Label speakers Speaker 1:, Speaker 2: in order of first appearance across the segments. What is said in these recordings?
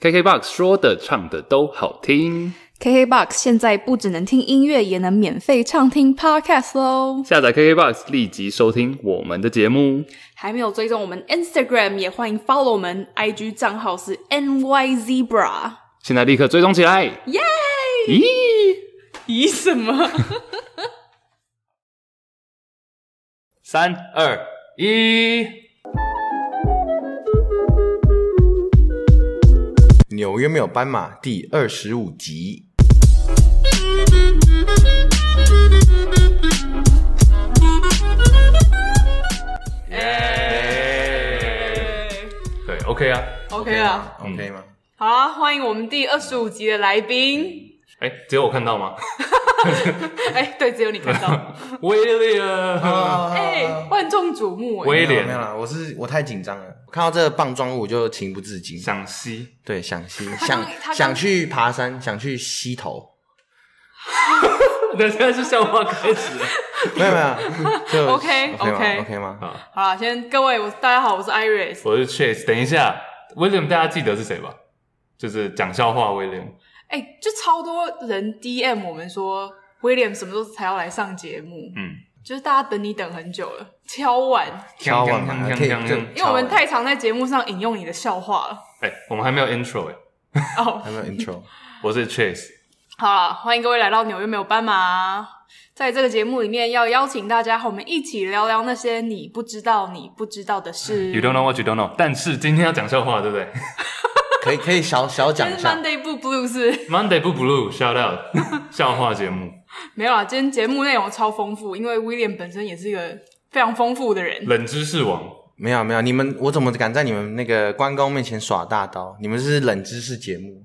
Speaker 1: KKBOX 说的唱的都好听，
Speaker 2: KKBOX 现在不只能听音乐，也能免费畅听 Podcast 喽。
Speaker 1: 下载 KKBOX 立即收听我们的节目。
Speaker 2: 还没有追踪我们 Instagram，也欢迎 follow 我们 IG 账号是 NYZebra。
Speaker 1: 现在立刻追踪起来！
Speaker 2: 耶！
Speaker 1: 咦，
Speaker 2: 咦什么？
Speaker 1: 三二一，
Speaker 3: 纽约没有斑马第二十五集。
Speaker 1: 对，OK 啊。
Speaker 2: OK 啊，
Speaker 3: ，OK 吗？
Speaker 2: 好啊，欢迎我们第二十五集的来 宾。
Speaker 1: 哎，只有我看到吗
Speaker 2: 哎、对，只有你看 到。
Speaker 1: 威啊廉，
Speaker 3: 啊
Speaker 2: 哎、万众瞩目、哎
Speaker 1: 威
Speaker 3: 没有没有
Speaker 1: 廉，
Speaker 3: 啦，我是我太紧张了，看到这个棒状物我就情不自禁，
Speaker 1: 赏析。
Speaker 3: 对想吸
Speaker 2: 刚
Speaker 3: 想
Speaker 2: 他刚
Speaker 3: 想去爬山，想去溪头，
Speaker 1: 那现在是笑话开始了。
Speaker 3: 没有没有 就
Speaker 2: OK，
Speaker 3: OK 吗
Speaker 2: OK
Speaker 3: OK 吗？
Speaker 1: 好，
Speaker 2: 好啦，先各位，我大家好，我是 Iris。
Speaker 1: 我是 Chase。等一下，William，大家记得是谁吧？就是讲笑话 William。
Speaker 2: 哎、就超多人 DM 我们说，William 什么时候才要来上节目？
Speaker 1: 嗯，
Speaker 2: 就是大家等你等很久了，敲完，
Speaker 3: 敲完嘛
Speaker 1: 锵锵锵
Speaker 3: 可以
Speaker 1: 锵
Speaker 3: 就
Speaker 1: 锵
Speaker 2: 因为我们太常在节目上引用你的笑话了。
Speaker 1: 哎，我们还没有 intro 哎，
Speaker 2: 哦，
Speaker 3: 还没有 intro，
Speaker 1: 我是 Chase。
Speaker 2: 好啦，欢迎各位来到纽约没有斑马。在这个节目里面，要邀请大家和我们一起聊聊那些你不知道、你不知道的事。
Speaker 1: You don't know what you don't know。但是今天要讲笑话，对不对
Speaker 3: 可以可以小小讲
Speaker 2: 今天
Speaker 3: 一
Speaker 2: 是
Speaker 3: 下，
Speaker 2: Monday Blue Blue 是
Speaker 1: ？Monday 不 blue，shout out，笑 话节目，
Speaker 2: 没有啦。今天节目内容超丰富，因为 William 本身也是一个非常丰富的人。
Speaker 1: 冷知识王，
Speaker 3: 没有没有，你们我怎么敢在你们那个关公面前耍大刀？你们是冷知识节目，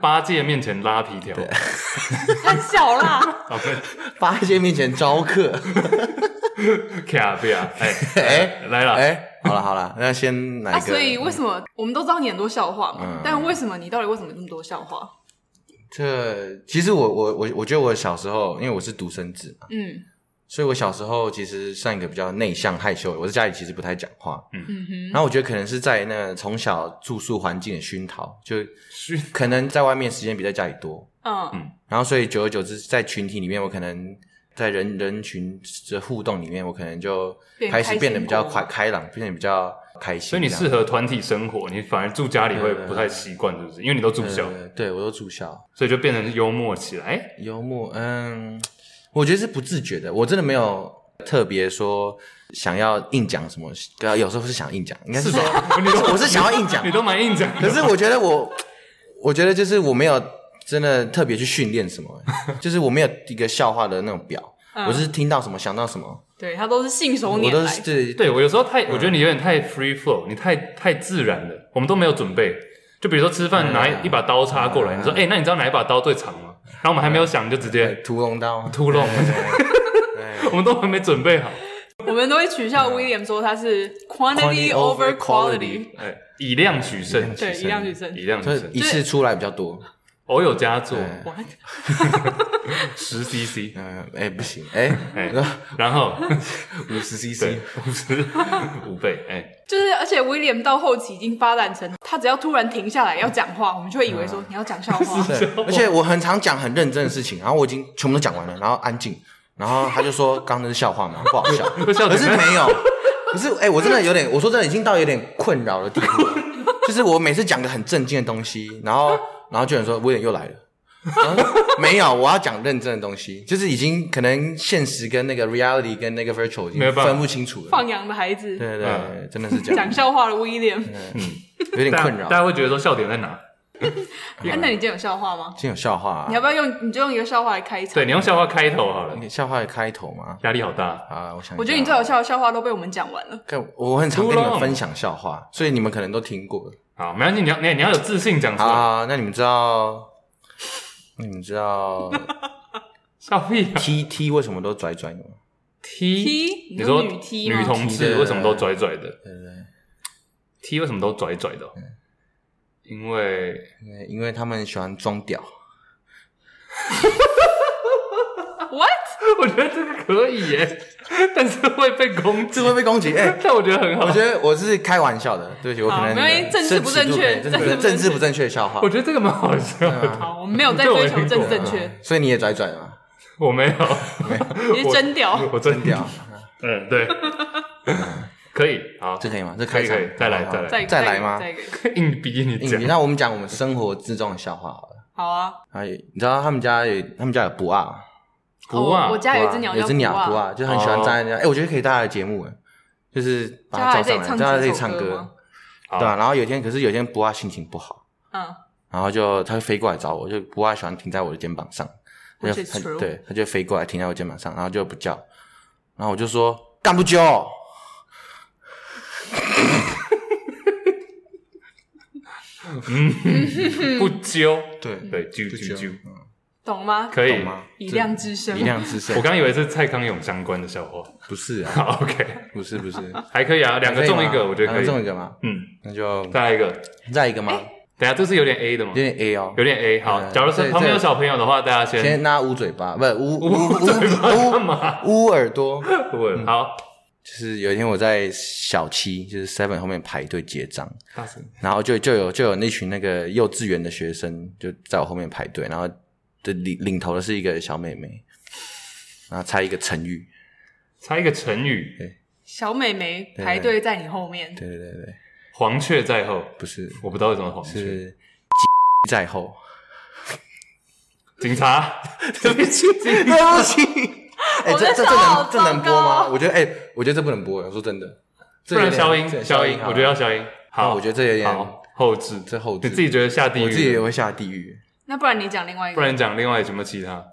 Speaker 1: 八戒面前拉皮条。
Speaker 2: 太小啦，
Speaker 1: 哦，不
Speaker 3: 八戒面前招 客。
Speaker 1: 是，卡比啊，哎
Speaker 3: 哎
Speaker 1: 来了，
Speaker 3: 哎，好了好了，那先来
Speaker 2: 啊，
Speaker 3: 一个。
Speaker 2: 所以为什么我们都知道你很多笑话嘛？
Speaker 3: 嗯
Speaker 2: 但为什么你到底为什么这么多笑话？
Speaker 3: 这其实我我我我觉得我小时候，因为我是独生子嘛，
Speaker 2: 嗯
Speaker 3: 所以我小时候其实算一个比较内向害羞的人，我在家里其实不太讲话。
Speaker 2: 嗯哼，
Speaker 3: 然后我觉得可能是在那个从小住宿环境的熏陶，就
Speaker 1: 嘘，
Speaker 3: 可能在外面时间比在家里多，
Speaker 2: 嗯
Speaker 3: 然后所以久而久之在群体里面，我可能在人人群的互动里面，我可能就
Speaker 2: 变
Speaker 3: 开始变得比较
Speaker 2: 开心
Speaker 3: 快
Speaker 2: 果
Speaker 3: 开朗，变得比较开心这
Speaker 1: 所
Speaker 3: 样。
Speaker 1: 以你适合团体生活，你反而住家
Speaker 3: 嗯
Speaker 1: 里会不太习惯，是不是？因为你都住校，
Speaker 3: 呃对我都住校，
Speaker 1: 所以就变成幽默起来。哎
Speaker 3: 幽默，嗯，我觉得是不自觉的，我真的没有特别说想要硬讲什么，呃，有时候是想硬讲，应 该是说，
Speaker 1: 你都
Speaker 3: 我是想要硬讲
Speaker 1: 哎 你，都蛮硬讲的，
Speaker 3: 可是我觉得我，我觉得就是我没有真的特别去训练什么，就是我没有一个笑话的那种表，
Speaker 2: 嗯
Speaker 3: 我是听到什么想到什么，
Speaker 2: 对他都是信手
Speaker 3: 我
Speaker 2: 拈
Speaker 3: 都
Speaker 2: 来
Speaker 3: 是。对
Speaker 1: 对我有时候太，我觉得你有点太 free flow，你太太自然了，我们都没有准备。就比如说吃饭拿一把刀插过来，你说，哎，那你知道哪一把刀最长吗？然后我们还没有想，你就直接嗯
Speaker 3: 屠龙刀，
Speaker 1: 秃弄， 我们都还没准备好。
Speaker 2: 我们都会取笑 William 说他是 quantity
Speaker 3: 嗯 Quantity
Speaker 2: over quality，
Speaker 3: over quality
Speaker 1: 哎，以量取胜，
Speaker 2: 对，一量取胜。
Speaker 1: 以量取
Speaker 3: 所以
Speaker 1: 胜，哎
Speaker 3: 一次出来比较多，
Speaker 1: 偶有佳作，
Speaker 2: What？
Speaker 1: 十 CC，
Speaker 3: 嗯，哎，不行，哎，
Speaker 1: 哎， 然后
Speaker 3: 五十 CC
Speaker 1: 对。五十五倍，哎，
Speaker 2: 就是，而且 William 到后期已经发展成，他只要突然停下来要讲话，我们就会以为
Speaker 3: 嗯
Speaker 2: 说你要讲笑话。
Speaker 3: 对， 而且我很常讲很认真的事情，然后我已经全部都讲完了，然后安静，然后他就说刚刚那是笑话 嘛，不好笑，
Speaker 1: 会笑
Speaker 3: 可是
Speaker 1: 点
Speaker 3: 没有，可是哎、我真的有点，我说真的已经到有点困扰的 地步了，就是我每次讲个很正经的东西，然后然后就有人说威廉又来了。然后没有，我要讲认真的东西，就是已经可能现实跟那个 reality 跟那个 virtual 已
Speaker 1: 没有
Speaker 3: 经
Speaker 1: 办法
Speaker 3: 分不清楚了。
Speaker 2: 放羊的孩子，
Speaker 3: 对对对
Speaker 1: 嗯，
Speaker 3: 真的是这样
Speaker 2: 讲，笑话的 William。
Speaker 3: 有点
Speaker 1: 大
Speaker 3: 困
Speaker 1: 家
Speaker 3: 扰
Speaker 1: 大。家会觉得说笑点在哪？
Speaker 2: 哎那你今天有笑话吗？
Speaker 3: 今天有笑话、啊
Speaker 2: 你要，不要用？你就用一个笑话来开场。
Speaker 1: 对，你用笑话开头好了，
Speaker 3: 你笑话的开头吗？
Speaker 1: 压力好大。
Speaker 3: 啊，我想一下啊，
Speaker 2: 我觉得你最好笑的笑话都被我们讲完 了。
Speaker 3: 看，我很常跟你
Speaker 1: 乌龙
Speaker 3: 们分享笑话，所以你们可能都听过。
Speaker 1: 好，没关系，你要你你要有自信讲出
Speaker 3: 好
Speaker 1: 来，
Speaker 3: 啊，那你们知道，那你们知道
Speaker 1: 笑屁啊
Speaker 3: T T 为什么都拽拽的吗？
Speaker 1: ！T，
Speaker 2: T，
Speaker 1: 你说
Speaker 2: 你说女 T 吗
Speaker 1: 女同志
Speaker 3: T 的
Speaker 1: 为什么都拽拽的
Speaker 3: 对不对？嗯
Speaker 1: ？T 为什么都拽拽的哦？因为
Speaker 3: 因为因为他们喜欢装屌，
Speaker 2: What？
Speaker 1: 我觉得这个可以耶， 但是会被攻击
Speaker 3: 这。会被 攻击。哎、
Speaker 1: 但我觉得很好
Speaker 3: 我，觉得我是开玩笑的，对不起，我可
Speaker 2: 好
Speaker 3: 能
Speaker 2: 没关系
Speaker 3: 那个
Speaker 2: 政治不
Speaker 3: 深
Speaker 2: 正
Speaker 3: 度
Speaker 2: 确
Speaker 3: 可能政治不
Speaker 2: 政治不正确
Speaker 3: 正政治不正确的笑话
Speaker 1: 我，觉得这个蛮好笑的。
Speaker 3: 啊
Speaker 2: 好，我们没有在追求政治正确，
Speaker 3: 所以你也拽拽嘛，
Speaker 1: 我没有，
Speaker 3: 哦
Speaker 2: 你是真屌。
Speaker 1: 我真
Speaker 3: 掉，
Speaker 1: 嗯， 对，可以，好，
Speaker 3: 这可以吗？这
Speaker 1: 可以
Speaker 3: 开场
Speaker 1: 可以再来
Speaker 3: 好
Speaker 1: 再来
Speaker 2: 再一个
Speaker 3: 再
Speaker 2: 一
Speaker 3: 来
Speaker 2: 个
Speaker 3: 吗哎
Speaker 2: 再一个，
Speaker 1: 硬逼你
Speaker 3: 硬
Speaker 1: 讲
Speaker 3: 比。那我们讲我们生活之中的笑话好了。
Speaker 2: 好啊。
Speaker 3: 哎，你知道他们家有他们家有不二，
Speaker 1: 不啊
Speaker 2: 哦我家有一只
Speaker 3: 不
Speaker 2: 鸟
Speaker 3: 有
Speaker 2: 叫
Speaker 3: 只鸟
Speaker 2: 啊
Speaker 3: 不二，就很喜欢
Speaker 1: 哦
Speaker 3: 站在那。哎，我觉得可以带来节目，哎，就是把
Speaker 2: 叫它
Speaker 3: 它
Speaker 2: 来这
Speaker 3: 叫
Speaker 2: 里
Speaker 3: 上来，
Speaker 2: 唱
Speaker 3: 叫它
Speaker 2: 几
Speaker 3: 这里
Speaker 2: 首
Speaker 3: 唱
Speaker 2: 歌吗
Speaker 3: 歌，
Speaker 1: 哦
Speaker 3: 对啊吧？然后有一天，可是有一天不二心情不好，
Speaker 2: 嗯，
Speaker 3: 然后就它就飞过来找我，就不二喜欢停在我的肩膀上，它
Speaker 2: Which
Speaker 3: 就
Speaker 2: is
Speaker 3: 它
Speaker 2: true
Speaker 3: 对，它就飞过来停在我肩膀上，然后就不叫，然后我就说干不揪，
Speaker 2: 嗯
Speaker 1: 不揪，
Speaker 3: 对
Speaker 1: 对，揪
Speaker 3: 就
Speaker 1: 揪
Speaker 3: 嗯揪嗯
Speaker 1: 揪，
Speaker 2: 懂吗？
Speaker 1: 可以
Speaker 3: 懂。吗？
Speaker 2: 以量之声
Speaker 3: 一。亮之
Speaker 1: 我
Speaker 3: 声，
Speaker 1: 刚刚以为是蔡康永相关的笑话
Speaker 3: 不是啊，
Speaker 1: 好，OK，
Speaker 3: 不是不是，
Speaker 1: 还可以啊，两个中一
Speaker 3: 可以
Speaker 1: 个，
Speaker 3: 吗
Speaker 1: 我觉得
Speaker 3: 两
Speaker 1: 可
Speaker 3: 个中一
Speaker 1: 以。
Speaker 3: 个嘛，
Speaker 1: 嗯，
Speaker 3: 那就
Speaker 1: 再来一个，
Speaker 3: 再一个吗？
Speaker 2: 哎
Speaker 1: 等一下这是有点 A 的吗
Speaker 3: 有？点 A 哦
Speaker 1: 有，点 A。好，
Speaker 3: 嗯
Speaker 1: 假如
Speaker 3: 这
Speaker 1: 是旁边有
Speaker 3: 这
Speaker 1: 小朋友的话，大家先
Speaker 3: 先拉捂嘴 巴，不是捂捂
Speaker 1: 捂嘴巴
Speaker 3: 捂
Speaker 1: 干嘛
Speaker 3: 捂捂耳朵。嗯
Speaker 1: 问。好，
Speaker 3: 就是有一天我在小七，就是 Seven 后面排队结账，
Speaker 1: 大声。
Speaker 3: 然后就就有就有那群那个幼稚园的学生就在我后面排队，然后的领领头的是一个小妹妹，然后猜一个成语，
Speaker 1: 猜一个成语，
Speaker 2: 小美眉
Speaker 3: 对
Speaker 2: 排队在你后面，
Speaker 3: 对对对对，
Speaker 1: 黄雀在后。
Speaker 3: 不是
Speaker 1: 我不知道为什么黄雀。
Speaker 3: 是在后，
Speaker 1: 警察，对不起，
Speaker 3: 对不起，哎、
Speaker 2: 我
Speaker 3: 这
Speaker 2: 的手
Speaker 3: 这这
Speaker 2: 好
Speaker 3: 能这能
Speaker 2: 糟
Speaker 3: 播
Speaker 2: 糕
Speaker 3: 吗？我觉得哎、我觉得这不能播，我说真的，
Speaker 1: 不
Speaker 3: 这有
Speaker 1: 然
Speaker 3: 点
Speaker 1: 消音
Speaker 3: 这，有
Speaker 1: 消音，
Speaker 3: 好啊
Speaker 1: 我觉得要消音。好，
Speaker 3: 那我觉得这有点
Speaker 1: 好后置，
Speaker 3: 这后置
Speaker 1: 你自己觉得下地狱？
Speaker 3: 我自己也会下地狱。
Speaker 2: 那不然你讲另外一
Speaker 1: 不
Speaker 2: 个。
Speaker 1: 然讲另外有什么其他？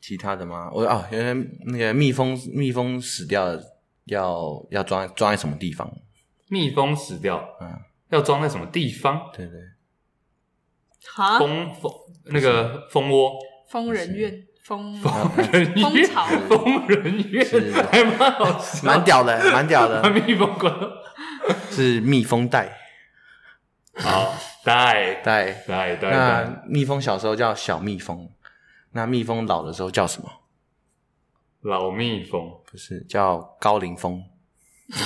Speaker 3: 其他的吗？我哦，原来那个蜜蜂，蜜蜂死掉了，要要装装在什么地方？
Speaker 1: 蜜蜂死掉，
Speaker 3: 嗯，
Speaker 1: 要装在什么地方？
Speaker 3: 对对，
Speaker 2: 哈，
Speaker 1: 蜂蜂那个蜂窝，
Speaker 2: 疯人院，疯
Speaker 1: 疯人
Speaker 2: 蜂
Speaker 1: 院，
Speaker 2: 巢
Speaker 1: 疯人
Speaker 3: 啊是
Speaker 1: 院还蛮好笑，
Speaker 3: 蛮屌 的，蛮屌
Speaker 1: 把
Speaker 3: 的，
Speaker 1: 蜜蜂关。
Speaker 3: 是蜜蜂袋
Speaker 1: 好，带
Speaker 3: 袋。
Speaker 1: 带带带，
Speaker 3: 那蜜蜂小时候叫小蜜蜂，那蜜蜂老的时候叫什么？
Speaker 1: 老蜜蜂，
Speaker 3: 不是叫高龄蜂？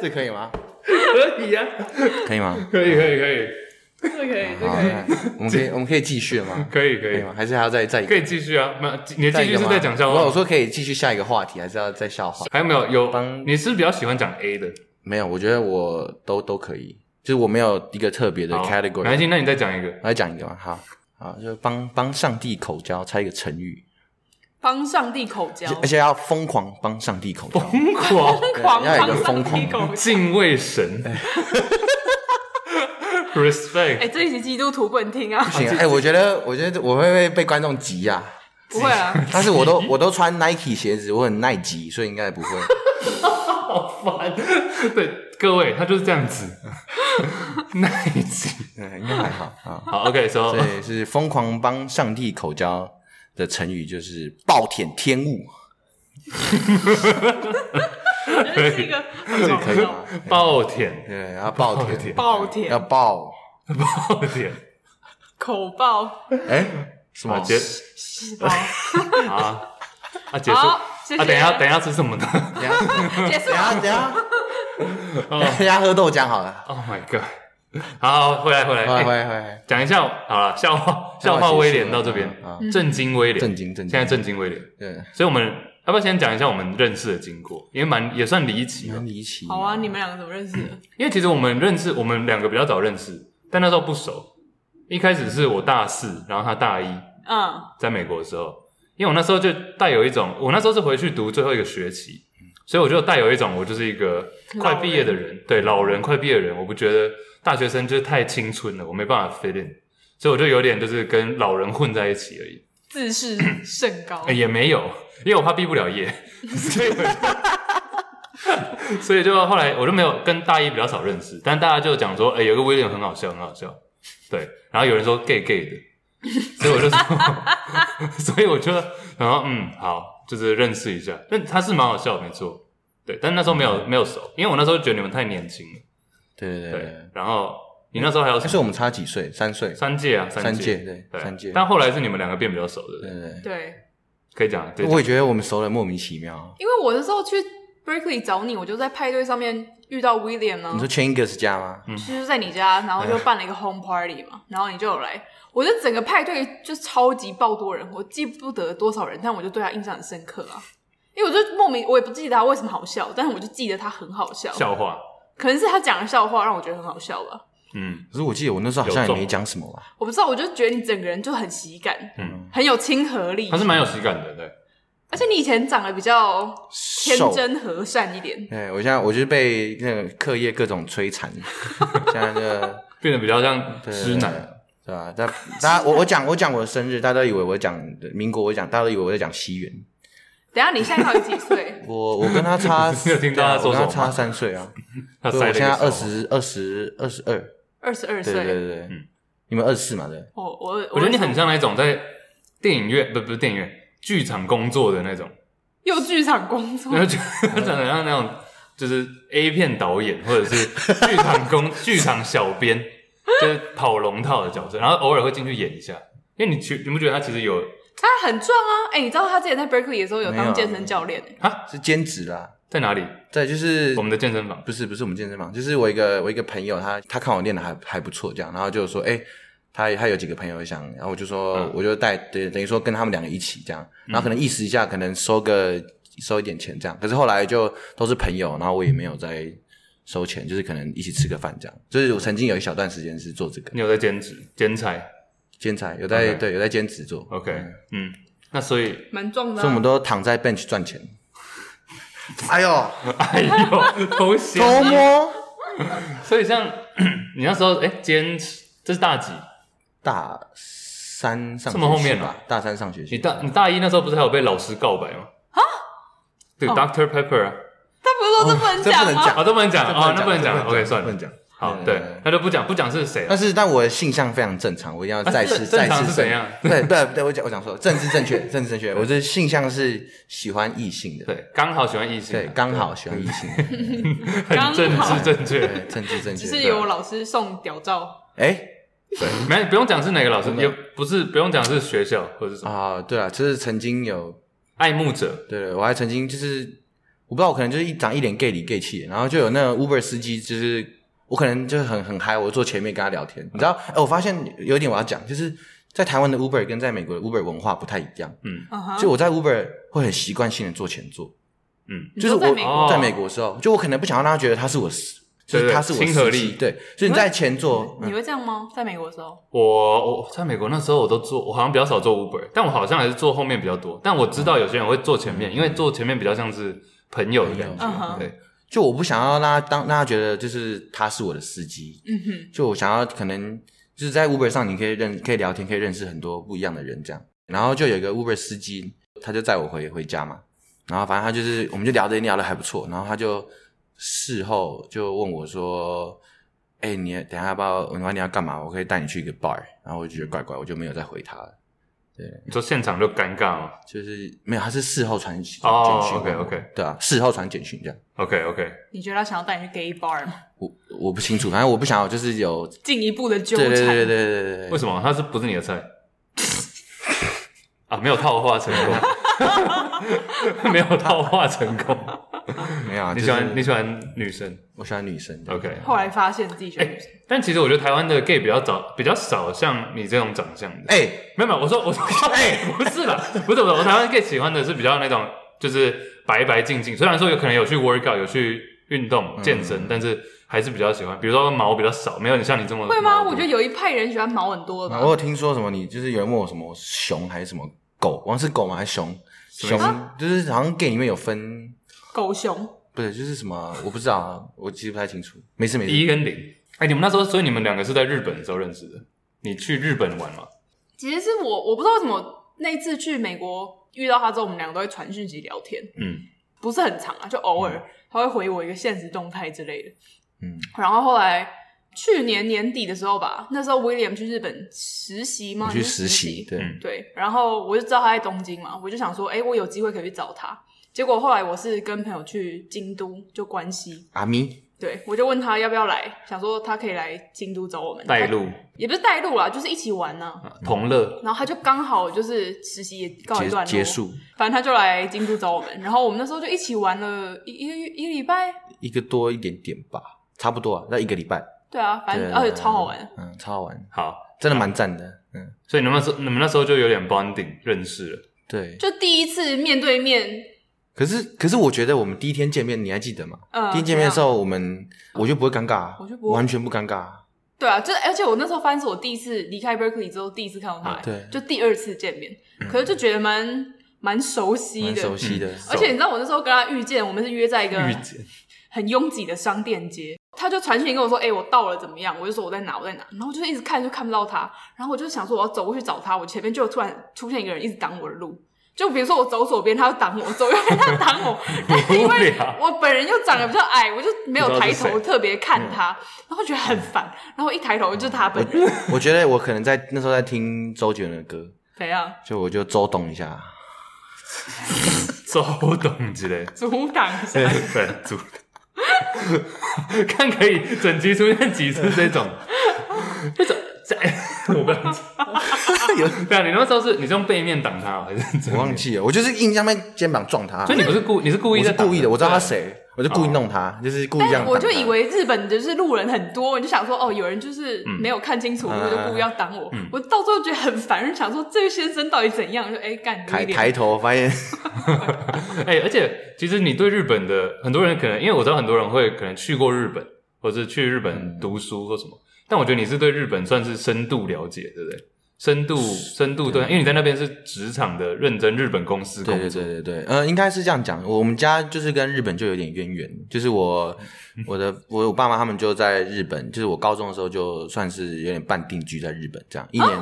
Speaker 3: 这可以吗？
Speaker 1: 可以呀，啊
Speaker 3: 可以吗？
Speaker 1: 可以可以可以
Speaker 2: 这可 以，这
Speaker 3: 好，
Speaker 2: 可以。
Speaker 3: 那我们可以我们可以继续了吗？
Speaker 1: 可以可
Speaker 3: 可以
Speaker 1: 以
Speaker 3: 吗？还是还要再再一
Speaker 1: 可
Speaker 3: 个？
Speaker 1: 以继续啊，那你的
Speaker 3: 再
Speaker 1: 继续
Speaker 3: 一个
Speaker 1: 是
Speaker 3: 吗
Speaker 1: 在讲笑
Speaker 3: 我我
Speaker 1: 话。
Speaker 3: 说可以继续下一个话题，还是要再笑话？
Speaker 1: 还有没有有？
Speaker 3: 帮
Speaker 1: 你是不是比较喜欢讲 A 的？
Speaker 3: 没有，我觉得我都都可以，就是我没有一个特别的
Speaker 1: 好没
Speaker 3: category。
Speaker 1: 关系，那你再讲一个。
Speaker 3: 我来讲一个嘛，好，好，就帮帮上帝口交，猜一个成语，
Speaker 2: 帮上帝口交，
Speaker 3: 而且要疯狂帮上帝口交，
Speaker 1: 疯狂
Speaker 2: 疯狂
Speaker 3: 哎要有一个
Speaker 2: 帮上帝
Speaker 3: 疯狂
Speaker 2: 口交。
Speaker 1: 敬畏神，respect。
Speaker 2: 哎，这一集基督徒不能 听啊！
Speaker 3: 不行啊，哎、我觉得，我觉得我会被被观众急呀、
Speaker 2: 不会啊，
Speaker 3: 但是 我都我都穿 Nike 鞋子，我很耐急，所以应该不会。
Speaker 1: 好烦。对，各位，他就是这样 子，耐极。
Speaker 3: 嗯，应该还好啊。
Speaker 1: 好，OK，so
Speaker 3: 所以是疯狂帮上帝口交的成语，就是暴殄天物，
Speaker 2: 我觉得是一个很
Speaker 3: 这个
Speaker 2: 好
Speaker 3: 可以
Speaker 2: 笑
Speaker 3: 吗。？
Speaker 1: 暴舔，
Speaker 3: 对，要暴
Speaker 1: 暴
Speaker 3: 殄
Speaker 1: 殄，
Speaker 2: 暴殄
Speaker 3: 要暴，
Speaker 1: 暴舔
Speaker 2: 口爆，
Speaker 3: 哎、什
Speaker 1: 啊，
Speaker 3: 么？
Speaker 1: 结
Speaker 2: 好，
Speaker 1: 啊啊哎结束
Speaker 2: 好
Speaker 1: 啊，
Speaker 2: 谢谢
Speaker 1: 等一下，等一下吃什么呢
Speaker 3: 等一下
Speaker 2: 结束
Speaker 3: 等一。下，等一下。
Speaker 1: 哦
Speaker 3: 大家喝豆浆好了，
Speaker 1: ？Oh my god！好，回来回来，
Speaker 3: 回来回
Speaker 1: 哎
Speaker 3: 来回来，
Speaker 1: 讲一下好了，笑话笑话威廉到这边
Speaker 3: 啊，
Speaker 1: 震惊威廉，
Speaker 3: 震惊震惊
Speaker 1: 现在震惊威廉，
Speaker 3: 对，
Speaker 1: 所以我们要不要先讲一下我们认识的经过？因为蛮也算离奇的
Speaker 3: 蛮，离奇。
Speaker 2: 好啊，你们两个怎么认识的？
Speaker 1: 因为其实我们认识，我们两个比较早认识，但那时候不熟。一开始是我大四，然后他大一，
Speaker 2: 嗯，
Speaker 1: 在美国的时候，因为我那时候就带有一种，我那时候是回去读最后一个学期，所以我就带有一种，我就是一个快毕业的人，对老人快毕业的人，我不觉得大学生就是太青春了，我没办法 fit in，所以我就有点就是跟老人混在一起而已，
Speaker 2: 自视甚高
Speaker 1: 呃。也没有，因为我怕毕不了业，所以我就所以就后来我就没有跟大一比较少认识，但大家就讲说，哎、有个 William 很好笑，很好笑，对，然后有人说 gay gay 的，所以我就说， 所以我就然后嗯好，就是认识一下，但他是蛮好笑的，没错，
Speaker 3: 嗯
Speaker 1: 对，但那时候没有没有熟，因为我那时候觉得你们太年轻了，
Speaker 3: 对对
Speaker 1: 对
Speaker 3: 对，
Speaker 1: 然后。你那时候还有
Speaker 3: 但
Speaker 1: 什
Speaker 3: 嗯是
Speaker 1: 么
Speaker 3: 我们差几岁？三岁，
Speaker 1: 三届啊，
Speaker 3: 三
Speaker 1: 届
Speaker 3: 届，对，
Speaker 1: 对
Speaker 3: 三届。
Speaker 1: 但后来是你们两个变比较熟的，
Speaker 3: 对对
Speaker 2: 对，
Speaker 1: 可以讲。对
Speaker 3: 对，，我也觉得我们熟了莫名其妙。
Speaker 2: 因为我那时候去 Berkeley 找你，我就在派对上面遇到 William 呢、
Speaker 3: 你说 Chingis 家吗？
Speaker 1: 嗯
Speaker 2: 就是在你家，然后就办了一个 home party 嘛，然后你就有来，我就整个派对就超级爆多人，我记不得多少人，但我就对他印象很深刻啊，因为我就莫名我也不记得他为什么好笑，但是我就记得他很好笑，
Speaker 1: 笑话，
Speaker 2: 可能是他讲的笑话让我觉得很好笑吧，
Speaker 1: 嗯，
Speaker 3: 可是我记得我那时候好像也没讲什么吧？
Speaker 2: 我不知道，我就觉得你整个人就很喜感，
Speaker 1: 嗯，
Speaker 2: 很有亲和力
Speaker 1: 他，是蛮有喜感的，对。
Speaker 2: 而且你以前长得比较天
Speaker 3: 瘦。
Speaker 2: 真和善一点，
Speaker 3: 对，我现在我就是被那个课业各种摧 残，现在就
Speaker 1: 变得比较像痴男，，
Speaker 3: 对吧？但大家我我讲我讲我的生日，大家都以为我讲民国，我讲大家都以为我在讲西元。？
Speaker 2: 等一下你现在到底几岁
Speaker 3: 我我跟他差，
Speaker 1: 你有听到他说
Speaker 3: 对啊我跟他
Speaker 1: 什么吗
Speaker 3: 差三岁啊，
Speaker 1: 他
Speaker 3: 对，
Speaker 1: 塞了
Speaker 3: 我
Speaker 1: 一
Speaker 3: 现在
Speaker 1: 个
Speaker 3: 二
Speaker 1: 手。
Speaker 3: 十二十二十二，
Speaker 2: 二十二
Speaker 3: 对对
Speaker 2: 岁，
Speaker 3: 对对，
Speaker 1: 嗯
Speaker 3: 你们二十四嘛对，
Speaker 2: 我我
Speaker 1: 我觉得你很像那种在电影院，不不是电影院，剧场工作的那种，
Speaker 2: 又剧场工作
Speaker 1: 然，后
Speaker 3: 嗯
Speaker 1: 就长得像那种就是 A 片导演或者是剧场 工剧场小编，就是跑龙套的角色，然后偶尔会进去演一下。因为你其你不觉得他其实有
Speaker 2: 他很壮啊！哎、你知道他之前在 Berkeley 的时候有
Speaker 3: 没有
Speaker 2: 当
Speaker 3: 啊
Speaker 2: 健身教练、欸，
Speaker 3: 是兼职啦。
Speaker 1: 在哪里？
Speaker 3: 对，就是
Speaker 1: 我们的健身房，
Speaker 3: 不是不是我们健身房，就是我一个我一个朋友他，他看我练的还还不错，这样，然后就说，哎、他他有几个朋友想，然后我就说，
Speaker 1: 嗯
Speaker 3: 我就带等等于说跟他们两个一起这样，然后可能意思一下，可能收个收一点钱这样，可是后来就都是朋友，然后我也没有再收钱，就是可能一起吃个饭这样，就是我曾经有一小段时间是做这个
Speaker 1: 你有在兼职兼差
Speaker 3: 兼差，有在
Speaker 1: OK
Speaker 3: 对有在兼职做
Speaker 1: ？OK，
Speaker 3: 嗯
Speaker 1: 嗯，那所以，
Speaker 2: 蛮壮的、
Speaker 3: 所以我们
Speaker 2: 啊。
Speaker 3: 都躺在 bench 赚钱。哎呦，
Speaker 1: 哎呦，头 衔
Speaker 3: 偷摸
Speaker 1: 所以像 你那时候，哎、兼职这是大几？
Speaker 3: 大三上
Speaker 1: 这么后
Speaker 3: 学期
Speaker 1: 面啊
Speaker 3: 吧，大三上学期
Speaker 1: 你，大你大一那时候不是还有被老师告白吗？啊？对、
Speaker 2: 哦
Speaker 1: d r Pepper 啊，
Speaker 2: 他不是说这不能
Speaker 3: 哦这
Speaker 2: 讲
Speaker 3: 不能
Speaker 2: 吗？
Speaker 3: 讲
Speaker 1: 啊，都不能讲啊，那
Speaker 3: 这
Speaker 1: 不能讲
Speaker 3: 这
Speaker 1: ，OK，算
Speaker 3: 不能
Speaker 1: 了，
Speaker 3: 讲。
Speaker 1: 好，
Speaker 3: 嗯
Speaker 1: 对，那就不讲，不讲是谁啊了
Speaker 3: 但。是，但我的性向非常正常，我一定要
Speaker 1: 啊
Speaker 3: 再
Speaker 1: 正
Speaker 3: 次
Speaker 1: 正
Speaker 3: 再
Speaker 1: 常
Speaker 3: 次
Speaker 1: 是
Speaker 3: 声
Speaker 1: 怎样
Speaker 3: 对，不对，我讲我讲错，了，政治正确，政治正确。我的性向是喜欢异性的，
Speaker 1: 对，刚好喜欢异性
Speaker 3: 对，
Speaker 1: 啊，
Speaker 3: 刚好喜欢异 性，
Speaker 1: 很政
Speaker 2: 刚好
Speaker 1: 治正确。
Speaker 3: 对，政治正确。
Speaker 2: 只是有老师送屌照，
Speaker 3: 哎
Speaker 1: 对，没不用讲是哪个老师，
Speaker 3: 真的
Speaker 1: 也不是不用讲是学校或者是什么
Speaker 3: 啊，对了，就是曾经有，
Speaker 1: 爱慕者，
Speaker 3: 对，我还曾经就是，我不知道，我可能就是一长一脸 gay 里 gay 气，然后就有那个 Uber 司机，就是我可能就很很嗨，我坐前面跟他聊天，你知道？哎，我发现有一点我要讲，就是在台湾的 Uber 跟在美国的 Uber 文化不太一样。
Speaker 1: 嗯
Speaker 2: 嗯哼，
Speaker 3: 就我在 Uber 会很习惯性的坐前座，
Speaker 1: 嗯，
Speaker 2: 你
Speaker 3: 就是
Speaker 2: 说
Speaker 3: 我
Speaker 2: 在美国
Speaker 1: 哦
Speaker 3: 在美国的时候，就我可能不想让他觉得他是我司，就
Speaker 1: 对
Speaker 3: 是
Speaker 1: 对
Speaker 3: 他是我
Speaker 1: 亲和
Speaker 3: 司机
Speaker 1: 力
Speaker 3: 对，所以你在前座，
Speaker 2: 你
Speaker 3: 嗯
Speaker 2: 会这样吗？在美国的时候，
Speaker 1: 我我在美国那时候我都坐，我好像比较少坐 Uber，但我好像还是坐后面比较多。但我知道有些人会坐前面，因为坐前面比较像是朋友的感
Speaker 2: 嗯哼
Speaker 1: 觉，对，
Speaker 3: 就我不想要让他当让他觉得就是他是我的司机，
Speaker 2: 嗯哼，
Speaker 3: 就我想要可能就是在 Uber 上你可以认可以聊天，可以认识很多不一样的人这样。然后就有一个 Uber 司机，他就载我回回家嘛，然后反正他就是我们就聊的聊的还不错，然后他就事后就问我说。哎、你等一下要不要？你你要干嘛？我可以带你去一个 bar。然后我就觉得怪怪，我就没有再回他了。
Speaker 1: 你说现场就尴尬吗
Speaker 3: 就是没有，他是事后传简讯。
Speaker 1: 哦
Speaker 3: 简讯
Speaker 1: OK，OK
Speaker 3: 对啊，事后传简讯这样。
Speaker 1: ？OK OK，
Speaker 2: 你觉得他想要带你去 gay bar 吗？
Speaker 3: 我我不清楚，反正我不想要，就是有
Speaker 2: 进一步的纠
Speaker 3: 对
Speaker 2: 缠，
Speaker 3: 对对对对对
Speaker 1: 为
Speaker 3: 对，
Speaker 1: 什么他是不是你的菜？ 啊，没有套话成功， 没有套话成功。
Speaker 3: 没有啊，
Speaker 1: 你
Speaker 3: 就
Speaker 1: 喜
Speaker 3: 是
Speaker 1: 欢你喜欢女生
Speaker 3: 我喜欢女生的。
Speaker 1: ，OK？
Speaker 2: 后来发现自己觉得
Speaker 1: 哎、但其实我觉得台湾的 gay 比较早，比较少像你这种长相的。
Speaker 3: 哎、
Speaker 1: 没有没有，我说 我说，哎、不是啦，不是不是，我台湾 gay 喜欢的是比较那种就是白白净净，虽然说有可能有去 workout 有去运
Speaker 3: 嗯
Speaker 1: 动健身，但是还是比较喜欢，比如说毛比较少，没有你像你这么
Speaker 2: 会吗？
Speaker 1: 毛多
Speaker 2: 我觉得有一派人喜欢毛很多的吧
Speaker 3: 我有听说什么你就是有人问我什么熊还是什么狗，好像是狗吗？还是熊？
Speaker 1: 么意
Speaker 3: 熊就是好像 gay 里面有分，
Speaker 2: 狗熊，
Speaker 3: 不是就是什么我不知道啊，我其实不太清楚。没事没事，
Speaker 1: 一跟零。哎、你们那时候，所以你们两个是在日本的时候认识的？你去日本玩吗？
Speaker 2: 其实是我我不知道为什么那一次去美国遇到他之后，我们两个都会传讯息聊天，
Speaker 1: 嗯，
Speaker 2: 不是很长啊，就偶尔他会回我一个现实动态之类的。
Speaker 3: 嗯，
Speaker 2: 然后后来去年年底的时候吧，那时候 William 去日本实习吗？
Speaker 3: 我去
Speaker 2: 你是
Speaker 3: 实习，对，
Speaker 1: 嗯
Speaker 2: 对，然后我就知道他在东京嘛，我就想说，哎，我有机会可以去找他。结果后来我是跟朋友去京都，就关西，
Speaker 3: 啊阿咪
Speaker 2: 对，我就问他要不要来，想说他可以来京都找我们
Speaker 1: 带，
Speaker 2: 他
Speaker 1: 路
Speaker 2: 也不是带路啦，就是一起玩呢、
Speaker 3: 嗯
Speaker 1: 同乐，
Speaker 2: 然后他就刚好就是实习也告一段
Speaker 3: 结
Speaker 2: 落，
Speaker 3: 结，束
Speaker 2: 反正他就来京都找我们，然后我们那时候就一起玩了一一个月一个礼拜，
Speaker 3: 一个多一点点吧，差不多啊，那一个礼拜，
Speaker 2: 对啊，反
Speaker 3: 对
Speaker 2: 正而且超好玩，，
Speaker 3: 嗯，超好玩，
Speaker 1: 好，
Speaker 3: 真的蛮赞的，嗯，
Speaker 1: 所以你们那时候你们那时候就有点 bonding 认识了，
Speaker 3: 对。
Speaker 2: 就第一次面对面，
Speaker 3: 可是可是我觉得我们第一天见面，你还记得吗？
Speaker 2: 嗯，
Speaker 3: 第一见面的时
Speaker 2: 候，
Speaker 3: 候，我们我就不会尴尬啊，
Speaker 2: 我就不会
Speaker 3: 完全不尴尬啊，
Speaker 2: 对啊，就是而且我那时候发现是我第一次离开 Berkeley 之后第一次看到他、
Speaker 1: 啊
Speaker 3: 对嗯
Speaker 2: 就第二次见面，可是就觉得蛮蛮熟悉
Speaker 3: 蛮
Speaker 2: 的，
Speaker 3: 熟悉的。
Speaker 2: 嗯而且你知道我那时候跟他遇见，我们是约在一个
Speaker 3: 啊
Speaker 1: 遇见
Speaker 2: 很拥挤的商店街，他就传讯跟我说：“哎、我到了，怎么样？”我就说：“我在哪？我在哪？”然后我就一直看，就看不到他。然后我就想说，我要走过去找他。我前面就突然出现一个人，一直挡我的路。就比如说我走左边，他就挡我；走右边，他就挡 我。
Speaker 1: 无
Speaker 2: 因为
Speaker 1: 聊，
Speaker 2: 我本人又长得比较矮，我就没有抬
Speaker 1: 不知道是谁嗯
Speaker 2: 头特别看他，然后觉得很烦。然后一抬头就是他本人，
Speaker 3: 我觉得我可能在那时候在听周杰伦的歌，
Speaker 2: 怎样？
Speaker 3: 就我就周董一 下，
Speaker 1: 周董之类，
Speaker 2: 阻挡一下
Speaker 1: 对，对，主看可以整集出现几次这种，这种 这我不知道，对啊，你那时候是你是用背面挡他哦还是怎
Speaker 3: 我
Speaker 1: 么
Speaker 3: 忘
Speaker 1: 样？
Speaker 3: 记了，我就是硬上面肩膀撞他
Speaker 1: 所，以你不是故你是故
Speaker 3: 啊我
Speaker 1: 意在
Speaker 3: 是故意的，我知道他
Speaker 1: 谁。
Speaker 3: 谁，我就
Speaker 1: 哦
Speaker 3: 故意弄他，就是故意这样
Speaker 2: 但
Speaker 3: 挡他。
Speaker 2: 哎我就以为日本就是路人很多，我就想说哦，有人就是没有看清楚，
Speaker 3: 嗯
Speaker 2: 我就故意要挡我。我到最后觉得很烦，就想说这个先生到底怎样？就哎干有
Speaker 3: 抬
Speaker 2: 一点
Speaker 3: 抬头发现，
Speaker 1: 哎、而且其实你对日本的很多人可能，因为我知道很多人会可能去过日本，或者是去日
Speaker 3: 嗯
Speaker 1: 本读书或什么，但我觉得你是对日本算是深度了解，对不对？深度深度对，啊因为你在那边是职场的认真日本公司工
Speaker 3: 对
Speaker 1: 作，
Speaker 3: 对对对对，呃，应该是这样讲。我们家就是跟日本就有点渊源，就是 我我的我我爸妈他们就在日本，就是我高中的时候就算是有点半定居在日本这样，一
Speaker 2: 哦
Speaker 3: 年。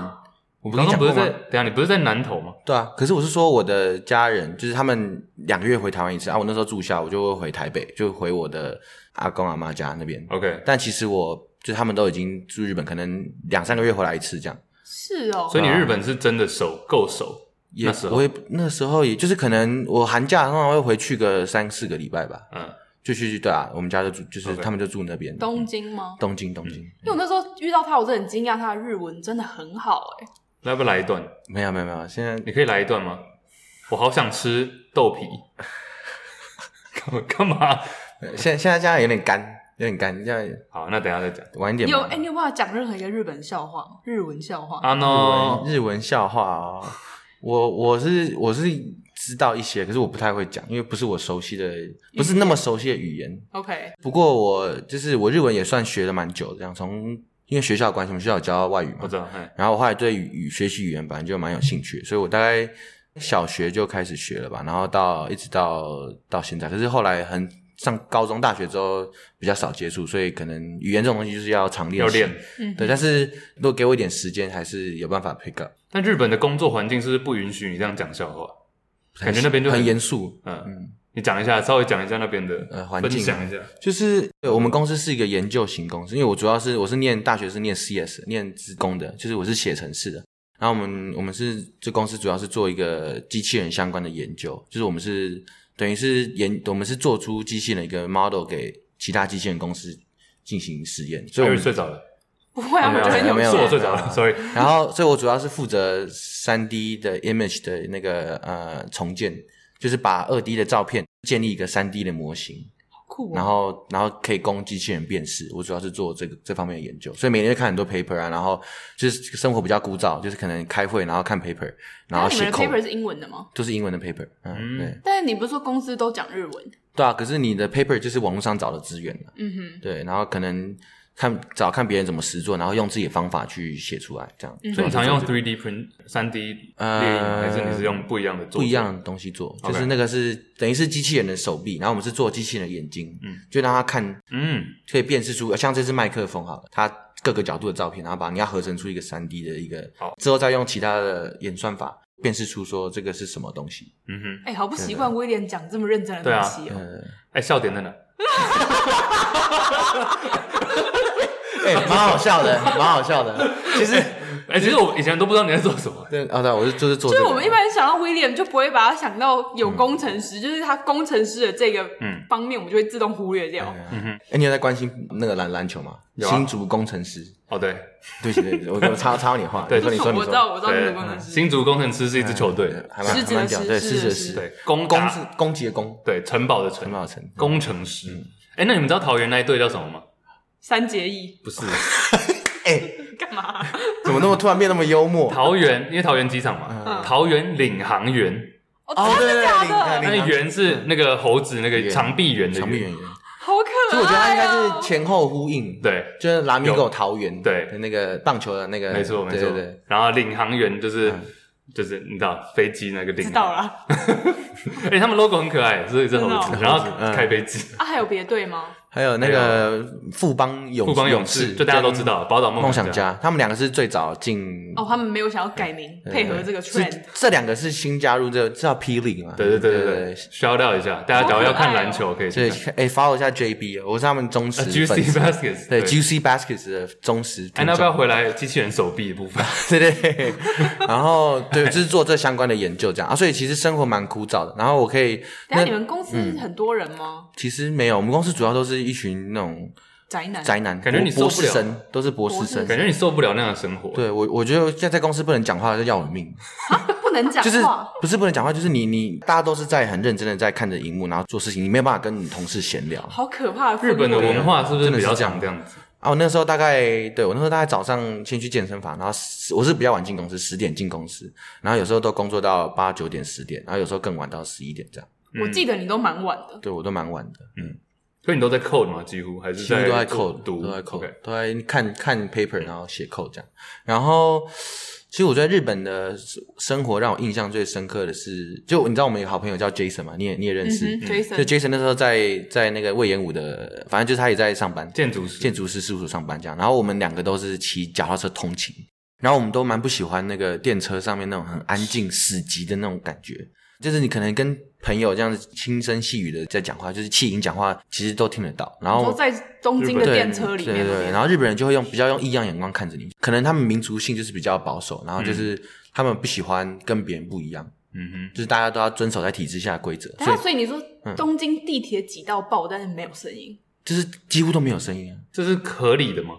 Speaker 3: 我不
Speaker 1: 你刚刚
Speaker 3: 跟你讲
Speaker 1: 不
Speaker 3: 过
Speaker 1: 是
Speaker 3: 吗
Speaker 1: 在？等一下你不是在南投吗？
Speaker 3: 对啊，可是我是说我的家人，就是他们两个月回台湾一次啊。我那时候住校，我就会回台北，就回我的阿公阿妈家那边。
Speaker 1: OK，
Speaker 3: 但其实我就是他们都已经住日本，可能两三个月回来一次这样。
Speaker 2: 是哦，
Speaker 1: 所以你
Speaker 3: 啊
Speaker 1: 日本是真的熟够熟，
Speaker 3: 也
Speaker 1: 那时候
Speaker 3: 我也那时候也就是可能我寒假通常会回去个三四个礼拜吧，
Speaker 1: 嗯，
Speaker 3: 就去对啊，我们家就住，就是
Speaker 1: OK 嗯
Speaker 3: 他们就住那边。
Speaker 2: 东京吗？
Speaker 3: 东京东京、
Speaker 2: 因为我那时候遇到他，我真的很惊讶，他的日文真的很好哎、
Speaker 1: 那要不要来一段？
Speaker 3: 没有没有没有，现在
Speaker 1: 你可以来一段吗？我好想吃豆皮， 干嘛干嘛？
Speaker 3: 现在现在家有点干，有点干，要
Speaker 1: 好，那等一下再讲。
Speaker 3: 晚一点
Speaker 2: 你
Speaker 3: 吧。
Speaker 2: 有哎、你有办法讲任何一个日本笑话吗？日文笑
Speaker 3: 啊
Speaker 2: 话？
Speaker 1: 阿诺
Speaker 3: 日文日文笑话哦，我我是我是知道一些，可是我不太会讲，因为不是我熟悉的，不是那么熟悉的语言。
Speaker 2: OK，
Speaker 3: 不过我就是我日文也算学了蛮久的，这样从因为学校的关系，我们学校有教外语嘛
Speaker 1: 我，知道，哎，
Speaker 3: 然后我后来对语学习语言本来就蛮有兴趣，所以我大概小学就开始学了吧，然后到一直到到现在。可是后来很上高中、大学之后比较少接触，所以可能语言这种东西就是要常练
Speaker 1: 要
Speaker 3: 习。
Speaker 1: 练。
Speaker 2: 嗯，
Speaker 3: 对，但是如果给我一点时间，还是有办法 pick up。
Speaker 1: 但日本的工作环境是不是不允许你这样讲笑话？感觉那边就
Speaker 3: 很
Speaker 1: 很
Speaker 3: 严肃。
Speaker 1: 嗯，
Speaker 3: 嗯，
Speaker 1: 你讲一下，稍微讲一下那边的
Speaker 3: 呃环
Speaker 1: 分
Speaker 3: 境
Speaker 1: 享一下。
Speaker 3: 就是对我们公司是一个研究型公司，因为我主要是我是念大学是念 CS 念资工的，就是我是写程式的。然后我们我们是这公司主要是做一个机器人相关的研究，就是我们是等于是研我们是做出机器人一个 model 给其他机器人公司进行实验，所以
Speaker 1: 艾
Speaker 3: 我
Speaker 1: 瑞
Speaker 3: 们嗯
Speaker 1: 睡着了，
Speaker 2: 不会啊，
Speaker 1: 没
Speaker 2: 我
Speaker 1: 有
Speaker 2: 觉得很有
Speaker 3: 没有
Speaker 1: 是我
Speaker 2: 趣。
Speaker 1: 睡着了，sorry。
Speaker 3: 然后，所以我主要是负责三 D 的 image 的那个呃重建，就是把二 D 的照片建立一个三 D 的模型，
Speaker 2: 酷哦、
Speaker 3: 然后然后可以供机器人辨识。我主要是做这个这方面的研究，所以每天就看很多 paper 啊，然后就是生活比较枯燥，就是可能开会，然后看 paper，然
Speaker 2: 那
Speaker 3: 后
Speaker 2: 你
Speaker 3: 写
Speaker 2: 们的
Speaker 3: code，
Speaker 2: paper 是英文的吗？
Speaker 3: 都是英文的 paper 嗯。
Speaker 1: 嗯
Speaker 3: 对
Speaker 2: 但是你不是说公司都讲日文？
Speaker 3: 对啊，可是你的 paper 就是网络上找的资源啊
Speaker 2: 嗯哼，
Speaker 3: 对，然后可能看找看别人怎么实做，然后用自己的方法去写出来，这样。
Speaker 2: 嗯
Speaker 3: 主
Speaker 1: 所
Speaker 3: 要
Speaker 1: 以
Speaker 3: 是
Speaker 1: 你常用
Speaker 3: 做这个
Speaker 1: 3D print、3D 列印，
Speaker 3: 呃
Speaker 1: 还是你是用不一样的做？
Speaker 3: 不一样的东西做，
Speaker 1: OK
Speaker 3: 就是那个是等于是机器人的手臂，然后我们是做机器人的眼睛，
Speaker 1: 嗯
Speaker 3: 嗯，就让它看
Speaker 1: 嗯，
Speaker 3: 可以辨识出，呃像这只麦克风好了，它各个角度的照片，然后把你要合成出一个三 D 的一个
Speaker 1: 好，
Speaker 3: 之后再用其他的演算法辨识出说这个是什么东西。
Speaker 1: 嗯哼，
Speaker 2: 哎、好不习惯威廉讲这么认真的
Speaker 1: 对啊
Speaker 2: 东西哦、
Speaker 3: 呃，
Speaker 1: 哎，笑点在哪？
Speaker 3: 哎、蛮好笑的，蛮好笑的。其实
Speaker 1: 哎、其实我以前都不知道你在做什么。
Speaker 3: 对啊，对啊，嗯我就就是做
Speaker 2: 就
Speaker 3: 这
Speaker 2: 是
Speaker 3: 个。
Speaker 2: 我们一般想到 William 就不会把他想到有工程师，就是他工程师的这个
Speaker 1: 嗯
Speaker 2: 方面，我们就会自动忽略掉。
Speaker 3: 哎
Speaker 1: 嗯哼，
Speaker 3: 哎，你有在关心那个篮篮球吗？
Speaker 1: 有啊
Speaker 3: 新竹工程师，
Speaker 1: 哦对
Speaker 3: 对不起，对不起我我插插你话，
Speaker 1: 对
Speaker 3: 你说你说你
Speaker 2: 我
Speaker 3: 说嗯
Speaker 2: 知，道，我知道这个
Speaker 1: 对
Speaker 2: 工程，师。
Speaker 1: 新竹工程师是一支球队，
Speaker 3: 对还蛮
Speaker 2: 狮子的
Speaker 3: 还蛮屌，
Speaker 2: 狮
Speaker 3: 对，
Speaker 2: 狮
Speaker 3: 狮
Speaker 2: 子
Speaker 3: 子
Speaker 2: 的
Speaker 3: 的
Speaker 2: 狮
Speaker 3: 狮，
Speaker 1: 对攻
Speaker 3: 攻
Speaker 1: 打
Speaker 3: 是攻击的攻，
Speaker 1: 对城堡的
Speaker 3: 陈
Speaker 1: 城
Speaker 3: 宝成，
Speaker 1: 工程师。
Speaker 3: 嗯
Speaker 1: 哎、那你们知道桃园那一队叫什么吗？
Speaker 2: 三结义
Speaker 1: 不是
Speaker 3: 哎，
Speaker 2: 干嘛？
Speaker 3: 怎么那么突然变那么幽默？
Speaker 1: 桃园，因为桃园机场嘛，
Speaker 2: 嗯
Speaker 1: 桃园领航员，
Speaker 2: 哦，真的假
Speaker 3: 对对
Speaker 2: 的？
Speaker 1: 那个园是那个猴子那个
Speaker 3: 圆
Speaker 1: 长臂猿的
Speaker 3: 长臂演
Speaker 1: 猿，
Speaker 3: 员，
Speaker 2: 好可爱哦！
Speaker 3: 所以我觉得他应该是前后呼应，，
Speaker 1: 对，
Speaker 3: 就是拉米狗桃园
Speaker 1: 对
Speaker 3: 的那个棒球的那个，
Speaker 1: 没错没
Speaker 3: 对
Speaker 1: 错
Speaker 3: 对对。。
Speaker 1: 然后领航员就是
Speaker 3: 嗯
Speaker 1: 就是你知道飞机那个领
Speaker 2: 知，道啦。
Speaker 1: 哎，他们 logo 很可爱，是一只猴
Speaker 2: 真
Speaker 1: 子，
Speaker 3: 哦
Speaker 1: 然
Speaker 3: 嗯
Speaker 1: 后开飞机，
Speaker 2: 啊，还有别队吗？
Speaker 3: 还有那个富邦勇
Speaker 1: 哎富邦勇士就大家都知道，宝岛
Speaker 3: 跟梦
Speaker 1: 梦
Speaker 3: 想
Speaker 1: 家，
Speaker 3: 家，他们两个是最早进
Speaker 2: 哦，他们没有想要改名
Speaker 3: 对
Speaker 2: 配合这个
Speaker 3: 是
Speaker 2: trend，
Speaker 3: 这两个是新加入这个，叫霹雳嘛？
Speaker 1: 对对对对
Speaker 3: 对
Speaker 1: 对，需要料一下，
Speaker 2: 哦
Speaker 1: 大家假如要看篮球可以
Speaker 3: 所以
Speaker 1: 去看
Speaker 3: 哎，follow 一下 JB，我是他们忠实
Speaker 1: 呃
Speaker 3: 粉
Speaker 1: ，Juicy
Speaker 3: 丝，
Speaker 1: Baskets，
Speaker 3: 对 Juicy Baskets 的忠实
Speaker 1: 哎，
Speaker 3: 听
Speaker 1: 那不要
Speaker 3: 众，
Speaker 1: 回来机器人手臂的部分？
Speaker 3: 对对对。然后对，就是做这相关的研究这样啊，所以其实生活蛮枯燥的。然后我可以，
Speaker 2: 等一
Speaker 3: 那嗯
Speaker 2: 下你们公司很多人吗？
Speaker 3: 其实没有，我们公司主要都是一群那种
Speaker 2: 宅男？
Speaker 3: 宅男，
Speaker 1: 感觉你
Speaker 3: 博博
Speaker 1: 受不
Speaker 3: 士
Speaker 1: 了
Speaker 3: 生，都是哎博士生
Speaker 2: 博士。
Speaker 1: 感觉你受不了那样的生活，
Speaker 3: 对我，我觉得现在在公司不能讲话就要我命，
Speaker 2: 不能讲
Speaker 3: 就是
Speaker 2: 话，
Speaker 3: 不是不能讲话，就是你你大家都是在很认真的在看着荧幕，然后做事情，你没有办法跟你同事闲聊。
Speaker 2: 好可怕的氛围
Speaker 1: 日本的文化是不是
Speaker 3: 真的
Speaker 1: 比
Speaker 3: 是
Speaker 1: 较
Speaker 3: 这样
Speaker 1: 常这样子？
Speaker 3: 啊，我那时候大概对我那时候大概早上先去健身房，然后10我是比较晚进公司，十点进公司，然后有时候都工作到八九点、十点，然后有时候更晚到十一点这样。
Speaker 2: 我记得你都蛮晚的，
Speaker 3: 对我都蛮晚的，嗯，
Speaker 1: 所以你都在 code 吗？几乎还是
Speaker 3: 几乎都在
Speaker 1: 做
Speaker 3: 扣，
Speaker 1: 读
Speaker 3: 都在扣
Speaker 1: OK
Speaker 3: 都在看看 paper，然后写扣这样。然后其实我在日本的生活让我印象最深刻的是，就你知道我们有个好朋友叫 Jason 嘛，你也你也认
Speaker 2: 嗯
Speaker 3: 识，
Speaker 2: 哼
Speaker 3: 就
Speaker 2: ，Jason，
Speaker 3: Jason 那时候在在那个魏延武的，反正就是他也在上班，
Speaker 1: 建筑师，
Speaker 3: 建筑师事务所上班这样。然后我们两个都是骑脚踏车通勤，然后我们都蛮不喜欢那个电车上面那种很安静、死寂的那种感觉，就是你可能跟朋友这样子轻声细语的在讲话，就是气音讲话，其实都听得到。然
Speaker 2: 都
Speaker 3: 后。
Speaker 2: 在东京的
Speaker 3: 对
Speaker 2: 电车里
Speaker 3: 对
Speaker 2: 面
Speaker 3: 对
Speaker 2: 那
Speaker 3: 对，
Speaker 2: 边，
Speaker 3: 然后日本人就会用比较用异样眼光看着你，可能他们民族性就是比较保守，然后就是他们不喜欢跟别人不一样，
Speaker 1: 嗯
Speaker 3: 就是大家都要遵守在体制下的规则，
Speaker 2: 等
Speaker 3: 所
Speaker 2: 下，
Speaker 3: 以
Speaker 2: 所以你说东京地铁挤到爆，但是没有声音，
Speaker 3: 就是几乎都没有声音啊。
Speaker 1: 哼，这是合理的吗？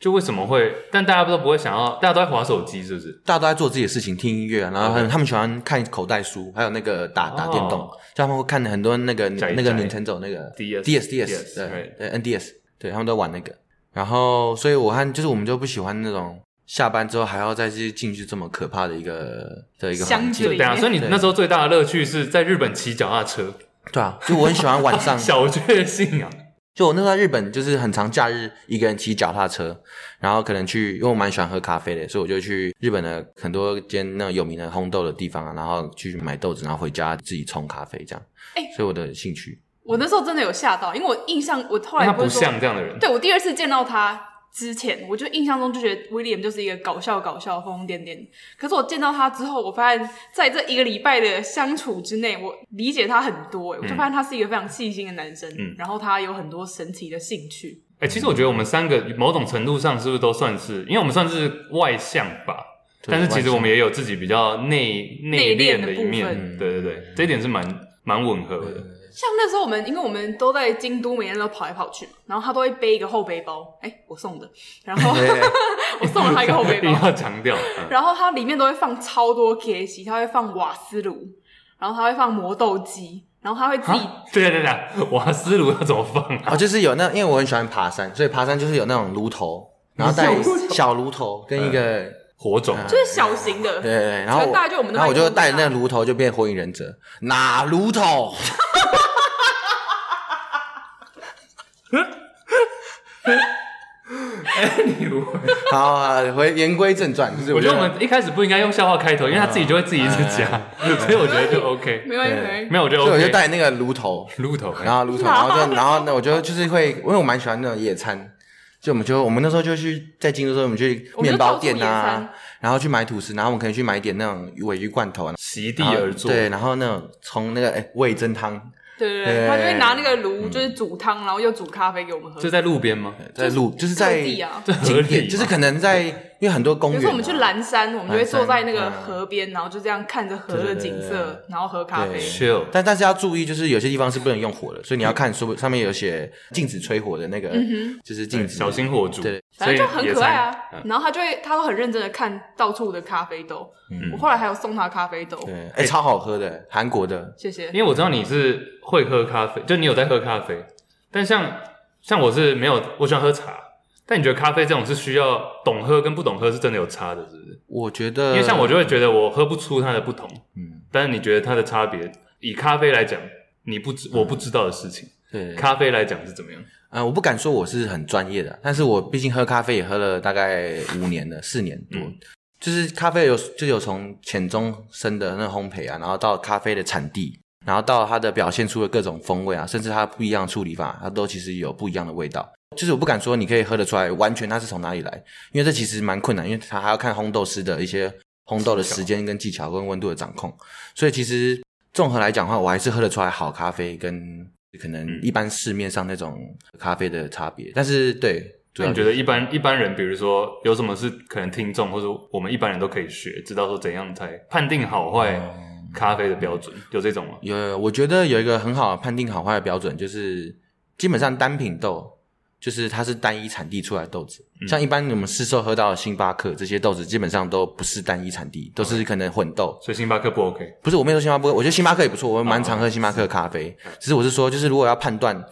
Speaker 1: 就为什么会？但大家都不会想要，大家都在划手机，是不是？
Speaker 3: 大家都在做自己的事情，听音乐啊，然后还有
Speaker 1: OK
Speaker 3: 他们喜欢看口袋书，还有那个打打
Speaker 1: 哦
Speaker 3: 电动，就他们会看很多那个
Speaker 1: 宅
Speaker 3: 那个
Speaker 1: 宅
Speaker 3: Nintendo 那个
Speaker 1: DS
Speaker 3: DS
Speaker 1: DS，
Speaker 3: DS
Speaker 1: 对
Speaker 3: 对对 NDS，对他们都玩那个。然后，所以我和就是我们就不喜欢那种下班之后还要再去进去这么可怕的一个的一个环
Speaker 2: 乡
Speaker 3: 境。
Speaker 2: 间
Speaker 1: 对啊，所以你
Speaker 3: 对
Speaker 1: 那时候最大的乐趣是在日本骑脚踏车，
Speaker 3: 对啊，就我很喜欢 晚上，
Speaker 1: 小确幸啊。
Speaker 3: 就我那时候在日本就是很常假日一个人骑脚踏车，然后可能去，因为我蛮喜欢喝咖啡的，所以我就去日本的很多间那种有名的烘豆的地方啊，然后去买豆子，然后回家自己冲咖啡这样。
Speaker 2: 哎
Speaker 3: 所以我的兴趣
Speaker 2: 我那时候真的有吓到，因为我印象我后来
Speaker 1: 他
Speaker 2: 不
Speaker 1: 不
Speaker 2: 是说，
Speaker 1: 像这样的人，
Speaker 2: 对我第二次见到他之前，我就印象中就觉得 William 就是一个搞笑搞笑、疯疯癫癫。可是我见到他之后，我发现在这一个礼拜的相处之内，我理解他很多、欸，我就发现他是一个非常细心的男生，
Speaker 1: 嗯
Speaker 2: 然后他有很多神奇的兴趣。
Speaker 1: 哎、其实我觉得我们三个某种程度上是不是都算是，因为我们算是外向吧，
Speaker 3: 对
Speaker 1: 但是其
Speaker 3: 外
Speaker 1: 实
Speaker 3: 向
Speaker 1: 我们也有自己比较内内
Speaker 2: 内敛
Speaker 1: 敛
Speaker 2: 的
Speaker 1: 的一
Speaker 2: 部
Speaker 1: 面，
Speaker 2: 分
Speaker 1: 对对对，这一点是蛮蛮吻合的。
Speaker 2: 像那时候我们，因为我们都在京都，每天都跑来跑去嘛，然后他都会背一个后背包，哎、我送的，然后我送了他一个后 背
Speaker 1: 一定
Speaker 2: 包，
Speaker 1: 要强调，嗯
Speaker 2: 然后它里面都会放超多 K C，它会放瓦斯炉，然后它会放磨豆机，然后它会自己
Speaker 1: 啊， 对对对，瓦斯炉要怎么放啊？
Speaker 3: 哦，就是有那，因为我很喜欢爬山，所以爬山就是有那种炉头，然后带
Speaker 1: 你是有炉头嗯
Speaker 3: 小炉头跟一个、
Speaker 1: 火 种，啊
Speaker 2: 就是小型的，
Speaker 3: 对对对，然后
Speaker 2: 传达就我们的
Speaker 3: 然后我
Speaker 2: 麦克
Speaker 3: 就
Speaker 2: 风
Speaker 3: 带着那个
Speaker 2: 啊
Speaker 3: 炉头就变火影忍者，哪炉头？
Speaker 1: 哎，你我
Speaker 3: 好，啊回言归正传，就是
Speaker 1: 我觉得我
Speaker 3: 们。
Speaker 1: 们一开始不应该用笑话开头，因为他自己就会自己一直讲， 所以我觉得就 OK。
Speaker 2: 没关系
Speaker 3: 对
Speaker 2: 没关系。
Speaker 1: 没有，我觉得
Speaker 3: 哎所以我就
Speaker 1: OK。
Speaker 3: 带那个炉头，
Speaker 1: 鹿头，哎
Speaker 3: 然后炉头，然后就然后呢，我就就是会，因为我蛮喜欢那种野餐，就我们就我们那时候就去在京都的时候，我们去面包店
Speaker 2: 我们就到处野
Speaker 3: 啊，然后去买吐司，然后我们可以去买一点那种尾鱼罐头啊，
Speaker 1: 席地
Speaker 3: 然后
Speaker 1: 而坐，
Speaker 3: 对，然后那种从那个哎味噌汤
Speaker 2: 对对对，
Speaker 3: 对嗯
Speaker 2: 他就会拿那个炉就是煮汤，然后又煮咖啡给我们喝
Speaker 1: 就。在路边吗？
Speaker 3: 哎在路，就是
Speaker 2: 各
Speaker 3: 在
Speaker 2: 地啊，
Speaker 1: 这合
Speaker 3: 景
Speaker 1: 理吗
Speaker 3: 点，就是可能在因为很多公
Speaker 2: 比如
Speaker 3: 园、
Speaker 2: 说
Speaker 3: 啊，
Speaker 2: 我们去蓝山，我们就会
Speaker 3: 蓝山
Speaker 2: 坐在那个
Speaker 3: 嗯
Speaker 2: 河边，然后就这样看着河
Speaker 3: 对
Speaker 2: 的
Speaker 3: 对对
Speaker 2: 景
Speaker 3: 对
Speaker 2: 色
Speaker 3: 对，
Speaker 2: 然后喝咖啡
Speaker 3: 对。
Speaker 1: ，chill，
Speaker 3: 但但是要注意，就是有些地方是不能用火的，所以你要看说上面有写禁止吹火的那
Speaker 2: 嗯
Speaker 3: 个，就是禁止
Speaker 1: 小心火烛。
Speaker 3: 对
Speaker 2: 反正就很可爱
Speaker 1: 所
Speaker 2: 啊
Speaker 1: 以野餐。嗯
Speaker 2: 然后他就会，他都很认真的看到处的咖啡豆。
Speaker 3: 嗯
Speaker 2: 我后来还有送他咖啡豆，
Speaker 3: 对，哎、超好喝的，韩国的，
Speaker 2: 谢谢。
Speaker 1: 因为我知道你是会喝咖啡，就你有在喝咖啡，但像像我是没有，我喜欢喝茶。但你觉得咖啡这种是需要懂喝跟不懂喝是真的有差的，是不是？
Speaker 3: 我觉得，
Speaker 1: 因为像我就会觉得我喝不出它的不同，
Speaker 3: 呃嗯，
Speaker 1: 但是你觉得它的差别，以咖啡来讲，你不知我不知道的事情，
Speaker 3: 嗯对，
Speaker 1: 咖啡来讲是怎么样？
Speaker 3: 呃，我不敢说我是很专业的，但是我毕竟喝咖啡也喝了大概五年了，四年多。
Speaker 1: 嗯
Speaker 3: 就是咖啡有就有从浅中深的那个烘焙啊，然后到咖啡的产地，然后到它的表现出的各种风味啊，甚至它不一样的处理法，它都其实有不一样的味道。就是我不敢说你可以喝得出来完全它是从哪里来，因为这其实蛮困难，因为它还要看烘豆师的一些烘豆的时间跟技巧跟温度的掌控。所以其实综合来讲的话，我还是喝得出来好咖啡跟可能一般市面上那种咖啡的差别。但是对，啊主
Speaker 1: 那
Speaker 3: 要
Speaker 1: 你觉得一般一般人，比如说有什么是可能听众或者我们一般人都可以学，知道说怎样才判定好坏
Speaker 3: 哦
Speaker 1: 咖啡的标准，有这种吗？
Speaker 3: 有，我觉得有一个很好判定好坏的标准，就是基本上单品豆，就是它是单一产地出来的豆子。像一般我们市售喝到的星巴克这些豆子，基本上都不是单一产地，都是可能混豆。
Speaker 1: 所以星巴克不 OK，
Speaker 3: 不是，我没有说星巴克，我觉得星巴克也不错，我蛮常喝星巴克的咖啡。只是我是说，就是如果要判断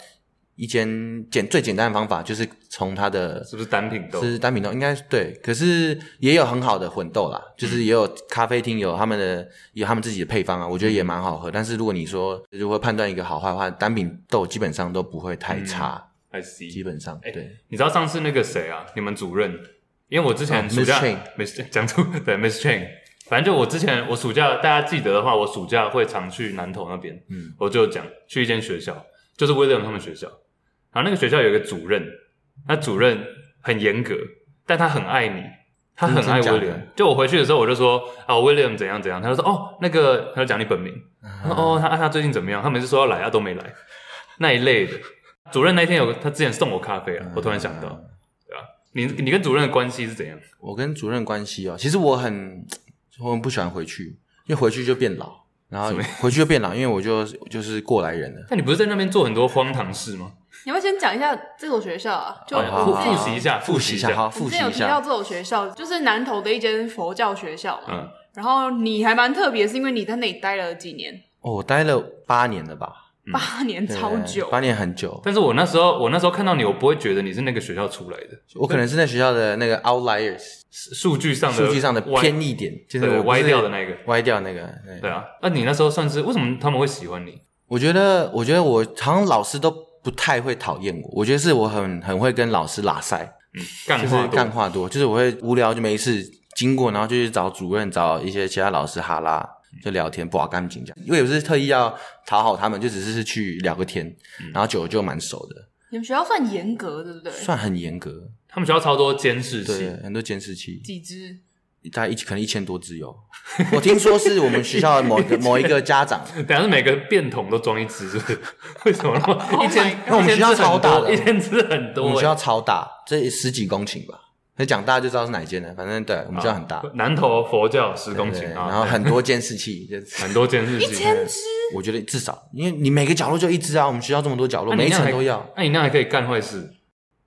Speaker 3: 一间简最简单的方法，就是从它的
Speaker 1: 是不是单品豆？
Speaker 3: 是单品豆，应该是对。可是也有很好的混豆啦，就是
Speaker 1: 嗯
Speaker 3: 也有咖啡厅有他们的有他们自己的配方啊，我觉得
Speaker 1: 嗯
Speaker 3: 也蛮好喝。但是如果你说如何判断一个好坏的话，单品豆基本上都不会
Speaker 1: 嗯
Speaker 3: 太差，
Speaker 1: I see
Speaker 3: 基本
Speaker 1: 哎
Speaker 3: 上对。
Speaker 1: 你知道上次那个谁啊，你们主任，因为我之前
Speaker 3: 哦
Speaker 1: 暑假、
Speaker 3: Miss Chang
Speaker 1: Miss 讲错，对 Miss Chang，反正就我之前我暑假大家记得的话，我暑假会常去南投那边，
Speaker 3: 嗯，
Speaker 1: 我就讲去一间学校，就是 William 他们学校，然后那个学校有一个主任，那主任很严格，但他很爱你。他很爱
Speaker 3: 嗯真假的
Speaker 1: William，就我回去的时候，我就说啊，William 怎样怎样，他就说哦，那个他就讲你本名，他说
Speaker 3: 嗯
Speaker 1: 哦，他他最近怎么样？他每次说要来，他啊都没来，那一类的。主任那天有他之前送我咖啡
Speaker 3: 嗯
Speaker 1: 啊，我突然想到，对啊，你你跟主任的关系是怎样？
Speaker 3: 我跟主任关系哦，其实我很我很不喜欢回去，因为回去就变老，然后
Speaker 1: 什么
Speaker 3: 回去就变老，因为我就就是过来人了。
Speaker 1: 但你不是在那边做很多荒唐事吗？
Speaker 2: 你要不要先讲一下这所学校啊？就
Speaker 1: 哦
Speaker 2: 我
Speaker 1: 好
Speaker 2: 们
Speaker 1: 好
Speaker 2: 之
Speaker 1: 好
Speaker 2: 前
Speaker 1: 复习一下
Speaker 3: 复习
Speaker 1: 复习
Speaker 3: 一
Speaker 1: 一
Speaker 3: 下，
Speaker 1: 下
Speaker 3: 好，
Speaker 2: 我们
Speaker 3: 复
Speaker 2: 之
Speaker 3: 习
Speaker 2: 前有
Speaker 3: 一
Speaker 2: 提到
Speaker 3: 下。
Speaker 2: 这所学校，就是南投的一间佛教学校嘛。
Speaker 1: 嗯，
Speaker 2: 然后你还蛮特别，是因为你在那里待了几年，
Speaker 3: 哦，我待了八年了吧？
Speaker 2: 八年，
Speaker 3: 嗯对
Speaker 2: 超久。
Speaker 3: 八年很久。
Speaker 1: 但是我那时候我那时候看到你，我不会觉得你是那个学校出来的，
Speaker 3: 我可能是在学校的那个 outliers
Speaker 1: 数据上的
Speaker 3: 数据上的
Speaker 1: 歪
Speaker 3: 偏异点，就是
Speaker 1: 对
Speaker 3: 我不是
Speaker 1: 歪掉的那个。
Speaker 3: 歪掉那个。对
Speaker 1: 对啊，那、你那时候算是为什么他们会喜欢你？
Speaker 3: 我觉得，我觉得我好像老师都不太会讨厌我，我觉得是我很很会跟老师拉塞，
Speaker 1: 嗯，干
Speaker 3: 就是
Speaker 1: 话多
Speaker 3: 干话多，就是我会无聊就没事经过，然后就去找主任、找一些其他老师哈拉。
Speaker 1: 嗯
Speaker 3: 就聊天，不好干净讲，因为也不是特意要讨好他们，就只是去聊个天，
Speaker 1: 嗯
Speaker 3: 然后久了就蛮熟的，
Speaker 2: 你们学校算严格，对不对？
Speaker 3: 算很严格，
Speaker 1: 他们学校超多监视器
Speaker 3: 对，，很多监视器，
Speaker 2: 几只？
Speaker 3: 大概一可能一千多只有，我听说是我们学校的某一 个某一个家长，
Speaker 1: 等下是每个便桶都装一只，是不 是？为什 么那么一千？
Speaker 3: Oh 那我们学校超大的
Speaker 1: 一千只很多，
Speaker 3: 我们
Speaker 1: 欸
Speaker 3: 学校超大，这十几公顷吧。那讲大家就知道是哪一间了，反正对我们学校很大，对
Speaker 1: 南投佛教十啊公
Speaker 3: 对
Speaker 1: 顷啊，
Speaker 3: 然后很多监视器，就
Speaker 1: 很多监视器，啊
Speaker 2: 一千只？
Speaker 3: 我觉得至少，因为你每个角落就一只啊，我们学校这么多角落，
Speaker 1: 那
Speaker 3: 每
Speaker 1: 你
Speaker 3: 一
Speaker 1: 那样
Speaker 3: 层
Speaker 1: 还
Speaker 3: 都要。
Speaker 1: 那你那样还可以干坏事，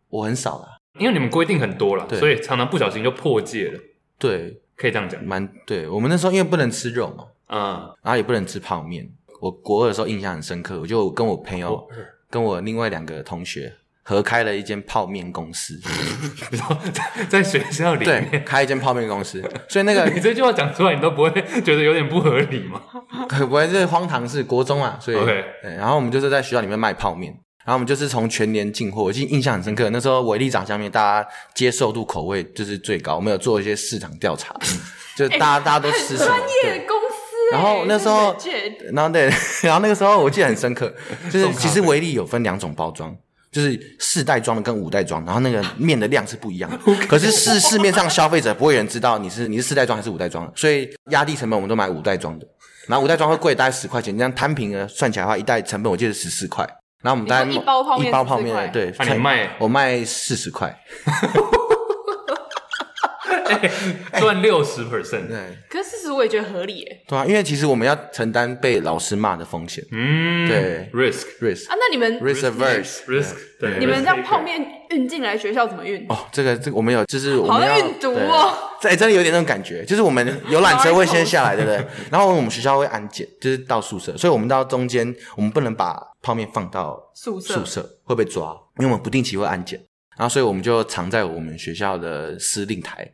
Speaker 3: 我很少啦，
Speaker 1: 因为你们规定很多了，
Speaker 3: 对
Speaker 1: 所以常常不小心就破戒了，
Speaker 3: 对，
Speaker 1: 可以这样讲。
Speaker 3: 蛮对。我们那时候因为不能吃肉嘛，
Speaker 1: 嗯，
Speaker 3: 然后也不能吃泡面。我国二的时候印象很深刻，我就跟我朋友
Speaker 1: 国二，
Speaker 3: 跟我另外两个同学合开了一间泡面公司，
Speaker 1: 你知道在 在学校里
Speaker 3: 对，
Speaker 1: 面，
Speaker 3: 开一间泡面公司，所以那个
Speaker 1: 你这句话讲出来，你都不会觉得有点不合理 吗？
Speaker 3: 可不是荒唐事，国中啊，所以
Speaker 1: OK
Speaker 3: 对然后我们就是在学校里面卖泡面，然后我们就是从全年进货，我记得印象很深刻。那时候维力炸酱面大家接受度口味就是最高，我们有做一些市场调查，嗯就大家、大家都吃什么
Speaker 2: 专。业
Speaker 3: 对
Speaker 2: 的公司欸。
Speaker 3: 然后那时候
Speaker 2: 真的很贱
Speaker 3: 然后对， 然后那个时候我记得很 深刻，就
Speaker 1: 送
Speaker 3: 是
Speaker 1: 咖啡
Speaker 3: 其实维力有分两种包装，就是四袋装的跟五袋装，然后那个面的量是不一 样的。可是市市面上消费者不会有人知道你是你是四袋装还是五袋装的，所以压低成本我们都买五袋装的。然后五袋装会贵大概十块钱，这样摊平了算起来的话，一袋成本我记得十四块。然后我们大概
Speaker 2: 你说一包泡面
Speaker 3: 一包
Speaker 2: 14
Speaker 3: 泡
Speaker 1: 啊
Speaker 3: 面的
Speaker 2: 块
Speaker 3: 对，
Speaker 1: 那你卖
Speaker 3: 我卖四十块，
Speaker 1: 赚哎六十 percent，
Speaker 3: 对
Speaker 2: 可是事实我也觉得合理欸耶。
Speaker 3: 对啊，因为其实我们要承担被老师骂的风险
Speaker 1: 嗯，
Speaker 3: 对
Speaker 1: ，risk
Speaker 3: ，risk
Speaker 2: 啊，那你们
Speaker 3: risk averse。
Speaker 1: risk，对，
Speaker 2: 你们
Speaker 1: risk
Speaker 2: 这样泡面运进来学校怎么运？
Speaker 3: 哦，这个这个我们有，就是我
Speaker 2: 好
Speaker 3: 们
Speaker 2: 像
Speaker 3: 要
Speaker 2: 运毒哦，
Speaker 3: 对这真的有点那种感觉，就是我们游览车会先下来，对不对？然后我们学校会安检，就是到宿舍，所以我们到中间，我们不能把泡面放到
Speaker 2: 宿舍
Speaker 3: 宿舍会被抓，因为我们不定期会安检，然后所以我们就藏在我们学校的司令台，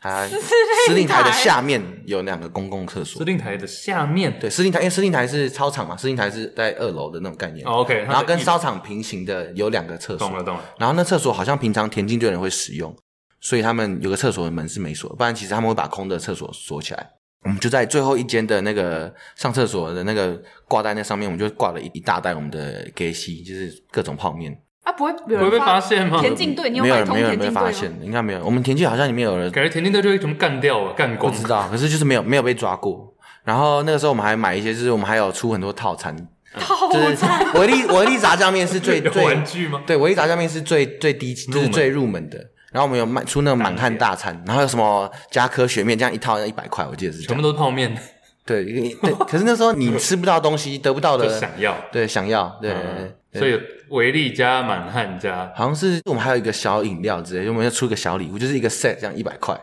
Speaker 3: 它司令台的下面有两个公共厕所
Speaker 1: 司，令台的下面，
Speaker 3: 对，司令台，因为司令台是操场嘛，司令台是在二楼的那种概念。
Speaker 1: 哦，OK，它
Speaker 3: 然后
Speaker 1: 是
Speaker 3: 跟
Speaker 1: 一
Speaker 3: 操场平行的有两个厕
Speaker 1: 懂了
Speaker 3: 所，
Speaker 1: 懂了，
Speaker 3: 然后那厕所好像平常田径队的人会使用，所以他们有个厕所的门是没锁的，不然其实他们会把空的厕所锁起来。我们就在最后一间的那个上厕所的那个挂在那上面，我们就挂了一一大袋我们的给西，就是各种泡面。
Speaker 2: 啊，不会有
Speaker 1: 不会被
Speaker 2: 人
Speaker 1: 发现吗？
Speaker 2: 田径队，你有
Speaker 3: 没有
Speaker 2: 买
Speaker 3: 人
Speaker 2: 通
Speaker 3: 没有
Speaker 2: 田
Speaker 3: 人
Speaker 2: 径队
Speaker 3: 被
Speaker 2: 吗？
Speaker 3: 发现，应该没有。我们田径好像里面有人
Speaker 1: 感觉田径队就会全部干掉了，干
Speaker 3: 不
Speaker 1: 光。
Speaker 3: 知 道，可是就是没有没有被抓过。然后那个时候我们还买一些，就是我们还有出很多套餐，
Speaker 2: 套
Speaker 3: 就是
Speaker 2: 餐，
Speaker 3: 维力维力炸酱面是 最
Speaker 1: 有
Speaker 3: 最
Speaker 1: 玩具吗？
Speaker 3: 对维力炸酱面是最最低就
Speaker 1: 入
Speaker 3: 是
Speaker 1: 门
Speaker 3: 最入门的。然后我们有卖出那个满汉大餐，然后有什么加科学面，这样一套一百块，我记得是这
Speaker 1: 全部
Speaker 3: 样。
Speaker 1: 都是泡面，
Speaker 3: 对对，可是那时候你吃不到东西，得不到
Speaker 1: 就
Speaker 3: 的，
Speaker 1: 想要，
Speaker 3: 对想要，对对
Speaker 1: 嗯
Speaker 3: 对
Speaker 1: 所以维力加满汉加
Speaker 3: 好像是我们还有一个小饮料之类，我们要出一个小礼物，就是一个 set 这样一百块，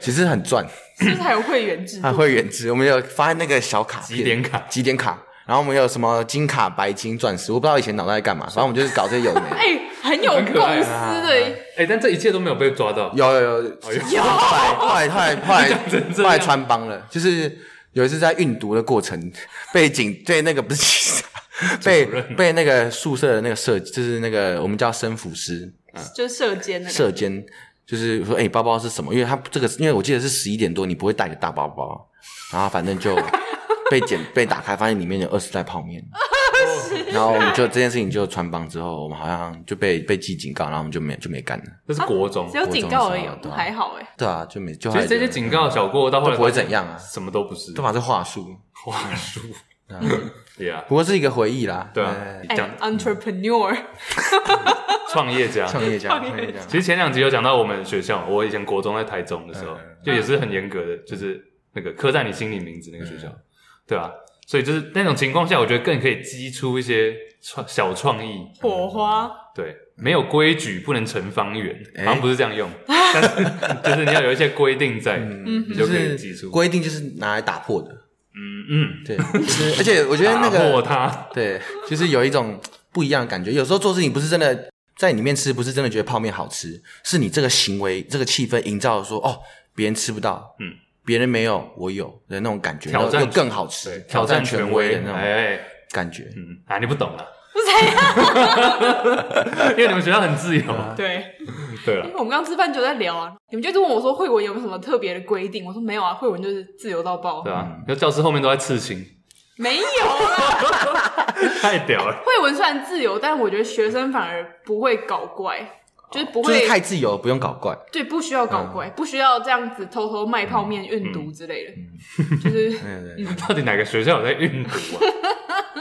Speaker 3: 其实很赚。
Speaker 2: 是不是还有会员制
Speaker 3: 啊，
Speaker 2: 度？
Speaker 3: 会员制，我们有发那个小卡片
Speaker 1: 几点卡
Speaker 3: 几点卡，然后我们有什么金卡、白金、钻石，我不知道以前脑袋在干嘛，反正我们就是搞这些有的没的。
Speaker 2: 哎，很有
Speaker 1: 很可爱
Speaker 2: 公
Speaker 3: 啊
Speaker 2: 司的。
Speaker 1: 哎、但这一切都没有被抓到。
Speaker 3: 有有有，有
Speaker 1: 哎呦
Speaker 3: 后来后来后来后 来
Speaker 1: 讲成这
Speaker 3: 后来
Speaker 1: 样
Speaker 3: 穿帮了，就是有一次在运毒的过程，被警被那个不是警察，被
Speaker 1: 主任
Speaker 3: 被那个宿舍的那个设，就是那个我们叫生辅师，
Speaker 2: 就是射箭那个，
Speaker 3: 射箭，就是说，哎、包包是什么？因为他这个，因为我记得是十一点多，你不会带个大包包，然后反正 就被剪被打开，发现里面有二十袋泡面。然后我们就这件事情就穿帮之后，我们好像就被被记警告，然后我们就没就没干了。
Speaker 1: 这是国中
Speaker 2: 啊只。有警告而已
Speaker 3: 国中的时候对，啊
Speaker 2: 还好哎。
Speaker 3: 对啊，就没就
Speaker 1: 其
Speaker 3: 还
Speaker 1: 实这些警告小过到后来
Speaker 3: 都不会怎样啊
Speaker 1: 什么都不是
Speaker 3: 都。把这话术，
Speaker 1: 话术，
Speaker 3: 对啊
Speaker 1: 对啊，
Speaker 3: 不过是一个回忆啦。
Speaker 1: 对啊
Speaker 3: 哎，
Speaker 2: 哎
Speaker 1: 讲
Speaker 2: ，entrepreneur，
Speaker 1: 创业家。
Speaker 3: 创业家，
Speaker 2: 创
Speaker 3: 创
Speaker 2: 业
Speaker 3: 业家，
Speaker 1: 其实前两集有讲到我们学校，我以前国中在台中的时候，就也是很严格的，就是那个刻在你心里名字那个学校，对啊，所以就是那种情况下，我觉得更可以激出一些创小创意。
Speaker 2: 火花，
Speaker 1: 对，没有规矩不能成方圆，
Speaker 3: 哎
Speaker 1: 好像不是这 样用，但是就是你要有一些规定在，
Speaker 2: 嗯
Speaker 1: 你
Speaker 3: 就
Speaker 1: 就可以记
Speaker 3: 是
Speaker 1: 住。
Speaker 3: 规定就是拿来打破的。
Speaker 1: 嗯嗯，
Speaker 3: 对，就是而且我觉得那个
Speaker 1: 打破它，
Speaker 3: 对，就是有一种不一样的感觉。有时候做事情不是真的在里面吃，不是真的觉得泡面好吃，是你这个行为、这个气氛营造说，哦，别人吃不到，
Speaker 1: 嗯，
Speaker 3: 别人没有，我有的那种感觉，
Speaker 1: 挑
Speaker 3: 然后
Speaker 1: 战
Speaker 3: 又更好吃，
Speaker 1: 挑战
Speaker 3: 权
Speaker 1: 权
Speaker 3: 威
Speaker 1: 威
Speaker 3: 的那种
Speaker 1: 哎，
Speaker 3: 感觉。
Speaker 1: 嗯啊，你不懂啊，
Speaker 2: 不是这样。
Speaker 1: 因为你们学校很自由。
Speaker 2: 对，
Speaker 1: 对啊了，
Speaker 2: 因为我们刚刚吃饭就在聊啊，你们就一直问我说慧文有没有什么特别的规定，我说没有啊，慧文就是自由到爆
Speaker 1: 对，啊，就教室后面都在刺青，
Speaker 2: 没有啊。
Speaker 1: 太屌了。
Speaker 2: 慧文虽然自由，但我觉得学生反而不会搞怪，就是不
Speaker 3: 就
Speaker 2: 会
Speaker 3: 是太自由，不用搞怪。
Speaker 2: 对，不需要搞
Speaker 1: 嗯
Speaker 2: 怪，不需要这样子偷偷卖泡面、运毒之类的，就是
Speaker 3: 嗯，
Speaker 1: 到底哪个学校有在运毒啊？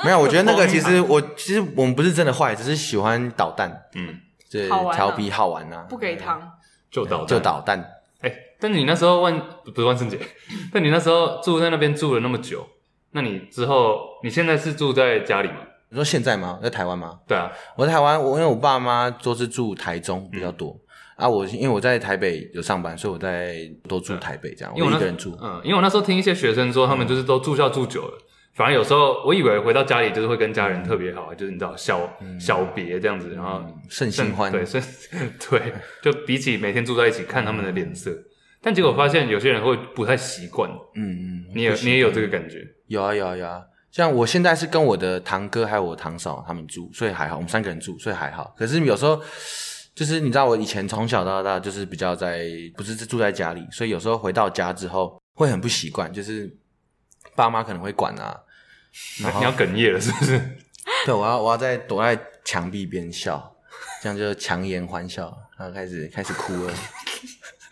Speaker 3: 没有，我觉 得那个其实我其实我们不是真的坏，只是喜欢捣蛋，
Speaker 1: 嗯，
Speaker 3: 对，
Speaker 2: 好玩啊
Speaker 3: 调皮好玩啊，
Speaker 2: 不给糖。
Speaker 1: 就捣蛋
Speaker 3: 就。捣蛋。
Speaker 1: 哎、但你那时候万不是万圣节， 但你那时候住在那边住了那么久，那你之后你现在是住在家里吗？
Speaker 3: 你说现在吗？在台湾吗？
Speaker 1: 对啊，
Speaker 3: 我在台湾，我因为我爸妈都是住台中比较
Speaker 1: 嗯
Speaker 3: 多、啊，我因为我在台北有上班，所以我在都住台北这样，
Speaker 1: 因为
Speaker 3: 我
Speaker 1: 我
Speaker 3: 一
Speaker 1: 那
Speaker 3: 个人住。嗯
Speaker 1: 嗯，因为我那时候听一些学生说，他们就是都住校住久了，反而有时候我以为回到家里就是会跟家人特别好，就是你知道小、小别这样子，然后
Speaker 3: 嗯盛嗯新欢，
Speaker 1: 对，所以 对，就比起每天住在一起看他们的脸色，但结果发现有些人会不太习惯，
Speaker 3: 嗯嗯，
Speaker 1: 你也你也有这个感觉，
Speaker 3: 有啊有啊有啊。像我现在是跟我的堂哥还有我堂嫂他们住，所以还好，我们三个人住，所以还好。可是有时候，就是你知道，我以前从小到大就是比较在，不是住在家里，所以有时候回到家之后会很不习惯，就是爸妈可能会管啊，然后
Speaker 1: 你要哽咽了是不是？
Speaker 3: 对，我要我要在躲在墙壁边笑，这样就强颜欢笑，然后开始开始哭了。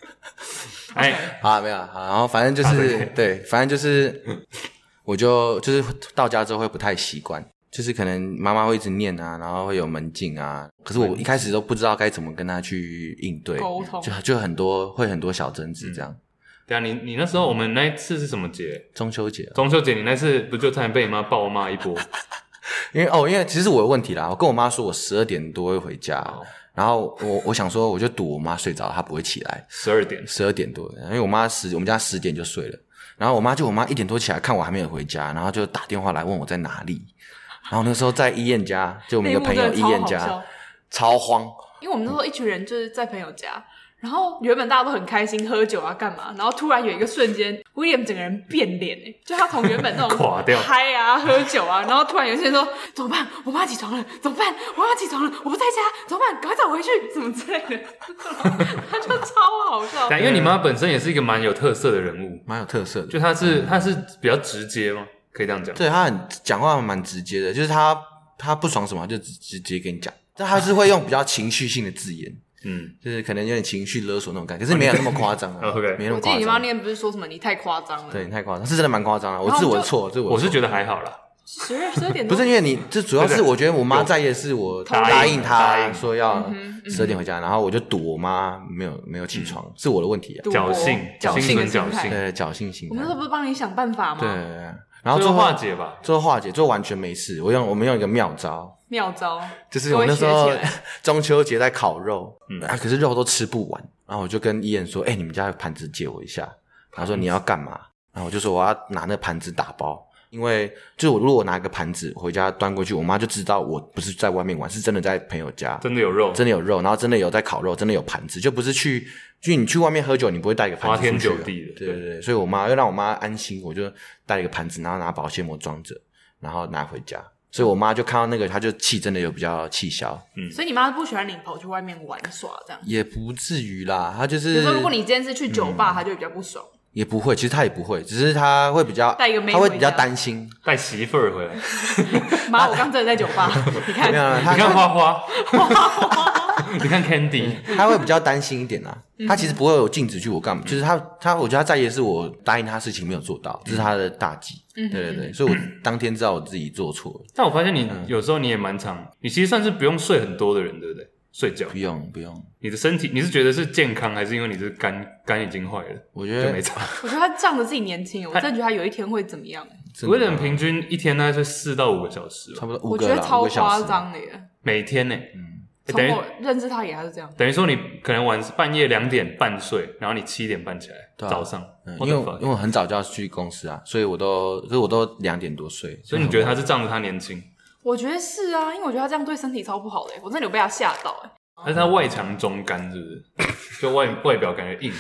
Speaker 1: 哎，
Speaker 3: 好啊，没有啊，好然后反正就是对，反正就是，我就就是到家之后会不太习惯，就是可能妈妈会一直念啊，然后会有门禁啊。可是我一开始都不知道该怎么跟她去应对，
Speaker 2: 沟通
Speaker 3: 就就很多会很多小争执这样。
Speaker 1: 对啊，你你那时候我们那一次是什么节？
Speaker 3: 中秋节，啊
Speaker 1: 中秋节，你那次不就差点被你妈暴骂一 波？
Speaker 3: 因为哦，因为其实我有问题啦，我跟我妈说我十二点多会回家，
Speaker 1: 哦
Speaker 3: 然后我我想说我就赌我妈睡着，她不会起来，
Speaker 1: 十二点，
Speaker 3: 十二点多，因为我妈十我们家十点就睡了，然后我妈就我妈一点多起来看我还没有回家，然后就打电话来问我在哪里，然后那时候在医燕家，就 我们一
Speaker 2: 那一幕
Speaker 3: 个朋
Speaker 2: 真
Speaker 3: 友
Speaker 2: 的
Speaker 3: 医
Speaker 2: 超
Speaker 3: 燕
Speaker 2: 好
Speaker 3: 家
Speaker 2: 笑，
Speaker 3: 超慌，
Speaker 2: 因为我们那时候一群人就是在朋友家，然后原本大家都很开心喝酒啊干嘛，然后突然有一个瞬间，William 整个人变脸哎、就他从原本 那
Speaker 1: 垮
Speaker 2: 种
Speaker 1: 掉
Speaker 2: 嗨啊喝酒啊，然后突然有一天说怎么办，我妈起床了，怎么办，我妈起床了，我不在家，怎么办，赶快找我回去，怎么之类的， 他就超好笑。
Speaker 1: 但因为你妈本身也是一个蛮有特色的人物，
Speaker 3: 蛮有特色的。
Speaker 1: 就她是她是比较直接吗？可以这样讲。
Speaker 3: 对他很讲话蛮直接的，就是他他不爽什么就直直接跟你讲，但他是会用比较情绪性的字眼，
Speaker 1: 嗯，
Speaker 3: 就是可能有点情绪勒索那种感觉，可是没有那么夸张啊
Speaker 1: OK
Speaker 3: 没那
Speaker 2: 我
Speaker 3: 么
Speaker 2: 记得
Speaker 3: 夸
Speaker 2: 你妈
Speaker 3: 张。
Speaker 2: 念不是说什么你太夸张了，
Speaker 3: 对，你太夸张，是真的蛮夸张的。啊我
Speaker 2: 然后
Speaker 3: 是
Speaker 2: 我
Speaker 3: 我
Speaker 2: 们
Speaker 3: 的错，这我
Speaker 1: 我
Speaker 3: 的
Speaker 1: 是
Speaker 3: 错
Speaker 1: 觉得还好啦。
Speaker 2: 十二十二点
Speaker 3: 不
Speaker 2: 多
Speaker 3: 是因为你，这主要是
Speaker 1: 对对
Speaker 3: 我觉得我妈在意的是我
Speaker 1: 答应
Speaker 3: 答应
Speaker 1: 答
Speaker 3: 她
Speaker 1: 应
Speaker 3: 说
Speaker 2: 嗯
Speaker 3: 要十二点回家，然后我就赌我妈没有没有
Speaker 1: 嗯
Speaker 3: 起床，是我的问题啊。
Speaker 2: 赌博
Speaker 1: 侥幸
Speaker 2: 侥
Speaker 1: 心
Speaker 2: 幸的
Speaker 1: 存
Speaker 2: 心
Speaker 1: 侥
Speaker 2: 态
Speaker 1: 幸
Speaker 3: 对，侥幸心
Speaker 2: 我们
Speaker 3: 态
Speaker 2: 那时。候不是帮你想办法吗？
Speaker 3: 对，对对对然后
Speaker 1: 最
Speaker 3: 最
Speaker 1: 后
Speaker 3: 后
Speaker 1: 化解吧，
Speaker 3: 最后化解，最后完全没事。我用我们用一个妙招，
Speaker 2: 妙招，
Speaker 3: 就是我那时候
Speaker 2: 各位学起
Speaker 3: 中秋节在烤肉，
Speaker 1: 嗯
Speaker 3: 啊，可是肉都吃不完，然后我就跟伊人说：“哎、你们家的盘子借我一下。”他说：“你要干嘛？”然后我就说：“我要拿那盘子打包，因为就是我如果拿一个盘子回家端过去，我妈就知道我不是在外面玩，是真的在朋友家，
Speaker 1: 真的有肉，
Speaker 3: 真的有肉，然后真的有在烤肉，真的有盘子，就不是去就你去外面喝酒，你不会带一个盘子
Speaker 1: 花天
Speaker 3: 出去
Speaker 1: 酒
Speaker 3: 的
Speaker 1: 地的
Speaker 3: 对对对，所以我妈要让我妈安心，我就带一个盘子，然后拿保鲜膜装着，然后拿回家。所以我妈就看到那个，她就气，真的有比较气消，
Speaker 1: 嗯
Speaker 2: 所以你妈不喜欢你跑去外面玩耍这样。
Speaker 3: 也不至于啦。她就
Speaker 2: 比如
Speaker 3: 是
Speaker 2: 说，如果你今天是去酒
Speaker 1: 嗯
Speaker 2: 吧，她就会比较不爽。
Speaker 3: 也不会，其实她也不会，只是她会比较，
Speaker 2: 带一个妹
Speaker 3: 她会
Speaker 2: 回
Speaker 3: 比较
Speaker 2: 家
Speaker 3: 担心。
Speaker 1: 带媳妇儿回来。你
Speaker 2: 妈，我刚真的在酒 吧，你看
Speaker 3: 没有，啊啦，她
Speaker 1: 看花 花，你看 Candy，
Speaker 3: 她会比较担心一点啦。
Speaker 2: 嗯
Speaker 3: 她其实不会有禁止去我干嘛，就是她她，我觉得她在意的是我答应她事情没有做到，
Speaker 1: 嗯
Speaker 3: 这是她的大忌。
Speaker 2: 嗯
Speaker 3: 对对对，所以我当天知道我自己做错了。
Speaker 1: 但我发现你有时候你也蛮长，你其实算是不用睡很多的人，对不对？睡觉
Speaker 3: 不，用不用，
Speaker 1: 你的身体你是觉得是健康，还是因为你是肝肝已经坏了
Speaker 3: 我觉
Speaker 1: 就没
Speaker 3: 得啊
Speaker 1: 差？
Speaker 2: 我觉得她仗着自己年轻，我真的觉得她有一天会怎么样？
Speaker 3: 真
Speaker 1: 威
Speaker 3: 的
Speaker 1: 廉平均一天大概睡四到五个小时吧
Speaker 3: 差，不多
Speaker 2: 我
Speaker 3: 五
Speaker 2: 觉
Speaker 3: 个
Speaker 2: 得
Speaker 3: 啦
Speaker 2: 超
Speaker 3: 五个小
Speaker 2: 夸
Speaker 3: 时
Speaker 2: 张的耶！
Speaker 1: 每天呢、
Speaker 3: 嗯
Speaker 1: 欸等
Speaker 2: 从
Speaker 1: 于
Speaker 2: 我认识她以来她是这样，
Speaker 1: 等于说你可能晚半夜两点半睡，然后你七点半起来，
Speaker 3: 对啊
Speaker 1: 早上，
Speaker 3: 嗯，因
Speaker 1: What
Speaker 3: 为
Speaker 1: the
Speaker 3: 我
Speaker 1: fuck？
Speaker 3: 因为我很早就要去公司啊，所以我都所以我都两点多睡。
Speaker 1: 所以你觉得他是仗着他年轻，
Speaker 2: 我觉得是啊，因为我觉得她这样对身体超不好的耶，我真的有被她吓到哎。
Speaker 1: 但是他外强中干，是不 是？就外外表感觉硬，
Speaker 2: 就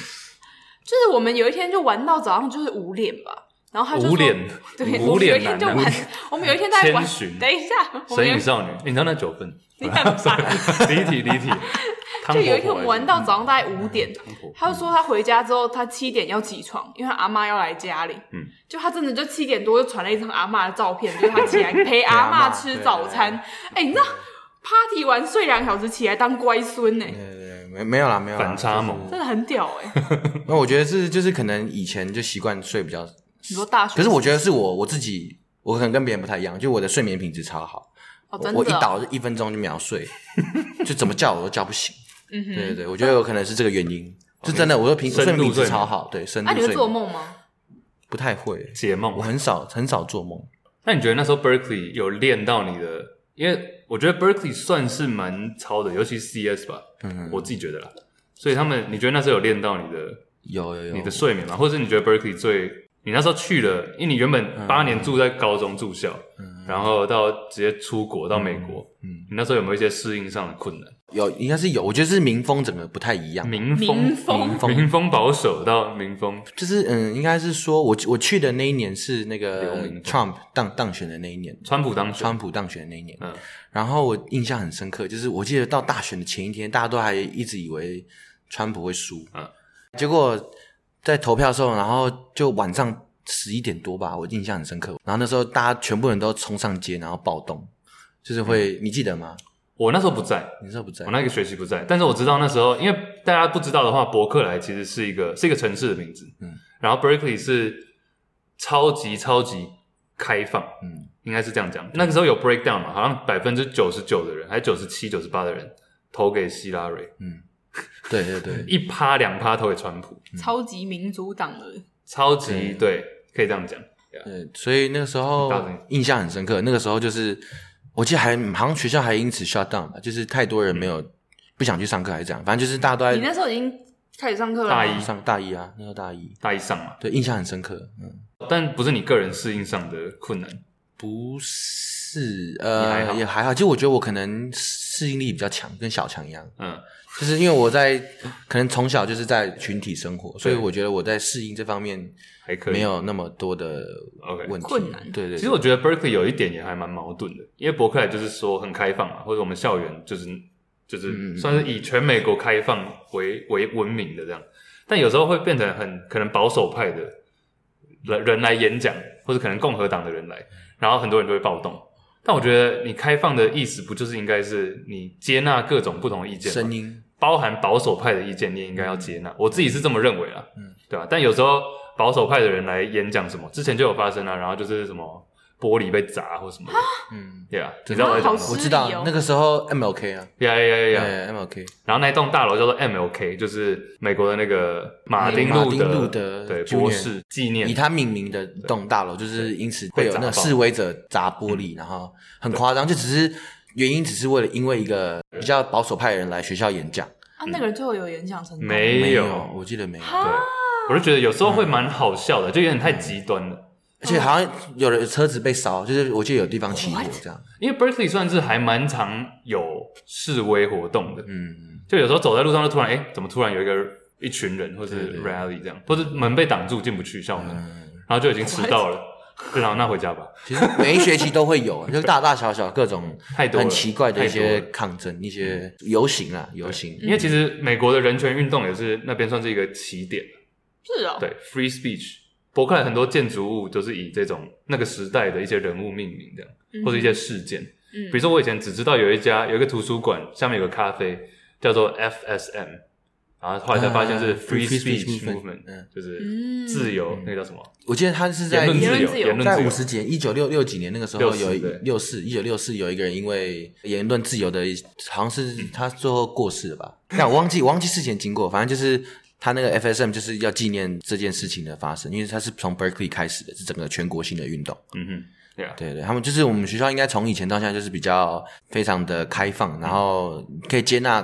Speaker 2: 是我们有一天就玩到早上就是五点吧，然后她就说
Speaker 1: 无脸
Speaker 2: 对，
Speaker 1: 无
Speaker 2: 我们有
Speaker 1: 脸
Speaker 2: 一天
Speaker 1: 男
Speaker 2: 就
Speaker 1: 啊
Speaker 2: 玩，， 我们有一天在玩
Speaker 1: 千寻，
Speaker 2: 等一下，我们
Speaker 1: 神
Speaker 2: 有
Speaker 1: 隐少女，你知道那九 份？
Speaker 2: 你很烦。
Speaker 1: 离题离题，汤婆
Speaker 2: 就有一天
Speaker 1: 婆
Speaker 2: 我们玩到早上大概五点，
Speaker 1: 汤婆婆
Speaker 2: 他就说他回家之后，他七点要起床，因为他阿妈要来家里。
Speaker 1: 嗯
Speaker 2: 就他真的就七点多就传了一张阿妈的照片，就是他起来陪阿
Speaker 3: 阿
Speaker 2: 妈
Speaker 3: 嬷
Speaker 2: 吃
Speaker 3: 对
Speaker 2: 早餐。哎、你知道 party 完睡两小时起来当乖孙呢、
Speaker 3: 对对对，没没有啦，没有啦
Speaker 1: 反差萌
Speaker 2: 真的很屌哎、
Speaker 3: 就是那我觉得是就是可能以前就习惯睡比较，
Speaker 2: 你说大学，
Speaker 3: 可是我觉得是我我自己，我可能跟别人不太一样，就我的睡眠品质超好，
Speaker 2: 哦，
Speaker 3: 我
Speaker 2: 真
Speaker 3: 我一
Speaker 2: 的哦、
Speaker 3: 倒就一分钟就秒睡，就怎么叫我都叫不醒。
Speaker 2: 嗯
Speaker 3: 对对
Speaker 2: 哼。
Speaker 3: 对，我觉得有可能是这个原因，就真的，我说平睡
Speaker 1: 深
Speaker 3: 眠
Speaker 1: 度
Speaker 3: 品质
Speaker 1: 睡眠
Speaker 3: 超好，对，深
Speaker 2: 那、啊
Speaker 3: 度
Speaker 2: 你
Speaker 3: 睡
Speaker 2: 会做
Speaker 3: 眠
Speaker 2: 梦吗？
Speaker 3: 不太会，
Speaker 1: 解梦
Speaker 3: 我。很少很少做梦。
Speaker 1: 那你觉得那时候 Berkeley 有练到你的？因为我觉得 Berkeley 算是蛮超的，尤其 CS 吧，
Speaker 3: 嗯
Speaker 1: 我自己觉得啦。所以他们，你觉得那时候有练到你的
Speaker 3: 有有有，
Speaker 1: 你的睡眠吗？或者是你觉得 Berkeley 最，你那时候去了，因为你原
Speaker 3: 嗯
Speaker 1: 本八年住在高中住校，然后到直接出国到美国，
Speaker 3: 嗯
Speaker 1: 你那时候有没有一些适应上的困难？
Speaker 3: 有应该是有，我觉得是民风整个不太一样，
Speaker 1: 民风，
Speaker 2: 民风
Speaker 1: 嗯
Speaker 3: 风
Speaker 1: 民风保守到民风，
Speaker 3: 就是嗯，应该是说我我去的那一年是那
Speaker 1: 流
Speaker 3: 个
Speaker 1: 民风
Speaker 3: Trump 当当选的那一年，
Speaker 1: 川普当选
Speaker 3: 川，普当选的那一年，
Speaker 1: 嗯，
Speaker 3: 然后我印象很深刻，就是我记得到大选的前一天，大家都还一直以为川普会输，
Speaker 1: 嗯
Speaker 3: 结果在投票的时候，然后就晚上十一点多吧，我印象很深刻，然后那时候大家全部人都冲上街，然后暴动，就是会，
Speaker 1: 嗯
Speaker 3: 你记得吗？
Speaker 1: 我那时候不在，
Speaker 3: 你那时候不在
Speaker 1: 我，哦那个学期不在，但是我知道那时候，因为大家不知道的话，伯克莱其实是一个是一个城市的名字，
Speaker 3: 嗯
Speaker 1: 然后 Berkeley 是超级超级开放，
Speaker 3: 嗯，
Speaker 1: 应该是这样讲。那个时候有 breakdown 嘛，好像百分之九十九的人，还九十七、九十八的人投给希拉蕊，
Speaker 3: 对对对，
Speaker 1: 一趴两趴投给川普，
Speaker 2: 超级民主党的，
Speaker 1: 超级
Speaker 3: 嗯
Speaker 1: 对，可以这样讲。
Speaker 3: 对，所以那个时候
Speaker 1: 大声
Speaker 3: 印象很深刻。那个时候就是，我记得还好像学校还因此 shut down 吧，就是太多人没有、
Speaker 1: 嗯
Speaker 3: 不想去上课，还是这样，反正就是大家都
Speaker 2: 你那
Speaker 3: 在
Speaker 2: 时候已经开始上课了吗，
Speaker 1: 大一
Speaker 3: 上呃大一啊，那时候大一，
Speaker 1: 大一上嘛，
Speaker 3: 对，印象很深刻。嗯，
Speaker 1: 但不是你个人适应上的困难，
Speaker 3: 不是，
Speaker 1: 也还
Speaker 3: 呃，
Speaker 1: 好
Speaker 3: 也还好，就我觉得我可能适应力比较强，跟小强一样，
Speaker 1: 嗯，
Speaker 3: 就是因为我在可能从小就是在群体生活，所以我觉得我在适应这方面
Speaker 1: 还可以。
Speaker 3: 没有那么多的
Speaker 1: OK
Speaker 3: 问题
Speaker 2: 困难
Speaker 3: 对对，对
Speaker 1: 其实我觉得 Berkeley 有一点也还蛮矛盾的，因为伯克莱就是说很开放嘛，或者我们校园就是就
Speaker 3: 嗯嗯
Speaker 1: 是
Speaker 3: 嗯
Speaker 1: 算是以全美国开放为为闻名的这样，但有时候会变成很可能保守派的人人来演讲，或者可能共和党的人来，然后很多人就会暴动。但我觉得你开放的意思不就是应该是你接纳各种不同的意见吗？
Speaker 3: 声音，
Speaker 1: 包含保守派的意见，你也应该要接纳。我自己是这么认为啊，
Speaker 3: 嗯
Speaker 1: 对吧、但有时候保守派的人来演讲什么，之前就有发生啊，然后就是什么玻璃被砸或什么的，
Speaker 3: 嗯，
Speaker 1: 对啊，你知道我在讲
Speaker 2: 好
Speaker 1: 什
Speaker 2: 失
Speaker 1: 么
Speaker 3: 我
Speaker 2: 礼
Speaker 3: 知道
Speaker 2: 哦
Speaker 3: 那个时候 MLK 啊。
Speaker 1: 呀呀呀呀！
Speaker 3: 对 MLK
Speaker 1: 然后那一栋大楼叫做 MLK，就是美国的那个马丁
Speaker 3: 马
Speaker 1: 路
Speaker 3: 丁
Speaker 1: 德
Speaker 3: 路德
Speaker 1: 对
Speaker 3: Junior
Speaker 1: 博士纪念
Speaker 3: 以他命名的栋大楼，就是因此会有那
Speaker 1: 被
Speaker 3: 个
Speaker 1: 砸爆
Speaker 3: 示威者砸玻璃，然后很夸张，就只是原因只是为了因为一个比较保守派的人来学校演讲，
Speaker 2: 啊，那个人最后有演讲成功，
Speaker 1: 没有
Speaker 3: 有，我记得没有，
Speaker 2: 哈，
Speaker 1: 我就觉得有时候会蛮好笑的，就有点
Speaker 3: 嗯
Speaker 1: 太极端了。
Speaker 3: 而且好像有的车子被烧，就是我记得有地方起火
Speaker 2: What？
Speaker 3: 这样，
Speaker 1: 因为 Berkeley 算是还蛮常有示威活动的，
Speaker 3: 嗯，
Speaker 1: 就有时候走在路上就突然，哎、怎么突然有一个一群人，或
Speaker 3: 对
Speaker 1: 是
Speaker 3: 对
Speaker 1: rally 这样，或者门被挡住进不去校门，
Speaker 3: 嗯
Speaker 1: 然后就已经迟到 了，就然后那回家吧，
Speaker 3: 其实每一学期都 会有，就是大大小小各种
Speaker 1: 太多了，
Speaker 3: 很奇怪的一
Speaker 1: 太多
Speaker 3: 些
Speaker 1: 了嗯
Speaker 3: 抗争、一些游行啊，游行，
Speaker 1: 因为其实美国的人权运动也是那边算是一个起点，
Speaker 2: 是
Speaker 3: 嗯
Speaker 2: 哦，
Speaker 1: 对，free speech。伯克莱很多建筑物都是以这种那个时代的一些人物命名这样，
Speaker 2: 嗯
Speaker 1: 或者一些事件。比
Speaker 2: 嗯
Speaker 1: 如说我以前只知道有一家有一个图书馆，下面有个咖啡叫做 FSM，然后后来才发现是
Speaker 3: 啊
Speaker 1: free
Speaker 3: free speech
Speaker 1: speech
Speaker 3: movement，
Speaker 1: movement，
Speaker 3: 嗯
Speaker 1: 就是自由，那个叫什么？
Speaker 3: 我记得他是在
Speaker 1: 言论自
Speaker 2: 言论
Speaker 1: 由，
Speaker 2: 自由
Speaker 1: 言
Speaker 3: 在
Speaker 1: 论
Speaker 3: 五
Speaker 1: 自
Speaker 3: 十
Speaker 1: 由，
Speaker 3: 几年，一九六六几年那个时候
Speaker 1: 60
Speaker 3: 有
Speaker 1: 对
Speaker 3: 六四，一九六四有一个人因为言论自由的一，好像
Speaker 1: 嗯
Speaker 3: 是他最后过世了吧？但我忘记我忘记事情经过，反正就是他那个 FSM 就是要纪念这件事情的发生，因为他是从 Berkeley 开始的，是整个全国性的运动。
Speaker 1: 嗯哼，对啊，
Speaker 3: 对对，他们就是我们学校应该从以前到现在就是比较非常的开放，然后可以接纳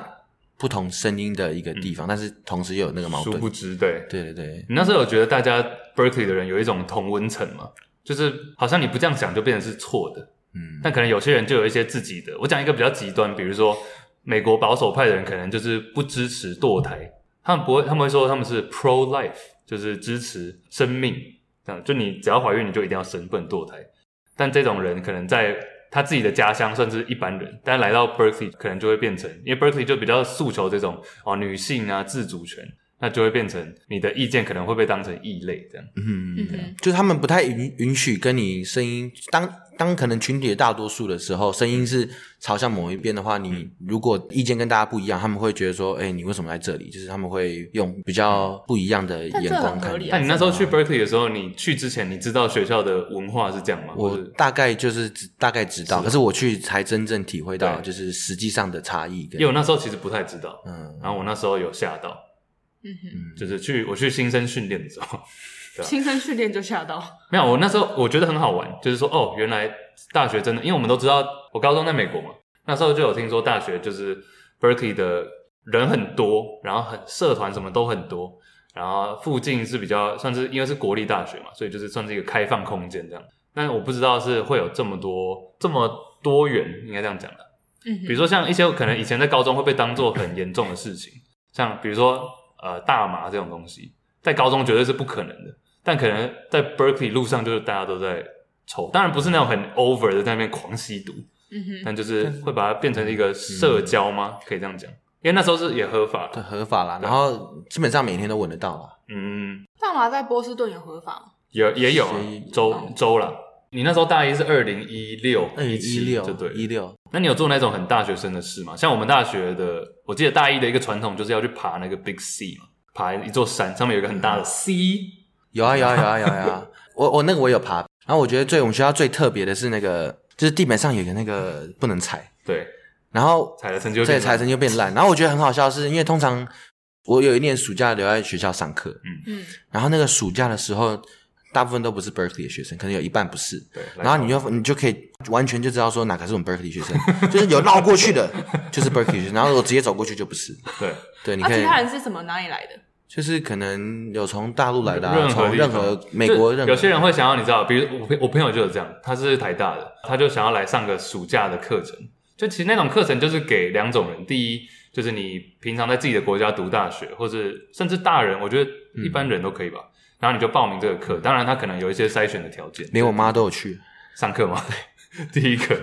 Speaker 3: 不同声音的一个地方，但是同时又有那个矛
Speaker 1: 嗯殊
Speaker 3: 盾
Speaker 1: 不。知，对，
Speaker 3: 对对对，
Speaker 1: 你那时候有觉得大家 Berkeley 的人有一种同温层吗？就是好像你不这样想就变成是错的，
Speaker 3: 嗯，
Speaker 1: 但可能有些人就有一些自己的。我讲一个比较极端，比如说美国保守派的人可能就是不支持堕胎，他们不会，他们会说他们是 pro life，就是支持生命，这样就你只要怀孕你就一定要生，不能堕胎。但这种人可能在他自己的家乡算是一般人，但来到 Berkeley 可能就会变成，因为 Berkeley 就比较诉求这种哦女性啊自主权，那就会变成你的意见可能会被当成异类这样。
Speaker 3: 嗯
Speaker 2: 嗯哼，
Speaker 3: 就是他们不太允允许跟你声音当当可能群体的大多数的时候，声音是朝向某一边的话，你如果意见跟大家不一样，他们会觉得说，哎、你为什么来这里？就是他们会用比较不一样的
Speaker 2: 但
Speaker 3: 眼
Speaker 2: 这
Speaker 3: 光
Speaker 2: 很
Speaker 3: 看
Speaker 2: 合
Speaker 3: 你
Speaker 2: 理。
Speaker 1: 那
Speaker 2: 啊，
Speaker 1: 你那时候去 Berkeley 的时候，你去之前你知道学校的文化是这样吗？或
Speaker 3: 我
Speaker 1: 是
Speaker 3: 大概就是只大概知道，可是我去才真正体会到，
Speaker 1: 对
Speaker 3: 就是实际上的差异跟
Speaker 1: 因为我那时候其实不太知道，
Speaker 3: 嗯，
Speaker 1: 然后我那时候有吓到，
Speaker 2: 嗯哼，
Speaker 1: 就是去我去新生训练的时候，
Speaker 2: 新生训练就吓到，
Speaker 1: 没有，我那时候我觉得很好玩，就是说哦，原来大学真的，因为我们都知道，我高中在美国嘛，那时候就有听说大学就是 Berkeley 的人很多，然后很社团什么都很多，然后附近是比较算是因为是国立大学嘛，所以就是算是一个开放空间这样。但我不知道是会有这么多这么多元，应该这样讲的。
Speaker 2: 嗯
Speaker 1: 比如
Speaker 2: 哼，
Speaker 1: 说像一些可能以前在高中会被当做很严重的事情，像比如说呃大麻这种东西，在高中绝对是不可能的，但可能在 Berkeley 路上就是大家都在抽，当然不是那种很 over 的在那边狂吸毒，
Speaker 2: 嗯哼，
Speaker 1: 但就是会把它变成一个社交吗？可以这样讲，因为那时候是也合法的，
Speaker 3: 对合法啦，然后基本上每天都闻得到啦。
Speaker 1: 嗯，
Speaker 2: 大麻在波士顿有合法吗？
Speaker 1: 也也有啊
Speaker 3: 所以
Speaker 1: 州州啦。你那时候大一是二零一六，
Speaker 3: 二零一
Speaker 1: 就
Speaker 3: 六
Speaker 1: 对，
Speaker 3: 一六，
Speaker 1: 那你有做那种很大学生的事吗？像我们大学的，我记得大一的一个传统就是要去爬那个 Big C 嘛，爬一座山，上面有一个很大的 C，
Speaker 3: 嗯有啊有啊有啊有啊有啊，我我那个我有爬，然后我觉得最我们学校最特别的是那个，就是地板上有一个那个不能踩，
Speaker 1: 对，
Speaker 3: 然后
Speaker 1: 踩了成就
Speaker 3: 这
Speaker 1: 变
Speaker 3: 个
Speaker 1: 大
Speaker 3: 踩成就变烂。然后我觉得很好笑的是，因为通常我有一年暑假留在学校上课，
Speaker 2: 嗯，
Speaker 3: 然后那个暑假的时候，大部分都不是 Berkeley 的学生，可能有一半不是。
Speaker 1: 对，来
Speaker 3: 然后你就你就可以完全就知道说哪个是我们 Berkeley 学生，就是有绕过去的，就是 Berkeley 学生，然后我直接走过去就不是。
Speaker 1: 对，
Speaker 3: 对，你
Speaker 2: 啊，
Speaker 3: 可
Speaker 2: 其
Speaker 3: 以
Speaker 2: 他人是怎么哪里来的？
Speaker 3: 就是可能有从大陆来的、啊，
Speaker 1: 任何
Speaker 3: 从
Speaker 1: 地方
Speaker 3: 任何美国
Speaker 1: 就
Speaker 3: 任何
Speaker 1: 有些人会想要你知道，比如我朋我朋友就是这样，他是台大的，他就想要来上个暑假的课程。就其实那种课程就是给两种人，第一就是你平常在自己的国家读大学，或者甚至大人，我觉得一
Speaker 3: 嗯
Speaker 1: 般人都可以吧。然后你就报名这个课，当然他可能有一些筛选的条件，
Speaker 3: 连我妈都有去，
Speaker 1: 上课吗？ 第一个，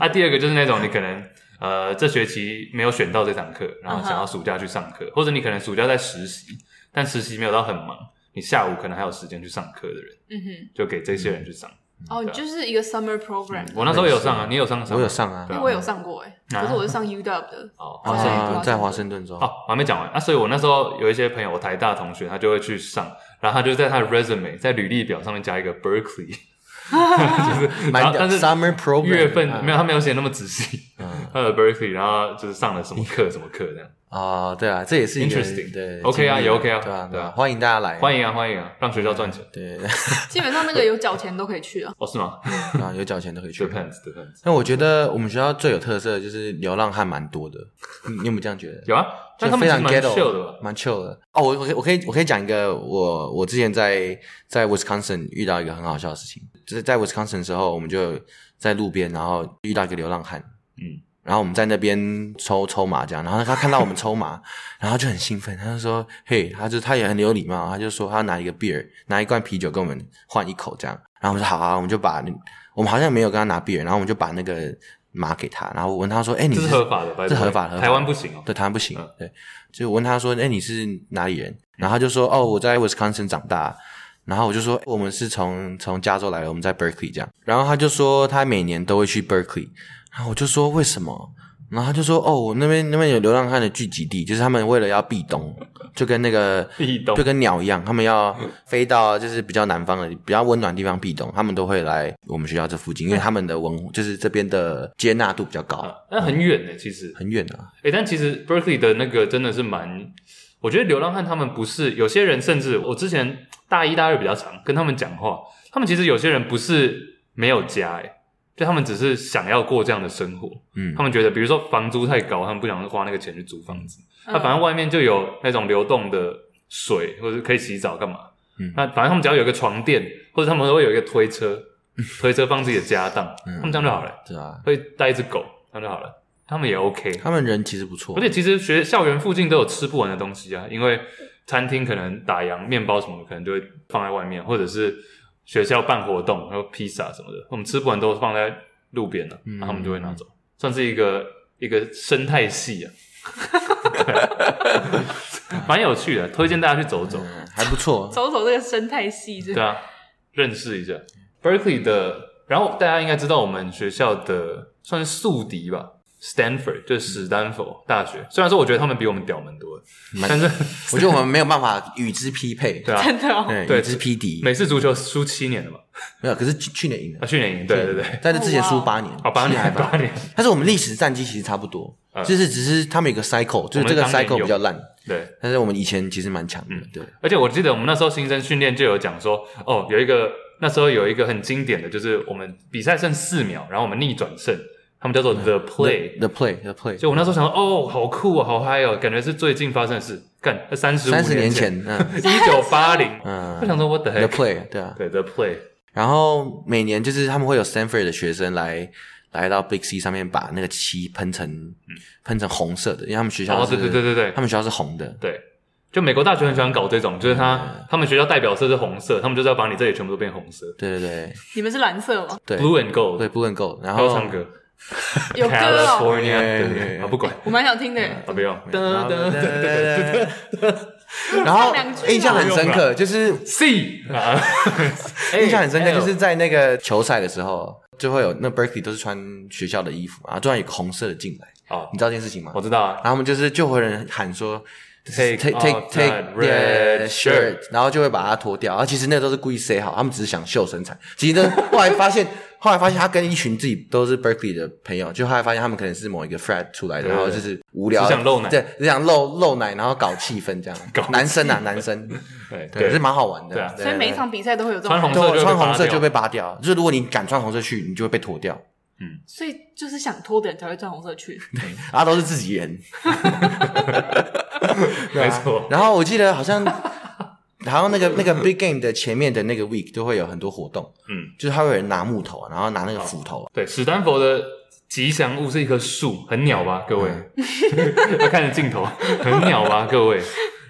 Speaker 1: 啊，第二个就是那种你可能呃这学期没有选到这堂课，然后想
Speaker 3: 嗯
Speaker 1: 要暑假去上课，或者你可能暑假在实习，但实习没有到很忙，你下午可能还有时间去上课的人，
Speaker 2: 嗯哼，
Speaker 1: 就给这些人去上。
Speaker 2: 哦，就是一个 summer program，
Speaker 1: 啊我那时候也有上啊，你有上上？
Speaker 3: 嗯我有上啊
Speaker 1: 对
Speaker 2: 因为我有上过哎，
Speaker 1: 啊
Speaker 2: 可是我是上 UW 的，
Speaker 1: 哦，
Speaker 2: 华盛顿
Speaker 3: 啊
Speaker 2: 州
Speaker 3: 在华盛顿州。
Speaker 1: 哦，我还没讲完啊，所以我那时候有一些朋友，我台大同学，他就会去上，然后他就在他的 resume 在履历表上面加一个 Berkeley，就是然
Speaker 3: 蛮
Speaker 1: 后
Speaker 3: 屌
Speaker 1: 但是
Speaker 3: summer program
Speaker 1: 月份
Speaker 3: 啊
Speaker 1: 没有，他没有写那么仔细。
Speaker 3: 嗯
Speaker 1: 他的 Berkeley，然后就是上了什么 课什么课这样，
Speaker 3: 啊，对啊，这也是一个
Speaker 1: Interesting
Speaker 3: 对
Speaker 1: OK 啊
Speaker 3: 经历
Speaker 1: 也 OK 啊
Speaker 3: 对啊对
Speaker 1: 对
Speaker 3: 啊，
Speaker 1: 啊
Speaker 3: 欢迎大家来，
Speaker 1: 欢
Speaker 3: 迎
Speaker 1: 迎啊欢迎啊，让学校赚 钱
Speaker 3: 对
Speaker 2: 基本上那个有缴钱都可以 去啊。
Speaker 1: 哦是吗
Speaker 3: 啊，有缴钱都可以去。
Speaker 1: ？Depends depends，
Speaker 3: 那我觉得我们学校最有特色的就是流浪汉蛮多的，你你有没有这样觉得？
Speaker 1: 有啊，但他
Speaker 3: 就
Speaker 1: 们
Speaker 3: 非
Speaker 1: 其
Speaker 3: 常
Speaker 1: 实蛮
Speaker 3: ghetto
Speaker 1: chill 的吧？
Speaker 3: 蛮 chill 的。哦，我我可以我可以我可以讲一个我我之前在在 Wisconsin 遇到一个很好笑的事情，就是在 Wisconsin 的时候，我们就在路边，然后遇到一个流浪汉，
Speaker 1: 嗯，
Speaker 3: 然后我们在那边抽抽麻将，然后他看到我们抽麻， 然后就很兴奋，他就说：“嘿，他就他也很有礼貌，他就说他拿一个 beer，拿一罐啤酒跟我们换一口这样。”然后我们说：“好啊，我们就把我们好像没有跟他拿 beer，然后我们就把那个麻给他，然后我问他说：‘哎、你
Speaker 1: 这
Speaker 3: 是
Speaker 1: 是合法的，by the way
Speaker 3: 这合法的合法的
Speaker 1: 台湾不行哦。
Speaker 3: 对，台湾不行。
Speaker 1: 嗯
Speaker 3: 对，就我问他说：“哎、你是哪里人？”然后他就说：“哦，我在 Wisconsin 长大。”然后我就说：“我们是从从加州来的，我们在 Berkeley 这样。”然后他就说他每年都会去 Berkeley。然后我就说：“为什么？”然后他就说：“哦，我那边那边有流浪汉的聚集地，就是他们为了要避冬，就跟那个
Speaker 1: 壁咚
Speaker 3: 就跟鸟一样，他们要飞到就是比较南方的、比较温暖的地方避冬，他们都会来我们学校这附近，因为他们的文就是这边的接纳度比较高，
Speaker 1: 啊，但很远呢，其实
Speaker 3: 很远啊。
Speaker 1: 诶，但其实 Berkeley 的那个真的是蛮，我觉得流浪汉他们不是有些人，甚至我之前大一大二比较常跟他们讲话，他们其实有些人不是没有家，诶，就他们只是想要过这样的生活，
Speaker 3: 嗯
Speaker 1: 他们觉得比如说房租太高，他们不想花那个钱去租房子，那、
Speaker 2: 嗯。
Speaker 1: 啊反正外面就有那种流动的水，或者可以洗澡干嘛，
Speaker 3: 嗯
Speaker 1: 那反正他们只要有一个床垫，或者他们会有一个推 车，推车放自己的家当，
Speaker 3: 嗯
Speaker 1: 他们这样就好了，
Speaker 3: 对啊，
Speaker 1: 会带一只狗，这样就好了，他们也 OK，
Speaker 3: 他们人其实不错
Speaker 1: 而，且其实学校园附近都有吃不完的东西啊，因为餐厅可能打烊，面包什么的可能就会放在外面，或者是学校办活动，然后披萨什么的，我们吃不完都放在路边了、
Speaker 3: 嗯
Speaker 1: 然后他们就会拿走，算是一个一个生态 系啊，对蛮有趣的，推荐大家去走走。
Speaker 3: 嗯，还不错
Speaker 2: 走走这个生态系，这
Speaker 1: 对啊，认识一下 Berkeley 的。然后大家应该知道我们学校的算是宿敌吧，Stanford 就是史丹佛大学。虽然说我觉得他们比我们屌蛮多的，
Speaker 3: 蛮
Speaker 1: 但是
Speaker 3: 我觉得我们没有办法与之匹配，
Speaker 1: 对啊，
Speaker 2: 真的哦，
Speaker 3: 对，
Speaker 1: 对
Speaker 3: 与之匹敌，
Speaker 1: 美式足球输七年了嘛，
Speaker 3: 没有。可是去去年赢
Speaker 1: 啊，
Speaker 3: 了，
Speaker 1: 去年赢，对对对，
Speaker 3: 但是之前输
Speaker 2: 哦哇
Speaker 3: 八年，
Speaker 1: 啊，八
Speaker 3: 去还
Speaker 1: 年
Speaker 3: 八
Speaker 1: 八年，
Speaker 3: 但是我们历史战绩其实差不多，
Speaker 1: 嗯
Speaker 3: 就是只是他们有个 cycle，就是这个
Speaker 1: 我们当年
Speaker 3: cycle
Speaker 1: 有嗯
Speaker 3: 比较烂，
Speaker 1: 对。
Speaker 3: 但是我们以前其实蛮强的，对，
Speaker 1: 而且我记得我们那时候新生训练就有讲说，哦，有一个那时候有一个很经典的就是我们比赛剩四秒，然后我们逆转胜，他们叫
Speaker 3: 嗯
Speaker 1: 做 the play，
Speaker 3: the play the play，
Speaker 1: 就我那时候想说，哦，好酷哦，好嗨哦，感觉是最近发生的事。干，三十五
Speaker 3: 三十年
Speaker 1: 年，
Speaker 3: 前，嗯
Speaker 1: 一九八零，我想
Speaker 3: 嗯
Speaker 1: 说 what the
Speaker 3: ，the
Speaker 1: heck？
Speaker 3: play，对啊。
Speaker 1: 对，The Play，
Speaker 3: 然后每年就是他们会有 Stanford 的学生来来到 Big C 上面把那个漆喷成喷成红色的，因为他们学校
Speaker 1: 嗯哦，
Speaker 3: 是
Speaker 1: 对对对对对
Speaker 3: 他们学校是红的，
Speaker 1: 对，就美国大学很喜欢搞这种，就是
Speaker 3: 嗯
Speaker 1: 他他们学校代表色是红色，他们就是要把你这里全部都变红色
Speaker 3: 对对对
Speaker 2: 你们是蓝色吗？
Speaker 3: 对
Speaker 1: ，Blue and Gold，
Speaker 3: 对哦 Blue and Gold，然
Speaker 1: 还要
Speaker 3: 后
Speaker 1: 唱歌
Speaker 2: 有
Speaker 1: 啊
Speaker 2: 歌哦，
Speaker 1: ，California，对
Speaker 3: 对对
Speaker 1: 对
Speaker 3: 对
Speaker 1: 对，啊，不管，
Speaker 2: 我蛮想听的。欸
Speaker 1: 啊，不 用，
Speaker 3: 然
Speaker 1: 噔
Speaker 3: 后
Speaker 1: 噔噔噔
Speaker 3: 然后
Speaker 2: 唱两句啊
Speaker 3: 印象很深刻，就是
Speaker 1: ，C 啊，
Speaker 3: 印象很深刻，
Speaker 1: 哎
Speaker 3: 就是在那个球赛的时候，就会有那 Berkeley 都是穿学校的衣服，然后突然有个红色的进来，
Speaker 1: 哦，
Speaker 3: 你知道这件事情吗？
Speaker 1: 我知道啊，
Speaker 3: 然后我们就是就会有人喊说
Speaker 1: take
Speaker 3: take take
Speaker 1: off
Speaker 3: take
Speaker 1: that
Speaker 3: the
Speaker 1: red
Speaker 3: shirt，
Speaker 1: shirt
Speaker 3: 然后就会把它脱掉。啊，其实那都是故意塞好，他们只是想秀身材。其实呢后来发现，后来发现他跟一群自己都是 Berkeley 的朋友，就后来发现他们可能是某一个 frat 出来的，
Speaker 1: 对
Speaker 3: 然后就是无聊，
Speaker 1: 只想露奶
Speaker 3: 对，只想露露奶，然后搞气氛这样
Speaker 1: 搞气。氛
Speaker 3: 男生啊，男生，
Speaker 1: 对
Speaker 3: 对，是蛮好玩的。
Speaker 1: 对啊
Speaker 2: 所以每一场比赛都会有这
Speaker 1: 穿
Speaker 2: 种
Speaker 1: 红
Speaker 2: 人，
Speaker 1: 色就会
Speaker 3: 对穿
Speaker 1: 被
Speaker 3: 红色
Speaker 1: 拔掉
Speaker 3: 就被拔掉，就是如果你敢穿红色去，你就会被脱掉。
Speaker 2: 所以就是想脱的人才会穿红 色去。
Speaker 3: 然啊后都是自己人，对啊
Speaker 1: 没错
Speaker 3: 然后我记得好像， 好像那个那个 big game 的前面的那个 week 都会有很多活动，
Speaker 1: 嗯，哦
Speaker 3: 就是他会有人拿木头啊，然后拿那个斧头啊，
Speaker 1: 对，史丹佛的吉祥物是一棵树，很鸟
Speaker 3: 嗯
Speaker 1: 吧，各位？ 要看着镜头，很鸟 吧，各位？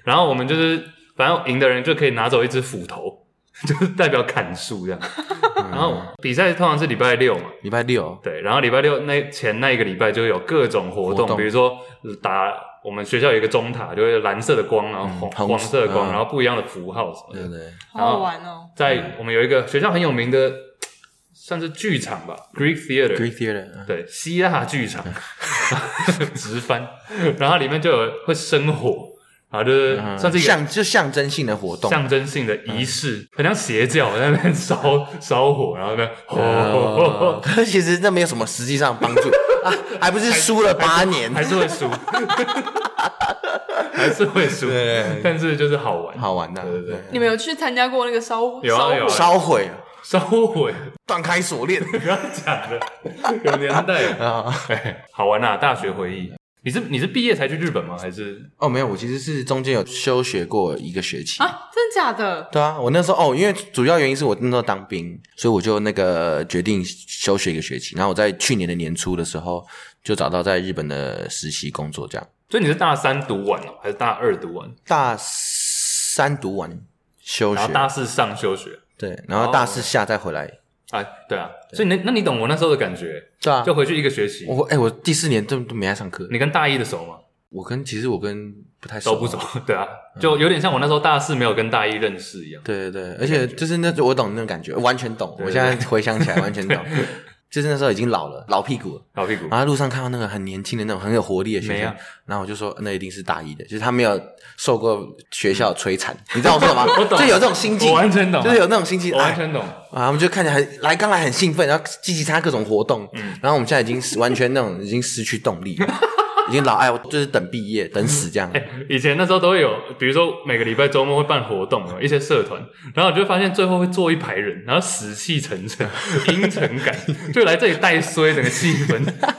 Speaker 1: 然后我们就是，反正赢的人就可以拿走一只斧头， 就是代表砍树这样。
Speaker 3: 嗯
Speaker 1: 然后比赛通常是礼拜六嘛，
Speaker 3: 礼拜六啊
Speaker 1: 对，然后礼拜六那前那一个礼拜就有各种活
Speaker 3: 活
Speaker 1: 动，
Speaker 3: 动
Speaker 1: 比如说呃打我们学校有一个钟塔，就会有蓝色的光，然后
Speaker 3: 嗯
Speaker 1: 红、
Speaker 3: 红
Speaker 1: 黄色的光，
Speaker 3: 嗯
Speaker 1: 然后不一样的符号什么
Speaker 3: 对
Speaker 1: 的
Speaker 3: 不。对？
Speaker 2: 好好玩哦！
Speaker 1: 在我们有一个学校很有名的，算是剧场吧，Greek Theater，
Speaker 3: Greek Theater 嗯
Speaker 1: 对，希腊剧场 直翻，然后它里面就有会生火，然后就是
Speaker 3: 嗯
Speaker 1: 算是一个
Speaker 3: 象就嗯象征性的活动，
Speaker 1: 象征性的仪式，很像邪教在那边烧烧火，然后呢，
Speaker 3: 哦
Speaker 1: 哦，，
Speaker 3: 可是其实那没有什么实际上 帮助啊，还不是输了八年，
Speaker 1: 还是会输， 还是会输
Speaker 3: 对，
Speaker 1: 但是就是好玩，
Speaker 3: 好玩的，
Speaker 1: 对对对
Speaker 2: 你们有去参加过那个烧
Speaker 1: 有
Speaker 2: 烧
Speaker 1: 啊有
Speaker 3: 对
Speaker 1: 啊，
Speaker 3: 烧毁了
Speaker 1: 烧火，
Speaker 3: 断开锁 链
Speaker 1: 不要讲了， 有年代，
Speaker 3: 啊。
Speaker 1: 哎好玩啊，大学回忆。你是你是毕业才去日本吗？还是
Speaker 3: 哦，没有，我其实是中间有休学过一个学期。
Speaker 2: 啊？真的假的？
Speaker 3: 对啊，我那时候哦，因为主要原因是我那时候当兵，所以我就那个决定休学一个学期。然后我在去年的年初的时候，就找到在日本的实习工作，这样
Speaker 1: 所以你是大三读完哦，还是大二读完？
Speaker 3: 大三读完休
Speaker 1: 然
Speaker 3: 学
Speaker 1: 后，大四上休学
Speaker 3: 对，然后大四下再回来。
Speaker 1: 啊，对啊，所以那那你懂我那时候的感觉，
Speaker 3: 对啊，
Speaker 1: 就回去一个学期，
Speaker 3: 我哎、我第四年都都没来上课。
Speaker 1: 你跟大一的熟吗？
Speaker 3: 我跟其实我跟不太熟，
Speaker 1: 都不熟，对啊，就有点像我那时候大四没有跟大一认识一样。
Speaker 3: 对对对，而且就是那我懂那种感觉，完全懂。
Speaker 1: 对
Speaker 3: 我
Speaker 1: 对
Speaker 3: 现在回想起来完 全懂，就是那时候已经老了，老屁股了。
Speaker 1: 老屁股，
Speaker 3: 然后在路上看到那个很年轻的那种很有活力的学
Speaker 1: 没
Speaker 3: 生
Speaker 1: 啊，
Speaker 3: 然后我就说那一定是大一的，就是他没有受过学校摧残，你知道我说什么吗？
Speaker 1: 嗯 我懂
Speaker 3: 就有这种心境，
Speaker 1: 我完全懂
Speaker 3: 就是有那种心境，
Speaker 1: 我完
Speaker 3: 哎，
Speaker 1: 全懂，
Speaker 3: 啊，我们就看起来很来，刚来很兴奋，然后积极参加各种活动，
Speaker 1: 嗯
Speaker 3: 然后我们现在已经失完全那种已经失去动力了，已经老哎，我就是等毕业等死这样，
Speaker 1: 以前那时候都会有，比如说每个礼拜周末会办活动，一些社团，然后你就发现最后会坐一排人，然后死气沉 沉，阴沉感，就来这里带衰整个气 氛，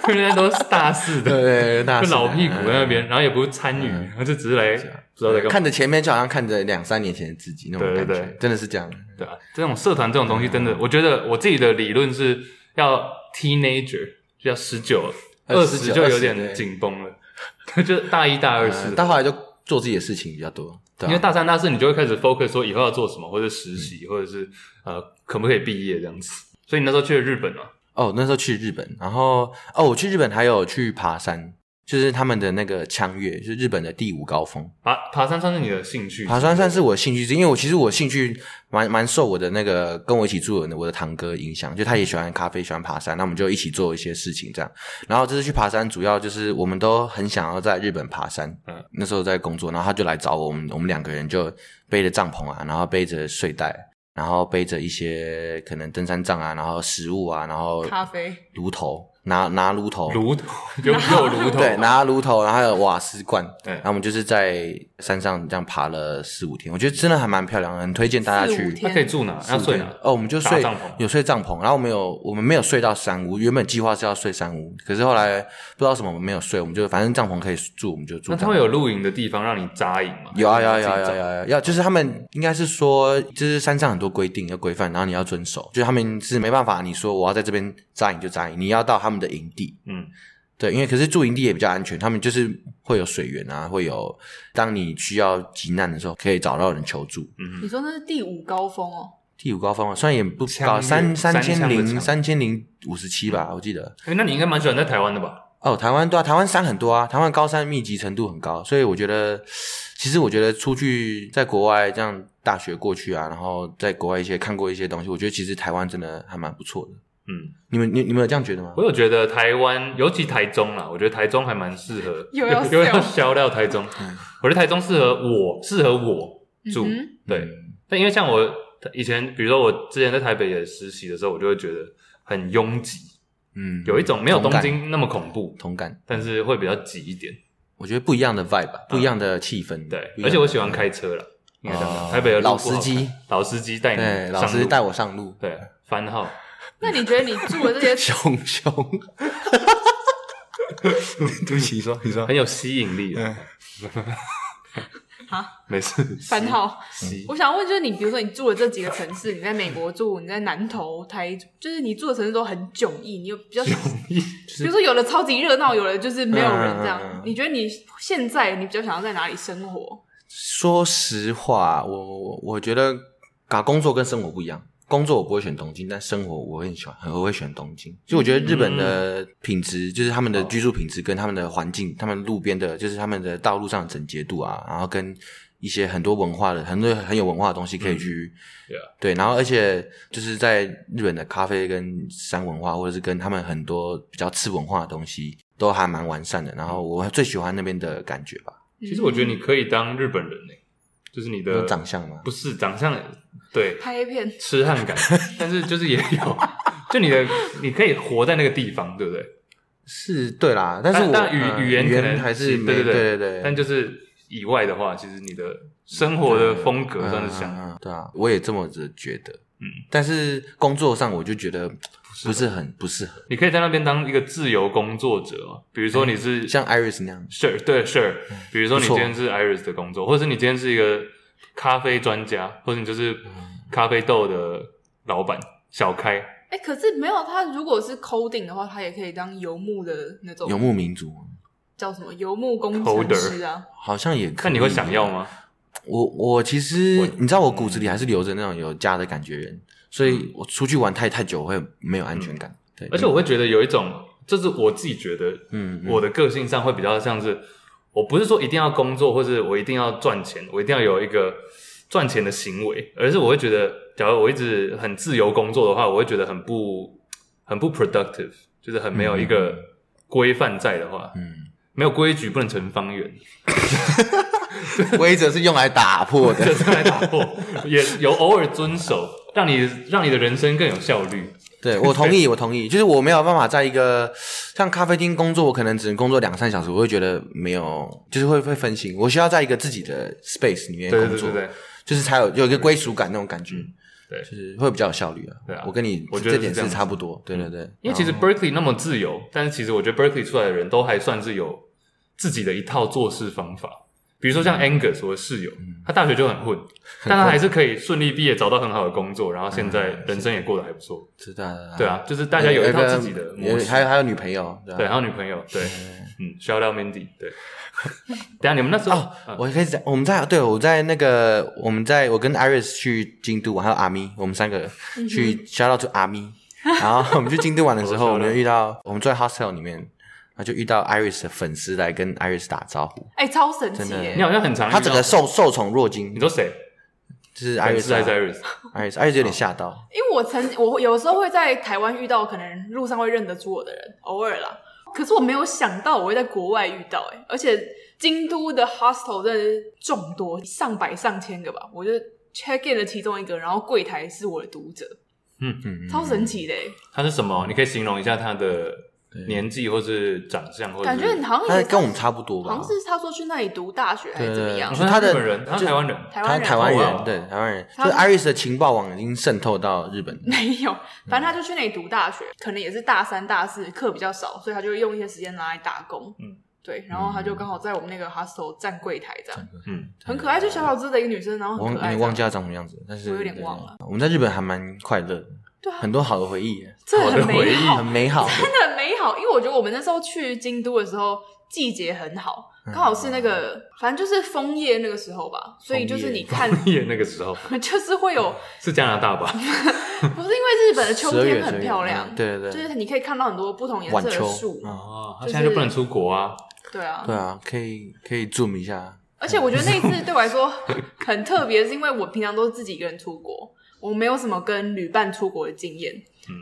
Speaker 1: 因为那都是大四
Speaker 3: 对
Speaker 1: 的，
Speaker 3: 对对，大
Speaker 1: 就
Speaker 3: 四
Speaker 1: 老屁股在那
Speaker 3: 嗯啊
Speaker 1: 边，然后也不是参与，然后就只是来不知道在干嘛。
Speaker 3: 看着前面就好像看着两三年前的自己那种
Speaker 1: 对
Speaker 3: 感
Speaker 1: 对
Speaker 3: 觉
Speaker 1: 对，
Speaker 3: 真的是这样，
Speaker 1: 对啊，这种社团这种东西，真
Speaker 3: 嗯
Speaker 1: 的，我觉得我自己的理论是要 teenager，就要十九、
Speaker 3: 呃
Speaker 1: 二
Speaker 3: 19
Speaker 1: 十就有
Speaker 3: 对
Speaker 1: 点紧绷了， 就大一、大二、四
Speaker 3: 嗯，到后来就做自己的事情比较多，对
Speaker 1: 因为
Speaker 3: 啊
Speaker 1: 大三、大四你就会开始 focus 说以后要做什么，或者实习，或者是呃可不可以毕业这样子。所以你那时候去了日本啊，
Speaker 3: 哦，那时候去日本，然后哦，我去日本还有去爬山，就是他们的那个枪月，就是日本的第五高峰。
Speaker 1: 爬爬山算是你的兴趣，
Speaker 3: 爬山算是我的兴趣之一，因为我其实我兴趣蛮蛮受我的那个跟我一起住的我的堂哥影响，就他也喜欢咖啡，喜欢爬山，那我们就一起做一些事情这样。然后这次去爬山，主要就是我们都很想要在日本爬山。嗯
Speaker 1: 嗯，
Speaker 3: 那时候在工作，然后他就来找我，我们我们两个人就背着帐篷啊，然后背着睡袋，然后背着一些可能登山杖啊，然后食物啊，然后
Speaker 2: 咖啡
Speaker 3: 炉头，拿拿炉头，
Speaker 1: 炉 头有有炉头，啊
Speaker 3: 对，拿炉头，然后还有瓦斯罐，
Speaker 1: 对
Speaker 3: 然后我们就是在山上这样爬了四五天，我觉得真的还蛮漂亮的，很推荐大家
Speaker 2: 四五
Speaker 3: 去。
Speaker 1: 那可以住哪？要
Speaker 3: 四五
Speaker 1: 睡
Speaker 3: 天
Speaker 1: 哪？
Speaker 3: 哦，我们就睡
Speaker 1: 搭帐篷
Speaker 3: 有睡帐篷，然后我们有我们没有睡到山屋，原本计划是要睡山屋，可是后来不知道什么我们没有睡，我们就反正帐篷可以住，我们就住
Speaker 1: 那
Speaker 3: 帐篷。
Speaker 1: 他们有露营的地方让你扎营吗？
Speaker 3: 有啊有啊有啊
Speaker 1: 自己
Speaker 3: 有
Speaker 1: 扎
Speaker 3: 啊有啊有啊要就是他们应该是说，就是山上很多规定要规范，然后你要遵守，就是他们是没办法，你说我要在这边扎营就扎营，你要到他们的营地，
Speaker 1: 嗯，
Speaker 3: 对，因为可是住营地也比较安全，他们就是会有水源啊，会有当你需要急难的时候可以找到人求助。
Speaker 1: 嗯
Speaker 2: 你说那是第五高峰哦，
Speaker 3: 第五高峰啊，虽然也不
Speaker 1: 枪
Speaker 3: 高，
Speaker 1: 月
Speaker 3: 三
Speaker 1: 三
Speaker 3: 三千
Speaker 1: 枪的
Speaker 3: 零
Speaker 1: 枪
Speaker 3: 三千零五十七吧，我记得。
Speaker 1: 哎，那你应该蛮喜欢在台湾的吧？
Speaker 3: 哦，台湾对啊，台湾山很多啊，台湾高山密集程度很高，所以我觉得，其实我觉得出去在国外这样大学过去啊，然后在国外一些看过一些东西，我觉得其实台湾真的还蛮不错的。
Speaker 1: 嗯，
Speaker 3: 你们你你们有这样觉得吗？
Speaker 1: 我有觉得台湾，尤其台中啦，我觉得台中还蛮适合，
Speaker 2: 又要
Speaker 1: 又要
Speaker 2: 笑
Speaker 1: 消掉台中。我觉得台中适合我，适合我住。
Speaker 2: 嗯哼
Speaker 1: 对，但因为像我以前，比如说我之前在台北也实习的时候，我就会觉得很拥挤，
Speaker 3: 嗯，
Speaker 1: 有一种没有东
Speaker 3: 同感
Speaker 1: 京那么恐怖，
Speaker 3: 同感，
Speaker 1: 但是会比较挤一点。
Speaker 3: 我觉得不一样的 vibe，吧不一样的气氛。
Speaker 1: 嗯对
Speaker 3: 不一样，的
Speaker 1: 而且我喜欢开车了，应该这样讲。
Speaker 3: 哦
Speaker 1: 台北的路
Speaker 3: 老
Speaker 1: 不好
Speaker 3: 司机
Speaker 1: 开，老司机带
Speaker 3: 对
Speaker 1: 你
Speaker 3: 老
Speaker 1: 上
Speaker 3: 师
Speaker 1: 路，
Speaker 3: 带我上路，
Speaker 1: 对番号，
Speaker 2: 那你觉得你住的 这些，
Speaker 3: 熊熊。对不起，你说你说
Speaker 1: 很，有吸引力的
Speaker 3: 嗯。
Speaker 2: 啊，
Speaker 1: 没事，
Speaker 2: 番号，
Speaker 1: 吸
Speaker 2: 我想问，就是你，比如说你住的这几个城市，你在美国住，你在南投、台，就是你住的城市都很迥异，你有比较，比如说有的超级热闹，有的就是没有人这样。
Speaker 3: 嗯嗯嗯嗯
Speaker 2: 你觉得你现在你比较想要在哪里生活？
Speaker 3: 说实话，我我我觉得搞工作跟生活不一样。工作我不会选东京，但生活我会很喜欢，我会选东京。就我觉得日本的品质，就是他们的居住品质跟他们的环境，他们路边的，就是他们的道路上的整洁度啊，然后跟一些很多文化的、很多很有文化的东西可以去
Speaker 1: 对啊，
Speaker 3: 对，然后而且就是在日本的咖啡跟山文化，或者是跟他们很多比较次文化的东西，都还蛮完善的。然后我最喜欢那边的感觉吧，
Speaker 1: 其实我觉得
Speaker 2: 嗯
Speaker 1: 你可以当日本人呢、欸就是你
Speaker 3: 有
Speaker 1: 的
Speaker 3: 长相吗？
Speaker 1: 不是长相，对，
Speaker 2: 拍片，
Speaker 1: 痴汉 感，但是就是也有，就你的你可以活在那个地方，对不对？
Speaker 3: 是对啦，但是我
Speaker 1: 但语、
Speaker 3: 呃
Speaker 1: 语
Speaker 3: 语
Speaker 1: 言可能
Speaker 3: 还是没
Speaker 1: 对
Speaker 3: 对
Speaker 1: 对
Speaker 3: 对，
Speaker 1: 但就是以外的话，其实你的生活的风格算是
Speaker 3: 嗯
Speaker 1: 像，
Speaker 3: 嗯嗯对啊，我也这么子觉得，
Speaker 1: 嗯
Speaker 3: 嗯，但是工作上我就觉得不是很不适合，
Speaker 1: 你可以在那边当一个自由工作者嘛，比如说你是
Speaker 3: 哎像 Iris 那样，
Speaker 1: Sure，对 Sure，比如说你
Speaker 3: 不
Speaker 1: 今
Speaker 3: 错
Speaker 1: 天是 Iris 的工作，或者是你今天是一个咖啡专家，或者你就是咖啡豆的老板小开，
Speaker 2: 哎、可是没有他，如果是 coding 的话，他也可以当游牧的那种
Speaker 3: 游牧民族
Speaker 2: 叫什么游牧工程师啊。
Speaker 3: 好像也可以。
Speaker 1: 那你会想要？吗？
Speaker 3: 我我其实
Speaker 1: 我嗯
Speaker 3: 你知道，我骨子里还是留着那种有家的感觉人，所以我出去玩太太久会没有安全感。对，
Speaker 1: 嗯而且我会觉得有一种，这是我自己觉得，
Speaker 3: 嗯嗯
Speaker 1: 我的个性上会比较像是，我不是说一定要工作，或是我一定要赚钱，我一定要有一个赚钱的行为，而是我会觉得，假如我一直很自由工作的话，我会觉得很不很不 productive，就是很没有一个规范在的话，
Speaker 3: 嗯，
Speaker 1: 没有规矩不能成方圆，
Speaker 3: 规则是用来打破 的
Speaker 1: 这。是来打破，也有偶尔遵守，让你让你的人生更有效 率。
Speaker 3: 对，我同意，我同意。就是我没有办法在一个像咖啡厅工作，我可能只能工作两三小时，我会觉得没有，就是会会分心。我需要在一个自己的 space 里面
Speaker 1: 对
Speaker 3: 工
Speaker 1: 对
Speaker 3: 作，
Speaker 1: 对对对，嗯
Speaker 3: 就是才有有一个归属感那种感觉，
Speaker 1: 对
Speaker 3: 就是会比较有效率啊。
Speaker 1: 对啊
Speaker 3: 我跟你
Speaker 1: 我觉得
Speaker 3: 这点
Speaker 1: 是这样
Speaker 3: 是
Speaker 1: 子嗯啊
Speaker 3: 差不多。对对对，
Speaker 1: 因为其实
Speaker 3: 然后
Speaker 1: Berkeley 那么自由，但是其实我觉得 Berkeley 出来的人都还算是有自己的一套做事方法。比如说像
Speaker 3: 嗯
Speaker 1: Angus 我的室友，他大学就很混，但他还是可以顺利毕业，找到很好的工作，然后现在
Speaker 3: 嗯
Speaker 1: 人生也过得还不错。
Speaker 3: 是的，
Speaker 1: 对啊，就是大家有一套自己的模
Speaker 3: 嗯有
Speaker 1: 式
Speaker 3: 呃还。有还有女朋友，对啊
Speaker 1: 对，还有女朋友，对，嗯，shout out Mindy，对。等一下你们那时候
Speaker 3: 哦，
Speaker 1: 嗯
Speaker 3: 我可以在我们在对我在那个我们在我跟 Iris 去京都玩，还有阿咪，我们三个去 shout out to 阿咪。然后我们去京都玩的时候，
Speaker 1: 我
Speaker 3: 我们就遇到我们住在 hostel 里面，然后就遇到 Iris 的粉丝来跟 Iris 打招呼，
Speaker 2: 哎、超神奇
Speaker 3: 真的
Speaker 1: 你
Speaker 2: 耶！
Speaker 1: 好像很常遇到
Speaker 3: 他整个受受宠若惊
Speaker 1: 你，说谁？
Speaker 3: 就是
Speaker 1: 还
Speaker 3: Iris
Speaker 1: 是还是
Speaker 3: 啊
Speaker 1: Iris？
Speaker 3: Iris Iris 有点吓到，
Speaker 2: 因为我曾我有时候会在台湾遇到可能路上会认得出我的人，偶尔啦。可是我没有想到我会在国外遇到、哎，而且京都的 hostel 真的是众多，上百上千个吧。我就 check in 了其中一个，然后柜台是我的读者，
Speaker 3: 嗯，
Speaker 2: 超神奇的、哎
Speaker 1: 他是什么？你可以形容一下他的年纪，或是长相，或者
Speaker 2: 感觉你好像
Speaker 3: 他
Speaker 2: 也
Speaker 3: 跟我们差不多
Speaker 2: 好像？
Speaker 3: 吧
Speaker 2: 是他说去那里读大学还是怎么样
Speaker 1: 你
Speaker 3: 对，
Speaker 1: 说
Speaker 3: 他的
Speaker 1: 日本人，他是
Speaker 3: 就
Speaker 1: 台湾人，
Speaker 2: 台
Speaker 3: 他
Speaker 2: 湾人
Speaker 3: 台湾
Speaker 1: 哦
Speaker 3: 人，对台湾人，就
Speaker 2: 他
Speaker 3: 是 Iris 的情报网已经渗透到日本了，
Speaker 2: 没有，反正他就去那里读大学，可能也是大三、大四课比较少，所以他就用一些时间拿来打工。
Speaker 1: 嗯，
Speaker 2: 对，然后他就刚好在我们那个 hostel 站柜台这样，
Speaker 1: 嗯，
Speaker 2: 很可爱，就小小只的一个女生，然后
Speaker 3: 我
Speaker 2: 很哦
Speaker 3: 忘
Speaker 2: 可
Speaker 3: 有
Speaker 2: 爱这样。
Speaker 3: 点忘记他长什么样子，但是
Speaker 2: 我有点
Speaker 3: 对
Speaker 2: 忘了。
Speaker 3: 我们在日本还蛮快乐的，
Speaker 2: 对啊，
Speaker 3: 很多好的回忆，
Speaker 2: 这
Speaker 1: 好的
Speaker 2: 很
Speaker 1: 回
Speaker 2: 美
Speaker 1: 忆
Speaker 2: 好
Speaker 3: 很，美好。
Speaker 2: 真的很美好。因为我觉得我们那时候去京都的时候，季节很好，
Speaker 3: 嗯
Speaker 2: 刚好是那个，反正就是枫叶那个时候吧，所以就是
Speaker 3: 枫叶
Speaker 2: 你看，
Speaker 1: 夜那个时候
Speaker 2: 就是会 有，
Speaker 1: 是加拿大吧？
Speaker 2: 嗯不是因为日本的秋
Speaker 3: 12月
Speaker 2: 天很漂亮，
Speaker 3: 12月嗯对对对
Speaker 2: 就是你可以看到很多不同颜色
Speaker 3: 晚
Speaker 2: 的
Speaker 3: 秋
Speaker 2: 树，
Speaker 3: 嗯
Speaker 1: 哦，他
Speaker 2: 就是
Speaker 1: 现在就不能出国啊，
Speaker 2: 对啊，
Speaker 3: 对啊，可以可以 zoom 一下，
Speaker 2: 而且我觉得那一次对我来说很特别，是因为我平常都是自己一个人出国，我没有什么跟旅伴出国的经验，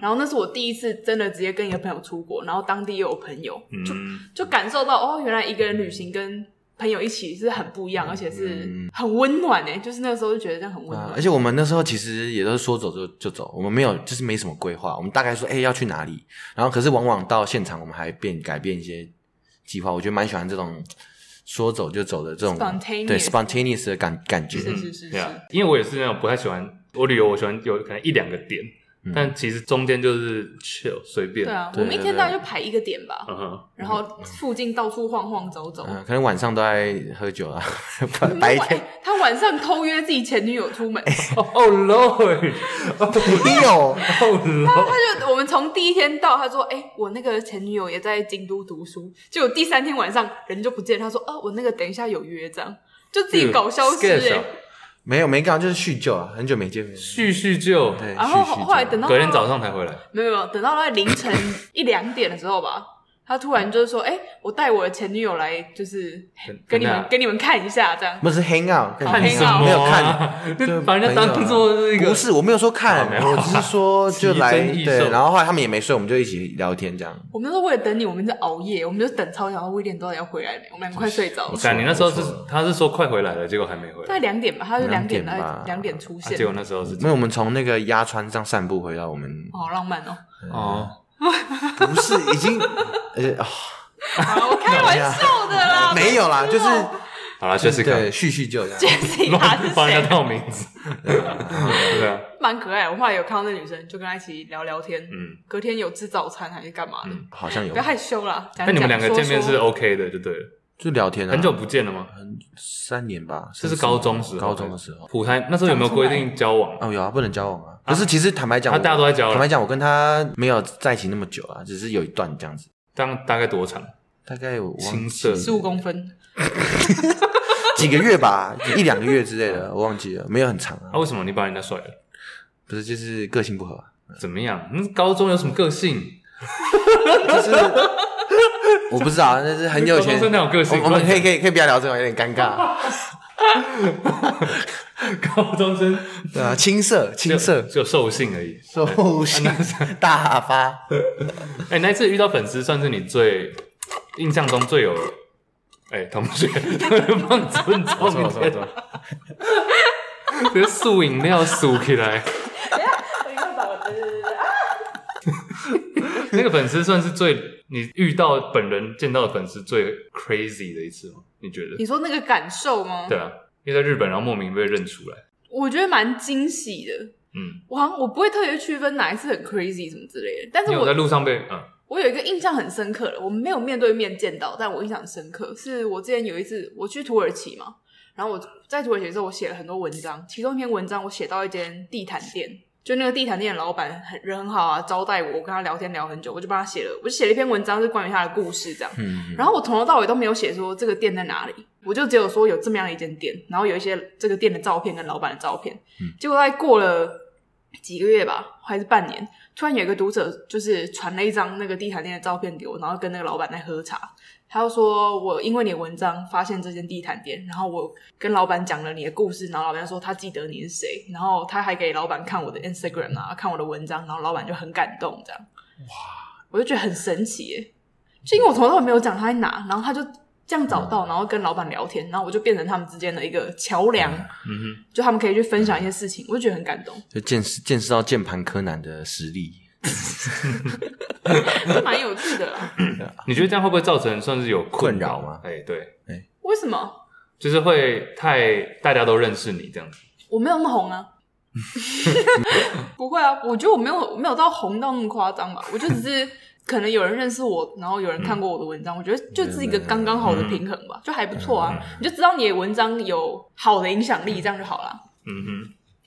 Speaker 2: 然后那是我第一次真的直接跟一个朋友出国，然后当地又有朋友，就
Speaker 1: 嗯，
Speaker 2: 就感受到哦，原来一个人旅行跟朋友一起是很不一样，而且是很温暖诶，就是那个时候就觉得这样很温
Speaker 3: 啊
Speaker 2: 暖，，
Speaker 3: 而且我们那时候其实也都是说走就就走，我们没有就是没什么规划，我们大概说哎、要去哪里，然后可是往往到现场我们还变改变一些计划，我觉得蛮喜欢这种说走就走的这种
Speaker 2: Spontaneous
Speaker 3: 对 spontaneous 的感感觉。
Speaker 2: 是是是
Speaker 1: 对
Speaker 2: 是，
Speaker 1: 啊，因为我也是那种不太喜欢我旅游，我喜欢有可能一两个点，
Speaker 3: 嗯
Speaker 1: 但其实中间就是 chill 随便，
Speaker 2: 对啊，我
Speaker 3: 对
Speaker 2: 们一天大概就排一个点吧，
Speaker 1: 嗯哼，
Speaker 2: 然后附近到处晃晃走走。
Speaker 3: 嗯、可能晚上都在喝酒啊，
Speaker 2: 没有
Speaker 3: 白
Speaker 2: 晚
Speaker 3: 天
Speaker 2: 他晚上偷约自己前女友出门，
Speaker 1: 哦哦 Lord，
Speaker 3: 没有，
Speaker 1: 哦 Lord，
Speaker 2: 他就我们从第一天到，他说：“哎、我那个前女友也在京都读书。”结果第三天晚上人就不见，他说：“哦、我那个等一下有约，这样就 自己搞消失、
Speaker 1: Sketch
Speaker 2: 欸。
Speaker 1: 啊
Speaker 3: 没有没干，就是叙旧啊，很久没见面。
Speaker 1: 叙叙旧，
Speaker 3: 对，
Speaker 2: 然后
Speaker 3: 叙叙旧啊
Speaker 2: 后来等到
Speaker 1: 隔天早上才回来，
Speaker 2: 没有没有，等到他凌晨一两点的时候吧，他突然就是说：“哎、我带我的前女友来，就是跟你们
Speaker 1: 大家
Speaker 2: 跟你们看一下，这样。
Speaker 3: 不是 hang out，
Speaker 2: 好
Speaker 1: 看
Speaker 2: 黑
Speaker 1: 什
Speaker 2: 暗
Speaker 1: 么？啊
Speaker 3: 没有 看。，
Speaker 1: 就把人家当做是一个
Speaker 3: 不是，我没有说看
Speaker 1: 哦没，有
Speaker 3: 我只是说就来
Speaker 1: 奇珍异兽
Speaker 3: 对，然后后来他们也没睡，我们就一起聊天这样。”
Speaker 2: 我们那时候为了等你，我们在熬夜，我们就等超久，然后威廉都要回来了，我们俩快睡着
Speaker 1: 我
Speaker 2: 了，
Speaker 1: 看你那时候是
Speaker 3: 不错
Speaker 1: 他是说快回来了，结果还没回
Speaker 2: 大
Speaker 1: 来，
Speaker 2: 概两点吧，他就两点
Speaker 3: 两点吧
Speaker 2: 来两点出
Speaker 1: 啊
Speaker 2: 现
Speaker 1: 结，果那时候是
Speaker 3: 没有，我们从那个鸭川上散步回 到我们，
Speaker 2: 好浪漫哦。
Speaker 1: 哦，
Speaker 3: 不是已经，呃、啊
Speaker 2: 啊我开玩笑的啦，
Speaker 3: 没有啦，就是
Speaker 1: 好了，确实啊看
Speaker 3: 对叙叙旧这 样。
Speaker 2: Jessica 是
Speaker 1: 帮人家
Speaker 2: 谁？啊
Speaker 1: 套名字，对啊，
Speaker 2: 蛮可爱的。我后来有看到那女生，就跟她一起聊聊天。
Speaker 1: 嗯，
Speaker 2: 隔天有吃早餐还是干嘛的？
Speaker 1: 嗯
Speaker 3: 好像有
Speaker 2: 不要，害羞啦。讲
Speaker 1: 那你们两个见面是
Speaker 2: 说说
Speaker 1: OK 的，就对了，
Speaker 3: 就聊天、啊，
Speaker 1: 很久不见了吗？
Speaker 3: 三年吧，
Speaker 1: 这是
Speaker 3: 甚至
Speaker 1: 高中时候，
Speaker 3: 高中的时候。
Speaker 1: 普台那时候有没有规定交往？
Speaker 3: 哦，有啊，不能交往啊。可是其实坦白讲，
Speaker 1: 他大家都在交
Speaker 3: 坦
Speaker 1: 往
Speaker 3: 白，讲，我跟他没有在一起那么久啊，只是有一段这样子，
Speaker 1: 当大概多长？
Speaker 3: 大概我忘
Speaker 1: 青涩
Speaker 2: 十五公分，
Speaker 3: 几个月吧， 一两个月之类的，我忘记了，没有很长啊
Speaker 1: 啊，。为什么你把人家甩了？
Speaker 3: 不是，就是个性不合啊、
Speaker 1: 怎么样？嗯，高中有什么个性？
Speaker 3: 就是我不知道，啊但是很久以
Speaker 1: 高
Speaker 3: 前
Speaker 1: 中生哪有个性
Speaker 3: 我我们可以可以可以不要聊这个，有点 尴尬。
Speaker 1: 高中生
Speaker 3: 对啊，青涩青涩，
Speaker 1: 只有兽性而已。
Speaker 3: 兽性
Speaker 1: 啊
Speaker 3: 大发。
Speaker 1: 哎、那一次遇到粉丝，算是你最印象中最有哎、同学，放尊
Speaker 3: 我错我
Speaker 1: 重
Speaker 3: 错我
Speaker 1: 一
Speaker 3: 错
Speaker 1: 点，比如素饮料素起来。 那个粉丝算是最你遇到本人见到的粉丝最 crazy 的一次吗？你觉得
Speaker 2: 你？说那个感受吗？
Speaker 1: 对，啊，因为在日本，然后莫名被认出来。
Speaker 2: 我觉得蛮惊喜的。
Speaker 1: 嗯，
Speaker 2: 我好像我不会特别区分哪一次很 crazy 什么之类的，但是
Speaker 1: 你有
Speaker 2: 我
Speaker 1: 在路上被嗯
Speaker 2: 我有一个印象很深刻的，我们没有面对面见到，但我印象很深刻，是我之前有一次我去土耳其嘛，然后我在土耳其的时候，我写了很多文章，其中一篇文章我写到一间地毯店，就那个地毯店的老板很人很好啊，招待我，我跟他聊天聊很久，我就帮他写了，我就写了一篇文章是关于他的故事这样，
Speaker 3: 嗯，
Speaker 2: 然后我从头到尾都没有写说这个店在哪里，我就只有说有这么样一间店，然后有一些这个店的照片跟老板的照片。
Speaker 3: 嗯
Speaker 2: 结果在过了几个月吧，还是半年，突然有一个读者就是传了一张那个地毯店的照片给我，然后跟那个老板在喝茶。他就说：“我因为你的文章发现这间地毯店，然后我跟老板讲了你的故事，然后老板就说他记得你是谁，然后他还给老板看我的 Instagram 啊，看我的文章，然后老板就很感动，这样。哇，我就觉得很神奇耶，就因为我从头到尾没有讲他在哪，然后他就这样找到，然后跟老板聊天，然后我就变成他们之间的一个桥梁，
Speaker 1: 嗯
Speaker 2: 就他们可以去分享一些事情，我就觉得很感 动，
Speaker 3: 就见识见识到键盘柯南的实力。
Speaker 2: 就蛮有趣的啦。
Speaker 1: 哼，你觉得这样会不会造成算是有
Speaker 3: 困扰啊吗
Speaker 1: 哎、对，
Speaker 2: 为什么
Speaker 1: 就是会太大家都认识你这样子。
Speaker 2: 我没有那么红 啊？不会啊，我觉得我没有我没有到红到那么夸张吧，我就只是可能有人认识我，然后有人看过我的文章，我觉得就是一个刚刚好的平衡吧，就还不错啊。你就知道你的文章有好的影响力，这样就好了。
Speaker 1: 嗯哼，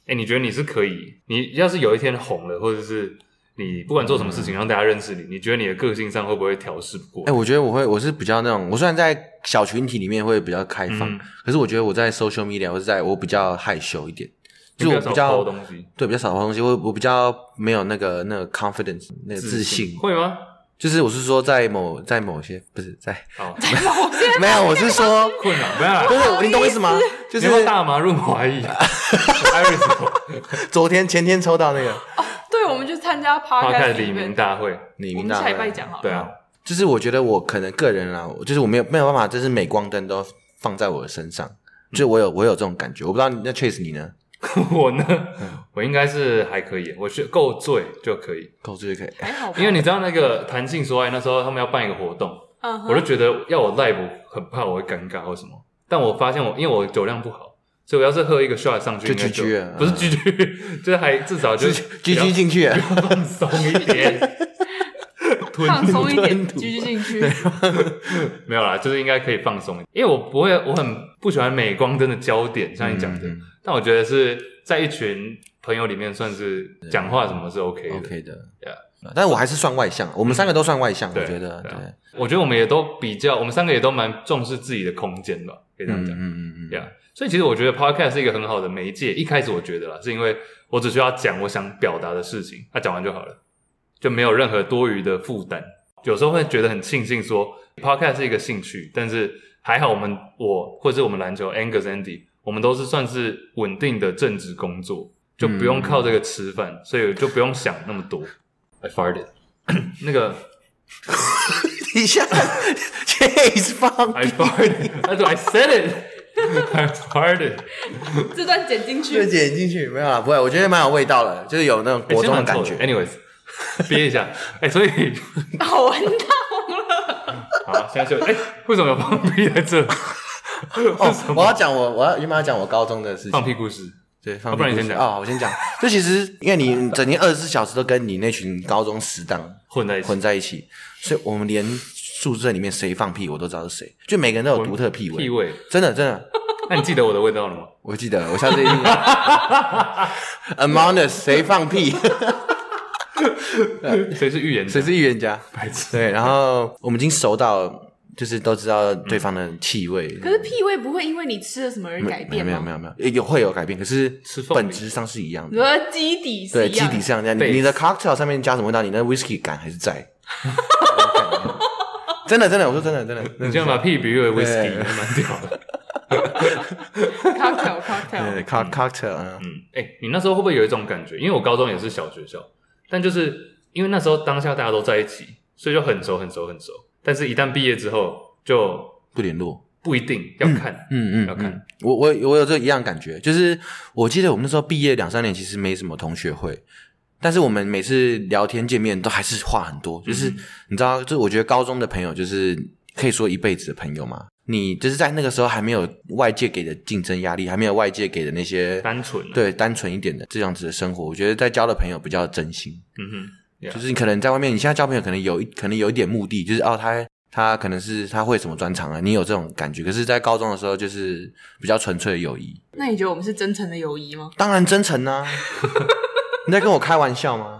Speaker 1: 哎、你觉得你是可以？你要是有一天红了，或者是你不管做什么事情让大家认识你，你觉得你的个性上会不会调试不过？
Speaker 3: 嗯哎、我觉得我会，我是比较那种，我虽然在小群体里面会比较开放，
Speaker 1: 嗯
Speaker 3: 可是我觉得我在 social media 或者在我比较害羞一点，
Speaker 1: 你
Speaker 3: 就是我
Speaker 1: 少
Speaker 3: 比较
Speaker 1: 抛东西，
Speaker 3: 对比较少的东西，我我比较没有那个那个 confidence 那个自信，
Speaker 1: 会吗？
Speaker 3: 就是我是说在某在某些不是在
Speaker 1: 哦，
Speaker 2: 某些
Speaker 3: 没有，我是 说，
Speaker 1: 困扰没有啦
Speaker 3: 就，是你懂我意思吗？就
Speaker 1: 你
Speaker 3: 是
Speaker 1: 要不要大麻润滑液，Iris
Speaker 3: 昨天前天抽到那个，
Speaker 2: 对，我们去参参加嗯 podcast
Speaker 1: 开李明
Speaker 2: event
Speaker 1: 大会，
Speaker 3: 李
Speaker 2: 我
Speaker 3: 明
Speaker 2: 们
Speaker 3: 大
Speaker 2: 下
Speaker 3: 会
Speaker 2: 礼拜讲好了。
Speaker 1: 对啊，
Speaker 3: 就是我觉得我可能个人啊，我就是我没有没有办法，就是镁光灯都放在我的身上，
Speaker 1: 嗯
Speaker 3: 就我有我有这种感觉，我不知道你那 Chase 你呢？
Speaker 1: 我呢，嗯我应该是还可以，我是够醉就可以，
Speaker 3: 够这就 可以，
Speaker 2: 还好吧，
Speaker 1: 因为你知道那个弹性说爱那时候他们要办一个活动，
Speaker 2: 嗯哼
Speaker 1: 我就觉得要我 live 我很怕我会尴尬或什么，但我发现我因为我酒量不好，所以我要是喝一个 shot 上去应
Speaker 3: 就
Speaker 1: 该
Speaker 3: GG 了
Speaker 1: 不是 GG，就是还至少就
Speaker 3: 狙
Speaker 1: 是
Speaker 3: 狙击进去了，
Speaker 1: 放松一点，吞
Speaker 2: 放松一点，
Speaker 3: 吞吐
Speaker 2: 继续进去。
Speaker 1: 没有啦，就是应该可以放松一点，因为我不会，我很不喜欢镁光灯的焦点，像你讲的，
Speaker 3: 嗯嗯
Speaker 1: 但我觉得是在一群朋友里面算是讲话什么是 OK 的。
Speaker 3: OK 的，但我还是算外向，我们三个都算外向，我觉得
Speaker 1: 对
Speaker 3: 对
Speaker 1: 啊，我觉得我们也都比较，我们三个也都蛮重视自己的空间吧，可以这样
Speaker 3: 嗯
Speaker 1: 讲。
Speaker 3: 嗯嗯
Speaker 1: 对
Speaker 3: 嗯，
Speaker 1: 啊，所以其实我觉得 podcast 是一个很好的媒介。一开始我觉得啦，是因为我只需要讲我想表达的事情，那、讲完就好了，就没有任何多余的负担。有时候会觉得很庆幸说 podcast 是一个兴趣，但是还好我们我或者是我们篮球 Angus Andy，我们都是算是稳定的正职工作，就不用靠这个吃饭，所以就不用想那么多。I farted，那 个
Speaker 3: 等一下 ，Chase 放
Speaker 1: I farted，that's I said it，I farted。
Speaker 2: 这段剪进
Speaker 3: 就
Speaker 2: 去，
Speaker 3: 剪进去没有啦，不会，我觉得蛮有味道的，就是有那种
Speaker 1: 欸
Speaker 3: 国中
Speaker 1: 真
Speaker 3: 的
Speaker 1: 蛮
Speaker 3: 感
Speaker 1: 臭
Speaker 3: 觉。
Speaker 1: Anyways，憋一 下。哎、所以
Speaker 2: 好闻到了。
Speaker 1: 好，现在就哎、为什么有放屁在这？
Speaker 3: 哦，我要讲我我要原本要讲我高中的事
Speaker 1: 放
Speaker 3: 情，
Speaker 1: 屁故事。
Speaker 3: 对，放
Speaker 1: 啊不然
Speaker 3: 屁
Speaker 1: 你
Speaker 3: 故
Speaker 1: 先
Speaker 3: 事
Speaker 1: 讲
Speaker 3: 哦，我先讲。就其实因为你整天二十四小时都跟你那群高中死党
Speaker 1: 混在一起
Speaker 3: 混在一起，所以我们连宿舍里面谁放屁我都知道是谁，就每个人都有独特屁
Speaker 1: 屁
Speaker 3: 味，
Speaker 1: 味。
Speaker 3: 真的真的，
Speaker 1: 那你记得我的味道了吗？
Speaker 3: 我记得，我下次一定 Among Us 谁放屁，
Speaker 1: 谁是预言
Speaker 3: 谁
Speaker 1: 者？
Speaker 3: 是预言家？
Speaker 1: 白痴？
Speaker 3: 对，然后我们已经熟到就是都知道对方的气味，
Speaker 2: 可是屁味不会因为你吃了什么而
Speaker 3: 没
Speaker 2: 改变
Speaker 3: 没有
Speaker 2: 吗？
Speaker 3: 没有没有没有有会有改变，可是
Speaker 1: 吃凤梨
Speaker 3: 本质上是一样
Speaker 2: 你
Speaker 3: 的。
Speaker 2: 说基底是
Speaker 3: 对，
Speaker 2: 一
Speaker 3: 基
Speaker 2: 样
Speaker 3: 底上这样，
Speaker 1: Base
Speaker 3: 你你的 cocktail 上面加什么味道，你那 whisky 感还 是在。真的真的，我说真的真的，
Speaker 1: 你这样把屁比喻为 whisky，
Speaker 3: 对
Speaker 1: 蛮屌的。
Speaker 2: cocktail
Speaker 3: 对
Speaker 2: cocktail，
Speaker 3: 对 cock cocktail 啊，
Speaker 1: 嗯，哎、你那时候会不会有一种感觉？因为我高中也是小学校，但就是因为那时候当下大家都在一起，所以就很熟很熟很熟。但是，一旦毕业之后，就
Speaker 3: 不联络。
Speaker 1: 不一定要看。
Speaker 3: 嗯嗯，
Speaker 1: 要看
Speaker 3: 嗯我我我有这一样感觉，就是我记得我们那时候毕业两三年，其实没什么同学会，但是我们每次聊天见面都还是话很多，就是、
Speaker 1: 嗯
Speaker 3: 你知道，就是我觉得高中的朋友就是可以说一辈子的朋友嘛。你就是在那个时候还没有外界给的竞争压力，还没有外界给的那些
Speaker 1: 单纯啊
Speaker 3: 对单纯一点的这样子的生活，我觉得在交的朋友比较真心。
Speaker 1: 嗯哼，Yeah
Speaker 3: 就是你可能在外面，你现在交朋友可能有一可能有一点目的，就是哦，他他可能是他会什么专长啊，你有这种感觉。可是，在高中的时候，就是比较纯粹的友谊，
Speaker 2: 那你觉得我们是真诚的友谊吗？
Speaker 3: 当然真诚啊。你在跟我开玩笑吗？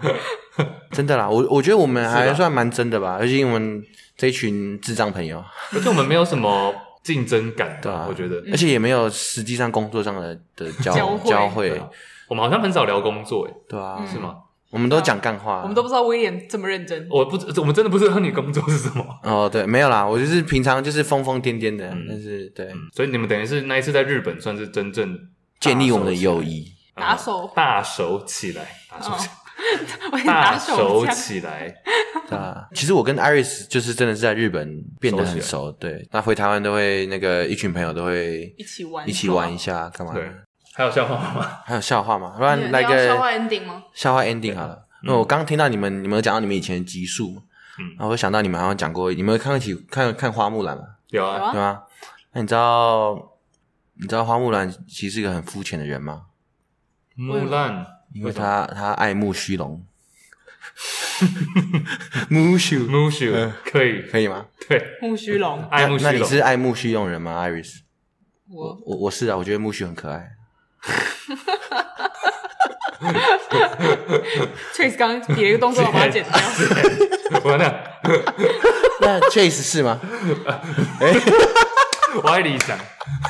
Speaker 3: 真的啦，我我觉得我们
Speaker 1: 是
Speaker 3: 还
Speaker 1: 吧
Speaker 3: 算蛮真的吧，而且我们这一群智障朋友，
Speaker 1: 而且我们没有什么竞争感，
Speaker 3: 对啊
Speaker 1: 我觉得。
Speaker 3: 而且也没有实际上工作上的的交
Speaker 2: 交汇
Speaker 3: 交
Speaker 1: 对
Speaker 3: 汇
Speaker 1: 啊，我们好像很少聊工作，哎，
Speaker 3: 对
Speaker 2: 嗯
Speaker 3: 啊，
Speaker 1: 是吗？
Speaker 3: 我们都讲干话，
Speaker 2: 我们都不知道威廉这么认
Speaker 3: 啊
Speaker 2: 真。
Speaker 1: 我不知，我们真的不知道你工作是什么，
Speaker 3: 哦对，没有啦，我就是平常就是疯疯癫癫的，但是对，
Speaker 1: 所以你们等于是那一次在日本算是真正
Speaker 3: 建立我们的友
Speaker 1: 谊，
Speaker 3: 谊。
Speaker 2: 打手
Speaker 1: 大手起来，打手起来，
Speaker 2: 我也
Speaker 1: 大
Speaker 2: 打手
Speaker 1: 手
Speaker 2: 枪，
Speaker 1: 起来，
Speaker 3: 对啊，其实我跟 Iris 就是真的是在日本变得很熟，对。那回台湾都会那个一群朋友都会
Speaker 2: 一起玩，
Speaker 3: 一起玩一。下，干嘛的？
Speaker 1: 对，还有笑话吗？
Speaker 3: 还有笑话吗？不
Speaker 2: 你
Speaker 3: 然
Speaker 2: 你
Speaker 3: 来
Speaker 2: 要消化
Speaker 3: 个
Speaker 2: ending 吗？
Speaker 3: 笑话 ending 好了。那我刚听到你们，你们有讲到你们以前的集数嘛，
Speaker 1: 嗯
Speaker 3: 然后我就想到你们好像讲过，你们有看过一起看看花木兰吗？
Speaker 1: 有
Speaker 2: 有
Speaker 1: 啊，
Speaker 2: 啊
Speaker 3: 对吗？那你知道你知道花木兰其实是一个很肤浅的人吗？
Speaker 1: 木兰，
Speaker 3: 因为她她爱慕虚荣， 慕虚
Speaker 2: 嗯
Speaker 3: 荣
Speaker 1: 木须可以，
Speaker 3: 可以吗？
Speaker 1: 对，
Speaker 2: 木须龙，
Speaker 1: 爱慕
Speaker 3: 嗯那
Speaker 1: 虚
Speaker 3: 那你
Speaker 1: 荣，
Speaker 3: 是爱慕虚荣人吗，Iris？
Speaker 2: 我
Speaker 3: 我我是啊，我觉得木须很可爱。
Speaker 2: Trace 刚刚比了一个动作，我把它剪 掉。
Speaker 1: 我那
Speaker 3: 那 Chase 是吗？
Speaker 1: 我爱理想，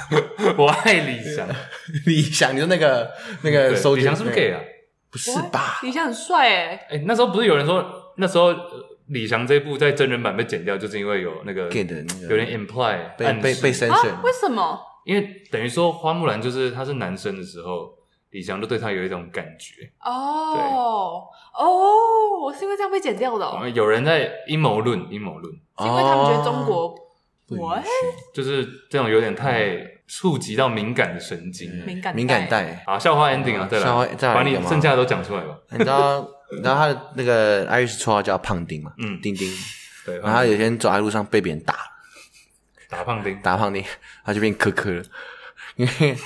Speaker 1: 我爱理想，
Speaker 3: 李翔， 你说那个那个
Speaker 1: 对
Speaker 3: 呃收嗯
Speaker 1: 理
Speaker 3: 集
Speaker 1: 想是不是 gay 啊？
Speaker 3: 不是吧？
Speaker 2: 李翔很帅哎，
Speaker 1: 哎、那时候不是有人说，那时候呃李翔这部在真人版被剪掉，就是因为有那个
Speaker 3: gay 的那个
Speaker 1: 有点 imply
Speaker 3: 被
Speaker 1: 暗示
Speaker 3: 被被 censor，
Speaker 2: 啊，为什么？
Speaker 1: 因为等于说花木兰就是他是男生的时候，李翔就对他有一种感觉，
Speaker 2: 哦哦，我是因为这样被剪掉的、
Speaker 1: 好
Speaker 2: 哦，
Speaker 1: 像有人在阴谋论，阴谋论
Speaker 2: 是因为他们觉得中
Speaker 3: 哦
Speaker 2: 国
Speaker 3: 不允
Speaker 2: 我哎
Speaker 3: 许
Speaker 1: 就是这种有点太触及到敏感的神经了。
Speaker 2: 敏感
Speaker 3: 敏感，带。
Speaker 1: 好，笑话 ending 啊，再
Speaker 3: 笑话
Speaker 1: 来，
Speaker 3: 再来
Speaker 1: 把
Speaker 3: 一
Speaker 1: 你
Speaker 3: 个吗
Speaker 1: 剩下的都讲出来吧。
Speaker 3: 你知道，你知道他的那个 Irish 绰号叫胖丁嘛？
Speaker 1: 嗯
Speaker 3: 丁丁。
Speaker 1: 对，
Speaker 3: 然后他有一天走在路上被别人打，
Speaker 1: 打胖丁，
Speaker 3: 打胖丁，他就变苛刻 了，因为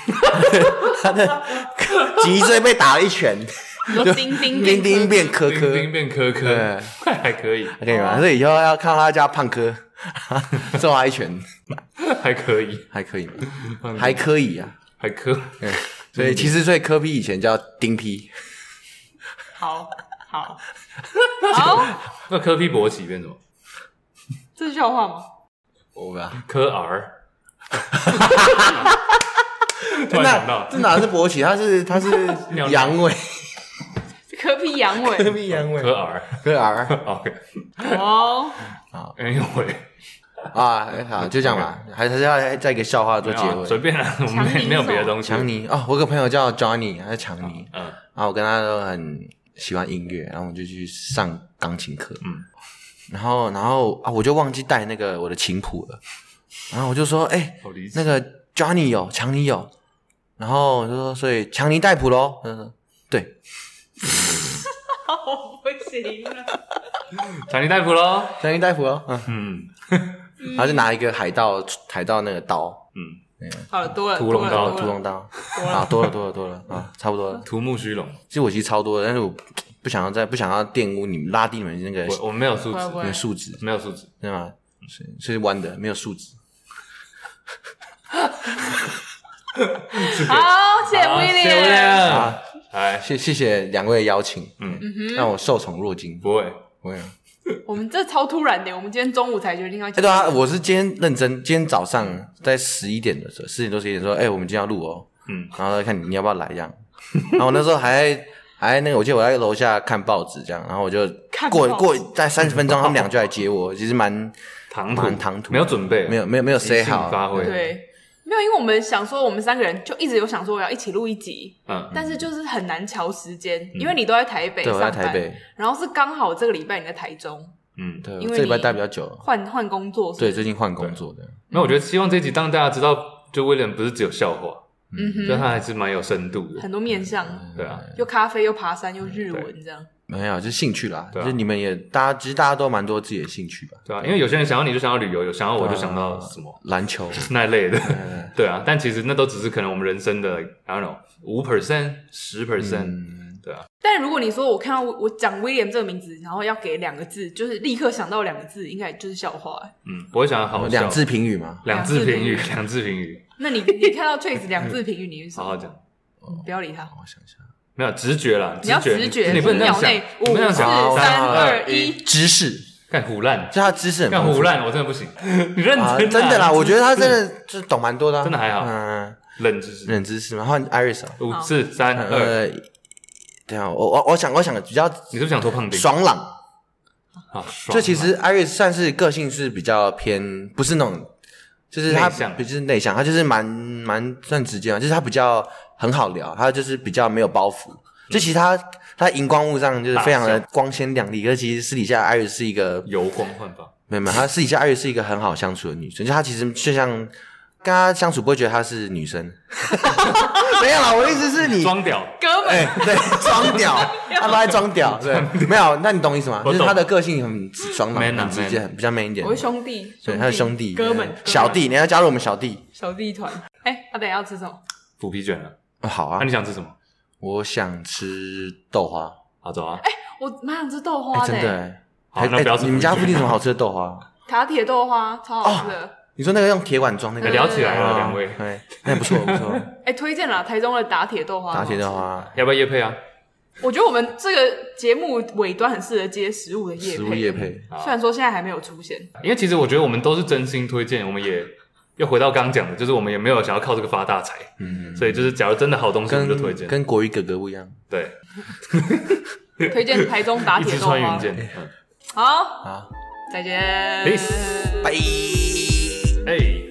Speaker 3: 他的 脊椎被打了一拳，
Speaker 2: 你说丁丁
Speaker 3: 丁丁变苛
Speaker 1: 丁丁
Speaker 3: 刻。
Speaker 1: 变苛刻，
Speaker 3: 对，
Speaker 1: 还可以，
Speaker 3: 可以吗？所以以后要看到他叫胖哥， 揍他一 拳，
Speaker 1: 还可以，
Speaker 3: 还可以吗？
Speaker 1: 胖丁
Speaker 3: 还可以啊。
Speaker 1: 还可
Speaker 3: 对，所以其实所以科比以前叫丁批，
Speaker 2: 好好好，
Speaker 1: 那科批勃起变什么？
Speaker 2: 这是笑话吗？
Speaker 3: 我吧，
Speaker 1: 科 R。突然想
Speaker 3: 那
Speaker 1: 到
Speaker 3: 这，哪是勃起，他是 他是
Speaker 1: 尿
Speaker 3: 阳痿，
Speaker 2: 科比阳
Speaker 3: 科
Speaker 2: 痿
Speaker 3: 比阳
Speaker 1: 科
Speaker 3: 痿，
Speaker 1: R。
Speaker 3: 科 R
Speaker 1: OK，
Speaker 2: 哦，
Speaker 1: Anyway，
Speaker 3: 啊，好，就这样 吧，还还是要再一个笑话做结
Speaker 1: 没有啊随
Speaker 3: 尾。
Speaker 1: 便啦，我们
Speaker 2: 强
Speaker 1: 没
Speaker 2: 尼
Speaker 1: 没有
Speaker 2: 是
Speaker 1: 别的
Speaker 2: 吗
Speaker 1: 东西。
Speaker 3: 强尼哦，我有个朋友叫 Johnny，他叫强尼，
Speaker 1: 嗯，
Speaker 3: 然后我跟他都很喜欢音乐，然后我们就去上钢琴课，
Speaker 1: 嗯
Speaker 3: 嗯，然后然后啊，我就忘记带那个我的琴谱了，然后我就说，哎、
Speaker 1: 好离奇
Speaker 3: 那。个 Johnny 有，强尼有，然后我就说，所以强尼戴普喽，嗯，对，
Speaker 2: 我不行啊了，
Speaker 1: 强尼戴普喽。
Speaker 3: 强尼戴普喽，嗯，
Speaker 1: 嗯
Speaker 3: 然后就拿一个海盗海盗那个刀，
Speaker 1: 嗯，
Speaker 2: 好了多了，
Speaker 1: 屠龙刀
Speaker 2: 多了
Speaker 3: 屠
Speaker 2: 多了
Speaker 3: 龙刀，
Speaker 2: 多了
Speaker 3: 啊，多了多了多了啊，差不多了，
Speaker 1: 图木虚荣。
Speaker 3: 其实我其实超多的，但是我不想要再不想要玷污你们拉低你们那个
Speaker 1: 我我没有素
Speaker 2: 乖
Speaker 1: 质，
Speaker 3: 你
Speaker 2: 乖
Speaker 3: 们，素质，
Speaker 1: 没有素质。
Speaker 3: 对吗？是是弯的，没有素质。
Speaker 2: 好，谢谢
Speaker 1: 好啊谢
Speaker 2: William，
Speaker 3: 啊
Speaker 1: William。哎，
Speaker 3: 谢谢谢两位的邀请，
Speaker 1: 嗯
Speaker 3: 嗯，让我受宠若惊。
Speaker 1: 不会，
Speaker 3: 我也，哎，
Speaker 2: 我们这超突然的，我们今天中午才决定要，
Speaker 3: 对啊，我是今天认真，今天早上在十一点的时候，十点多十一点说，哎，我们今天要录哦，
Speaker 1: 嗯，
Speaker 3: 然后看你你要不要来这样。然后我那时候还还那个，我记得我在楼下看报纸这样，然后我就
Speaker 2: 看
Speaker 3: 过
Speaker 2: 报纸
Speaker 3: 过在三十分钟，他们俩就来接我，其实蛮
Speaker 1: 唐突
Speaker 3: 蛮唐突，
Speaker 1: 没有准备，
Speaker 3: 没有没有没有
Speaker 1: 即
Speaker 3: say
Speaker 1: 兴发
Speaker 3: 好，
Speaker 1: 挥。，
Speaker 2: 对。没有，因为我们想说，我们三个人就一直有想说我要一起录一集，
Speaker 1: 嗯，
Speaker 2: 但是就是很难瞧时间，因为你都在台北
Speaker 3: 嗯对，
Speaker 2: 上
Speaker 3: 我
Speaker 2: 班，
Speaker 3: 在台北，
Speaker 2: 然后是刚好这个礼拜你在台中
Speaker 1: 嗯，
Speaker 3: 对，
Speaker 2: 因
Speaker 3: 我
Speaker 2: 为
Speaker 3: 这礼拜
Speaker 2: 你
Speaker 3: 待比较久，
Speaker 2: 换换工作，
Speaker 3: 对，，最近换工作的，
Speaker 1: 那我觉得希望这集让大家知道，就威廉不是只有笑话，
Speaker 2: 嗯
Speaker 1: 就
Speaker 2: 哼，
Speaker 1: 他还是蛮有深度
Speaker 3: 嗯
Speaker 1: 的。
Speaker 2: 很多面向，
Speaker 1: 对啊，
Speaker 2: 又咖啡又爬山又日文这样，
Speaker 3: 没有，就是兴趣啦，
Speaker 1: 对啊
Speaker 3: 就是你们也大家，其实大家都蛮多自己的兴趣吧，
Speaker 1: 对啊，因为有些人想要你就想要旅游，有想要我就想到
Speaker 3: 啊
Speaker 1: 什么
Speaker 3: 篮球，
Speaker 1: 那一类的，
Speaker 3: 嗯
Speaker 1: 对啊。但其实那都只是可能我们人生的 I don't know 五 percent、十 percent，
Speaker 3: 嗯，
Speaker 1: 对啊，
Speaker 2: 但如果你说我看到我我讲威廉这个名字，然后要给两个字，就是立刻想到两个字，应该就是笑话欸。
Speaker 1: 嗯，我会想要好好笑
Speaker 3: 两字评语嘛，
Speaker 1: 两字评语，
Speaker 2: 两字
Speaker 1: 两字评语，
Speaker 2: 那 你你看到 Trace 两字评语，你是什
Speaker 1: 好
Speaker 2: 么
Speaker 1: 好讲。
Speaker 2: 嗯不要理他，
Speaker 3: 我想一下，
Speaker 1: 没有直觉啦，
Speaker 2: 你要
Speaker 1: 觉，
Speaker 2: 直觉，
Speaker 1: 你不能这样
Speaker 2: 秒
Speaker 1: 想，
Speaker 2: 内
Speaker 1: 你
Speaker 2: 五
Speaker 1: 不能
Speaker 2: 四
Speaker 1: 这
Speaker 3: 想好
Speaker 2: 三
Speaker 3: 好
Speaker 2: 二
Speaker 1: 好
Speaker 2: 一，
Speaker 3: 知识，
Speaker 1: 干胡烂，
Speaker 3: 就他知识很
Speaker 1: 干
Speaker 3: 丰富
Speaker 1: 胡烂，我真的 不行，你认真
Speaker 3: 啊，
Speaker 1: 啊
Speaker 3: 真的啦，我觉得他真的就是懂蛮多的啊，
Speaker 1: 真的还好
Speaker 3: 嗯，
Speaker 1: 冷知识，
Speaker 3: 冷知识嘛，换 Iris 啊，
Speaker 1: 五四三二，
Speaker 3: 呃，等一下我我我想我想比较
Speaker 1: 你是不是想说胖丁？
Speaker 3: 爽朗，
Speaker 1: 啊，爽
Speaker 3: 就其实 Iris 算是个性是比较偏，不是那种，就是他
Speaker 1: 内向
Speaker 3: 不是内向，他就是蛮蛮算直接嘛，就是他比较很好聊，他就是比较没有包袱。就其实他他荧光幕上就是非常的
Speaker 1: 嗯大
Speaker 3: 光鲜亮丽，可是其实私底下 Iris 是一个
Speaker 1: 啊油光焕发，
Speaker 3: 没有没有，她私底下 Iris 是一个很好相处的女生，就她其实就像跟她相处不会觉得她是女 生。没有啦，我的意思是你
Speaker 1: 装屌，
Speaker 2: 哥们
Speaker 3: 哎、对，装屌，他都在装 屌，对，没有，那你懂意思吗？
Speaker 1: 我
Speaker 3: 就
Speaker 1: 懂
Speaker 3: 是他的个性很爽朗，
Speaker 1: Man 啊
Speaker 3: 很直接，
Speaker 1: man
Speaker 3: 很比较 man 一点
Speaker 2: 我。是兄弟，
Speaker 3: 对，他的兄弟、哎
Speaker 2: 哥们、
Speaker 3: 小
Speaker 2: 哥们
Speaker 3: 弟，你要加入我们小弟？
Speaker 2: 小弟团。哎，那等一下要吃什么？
Speaker 1: 腐皮卷了。
Speaker 3: 哦好啊
Speaker 1: 那，你想吃什么？
Speaker 3: 我想吃豆花。
Speaker 1: 好，走啊。
Speaker 2: 我蛮想吃豆
Speaker 3: 哎，
Speaker 2: 花的
Speaker 3: 真
Speaker 2: 欸，
Speaker 3: 的哎，
Speaker 1: 好那不要吃
Speaker 3: 你们家
Speaker 1: 腐
Speaker 3: 附
Speaker 1: 皮
Speaker 3: 近
Speaker 1: 卷
Speaker 3: 什么好吃的豆花？
Speaker 2: 塔铁豆花超
Speaker 3: 哦
Speaker 2: 好吃的。
Speaker 3: 你说那个用铁碗装那个？
Speaker 1: 哎聊起来了，
Speaker 3: 啊
Speaker 1: 两位
Speaker 3: 对，那不错不错，
Speaker 2: 哎，推荐啦，台中的打铁豆花。
Speaker 3: 打铁豆。花，
Speaker 1: 要不要夜配啊？
Speaker 2: 我觉得我们这个节目尾端很适合接食物的业
Speaker 3: 食物业
Speaker 2: 配，
Speaker 3: 配。
Speaker 1: 好
Speaker 2: 虽然说现在还没有出现。
Speaker 1: 因为其实我觉得我们都是真心推荐，我们也又回到刚讲的，就是我们也没有想要靠这个发大财，
Speaker 3: 嗯，
Speaker 1: 所以就是假如真的好东西，我们就推
Speaker 3: 跟
Speaker 1: 荐。
Speaker 3: 跟国语哥哥不一样
Speaker 1: 对，
Speaker 2: 推荐台中 打
Speaker 1: 一
Speaker 2: 铁
Speaker 1: 直
Speaker 2: 豆
Speaker 1: 穿
Speaker 2: 花
Speaker 1: 云。箭。
Speaker 3: 哎
Speaker 1: 嗯
Speaker 2: 好，
Speaker 3: 啊。
Speaker 2: 再见。
Speaker 1: Peace
Speaker 3: 拜。
Speaker 1: 哎。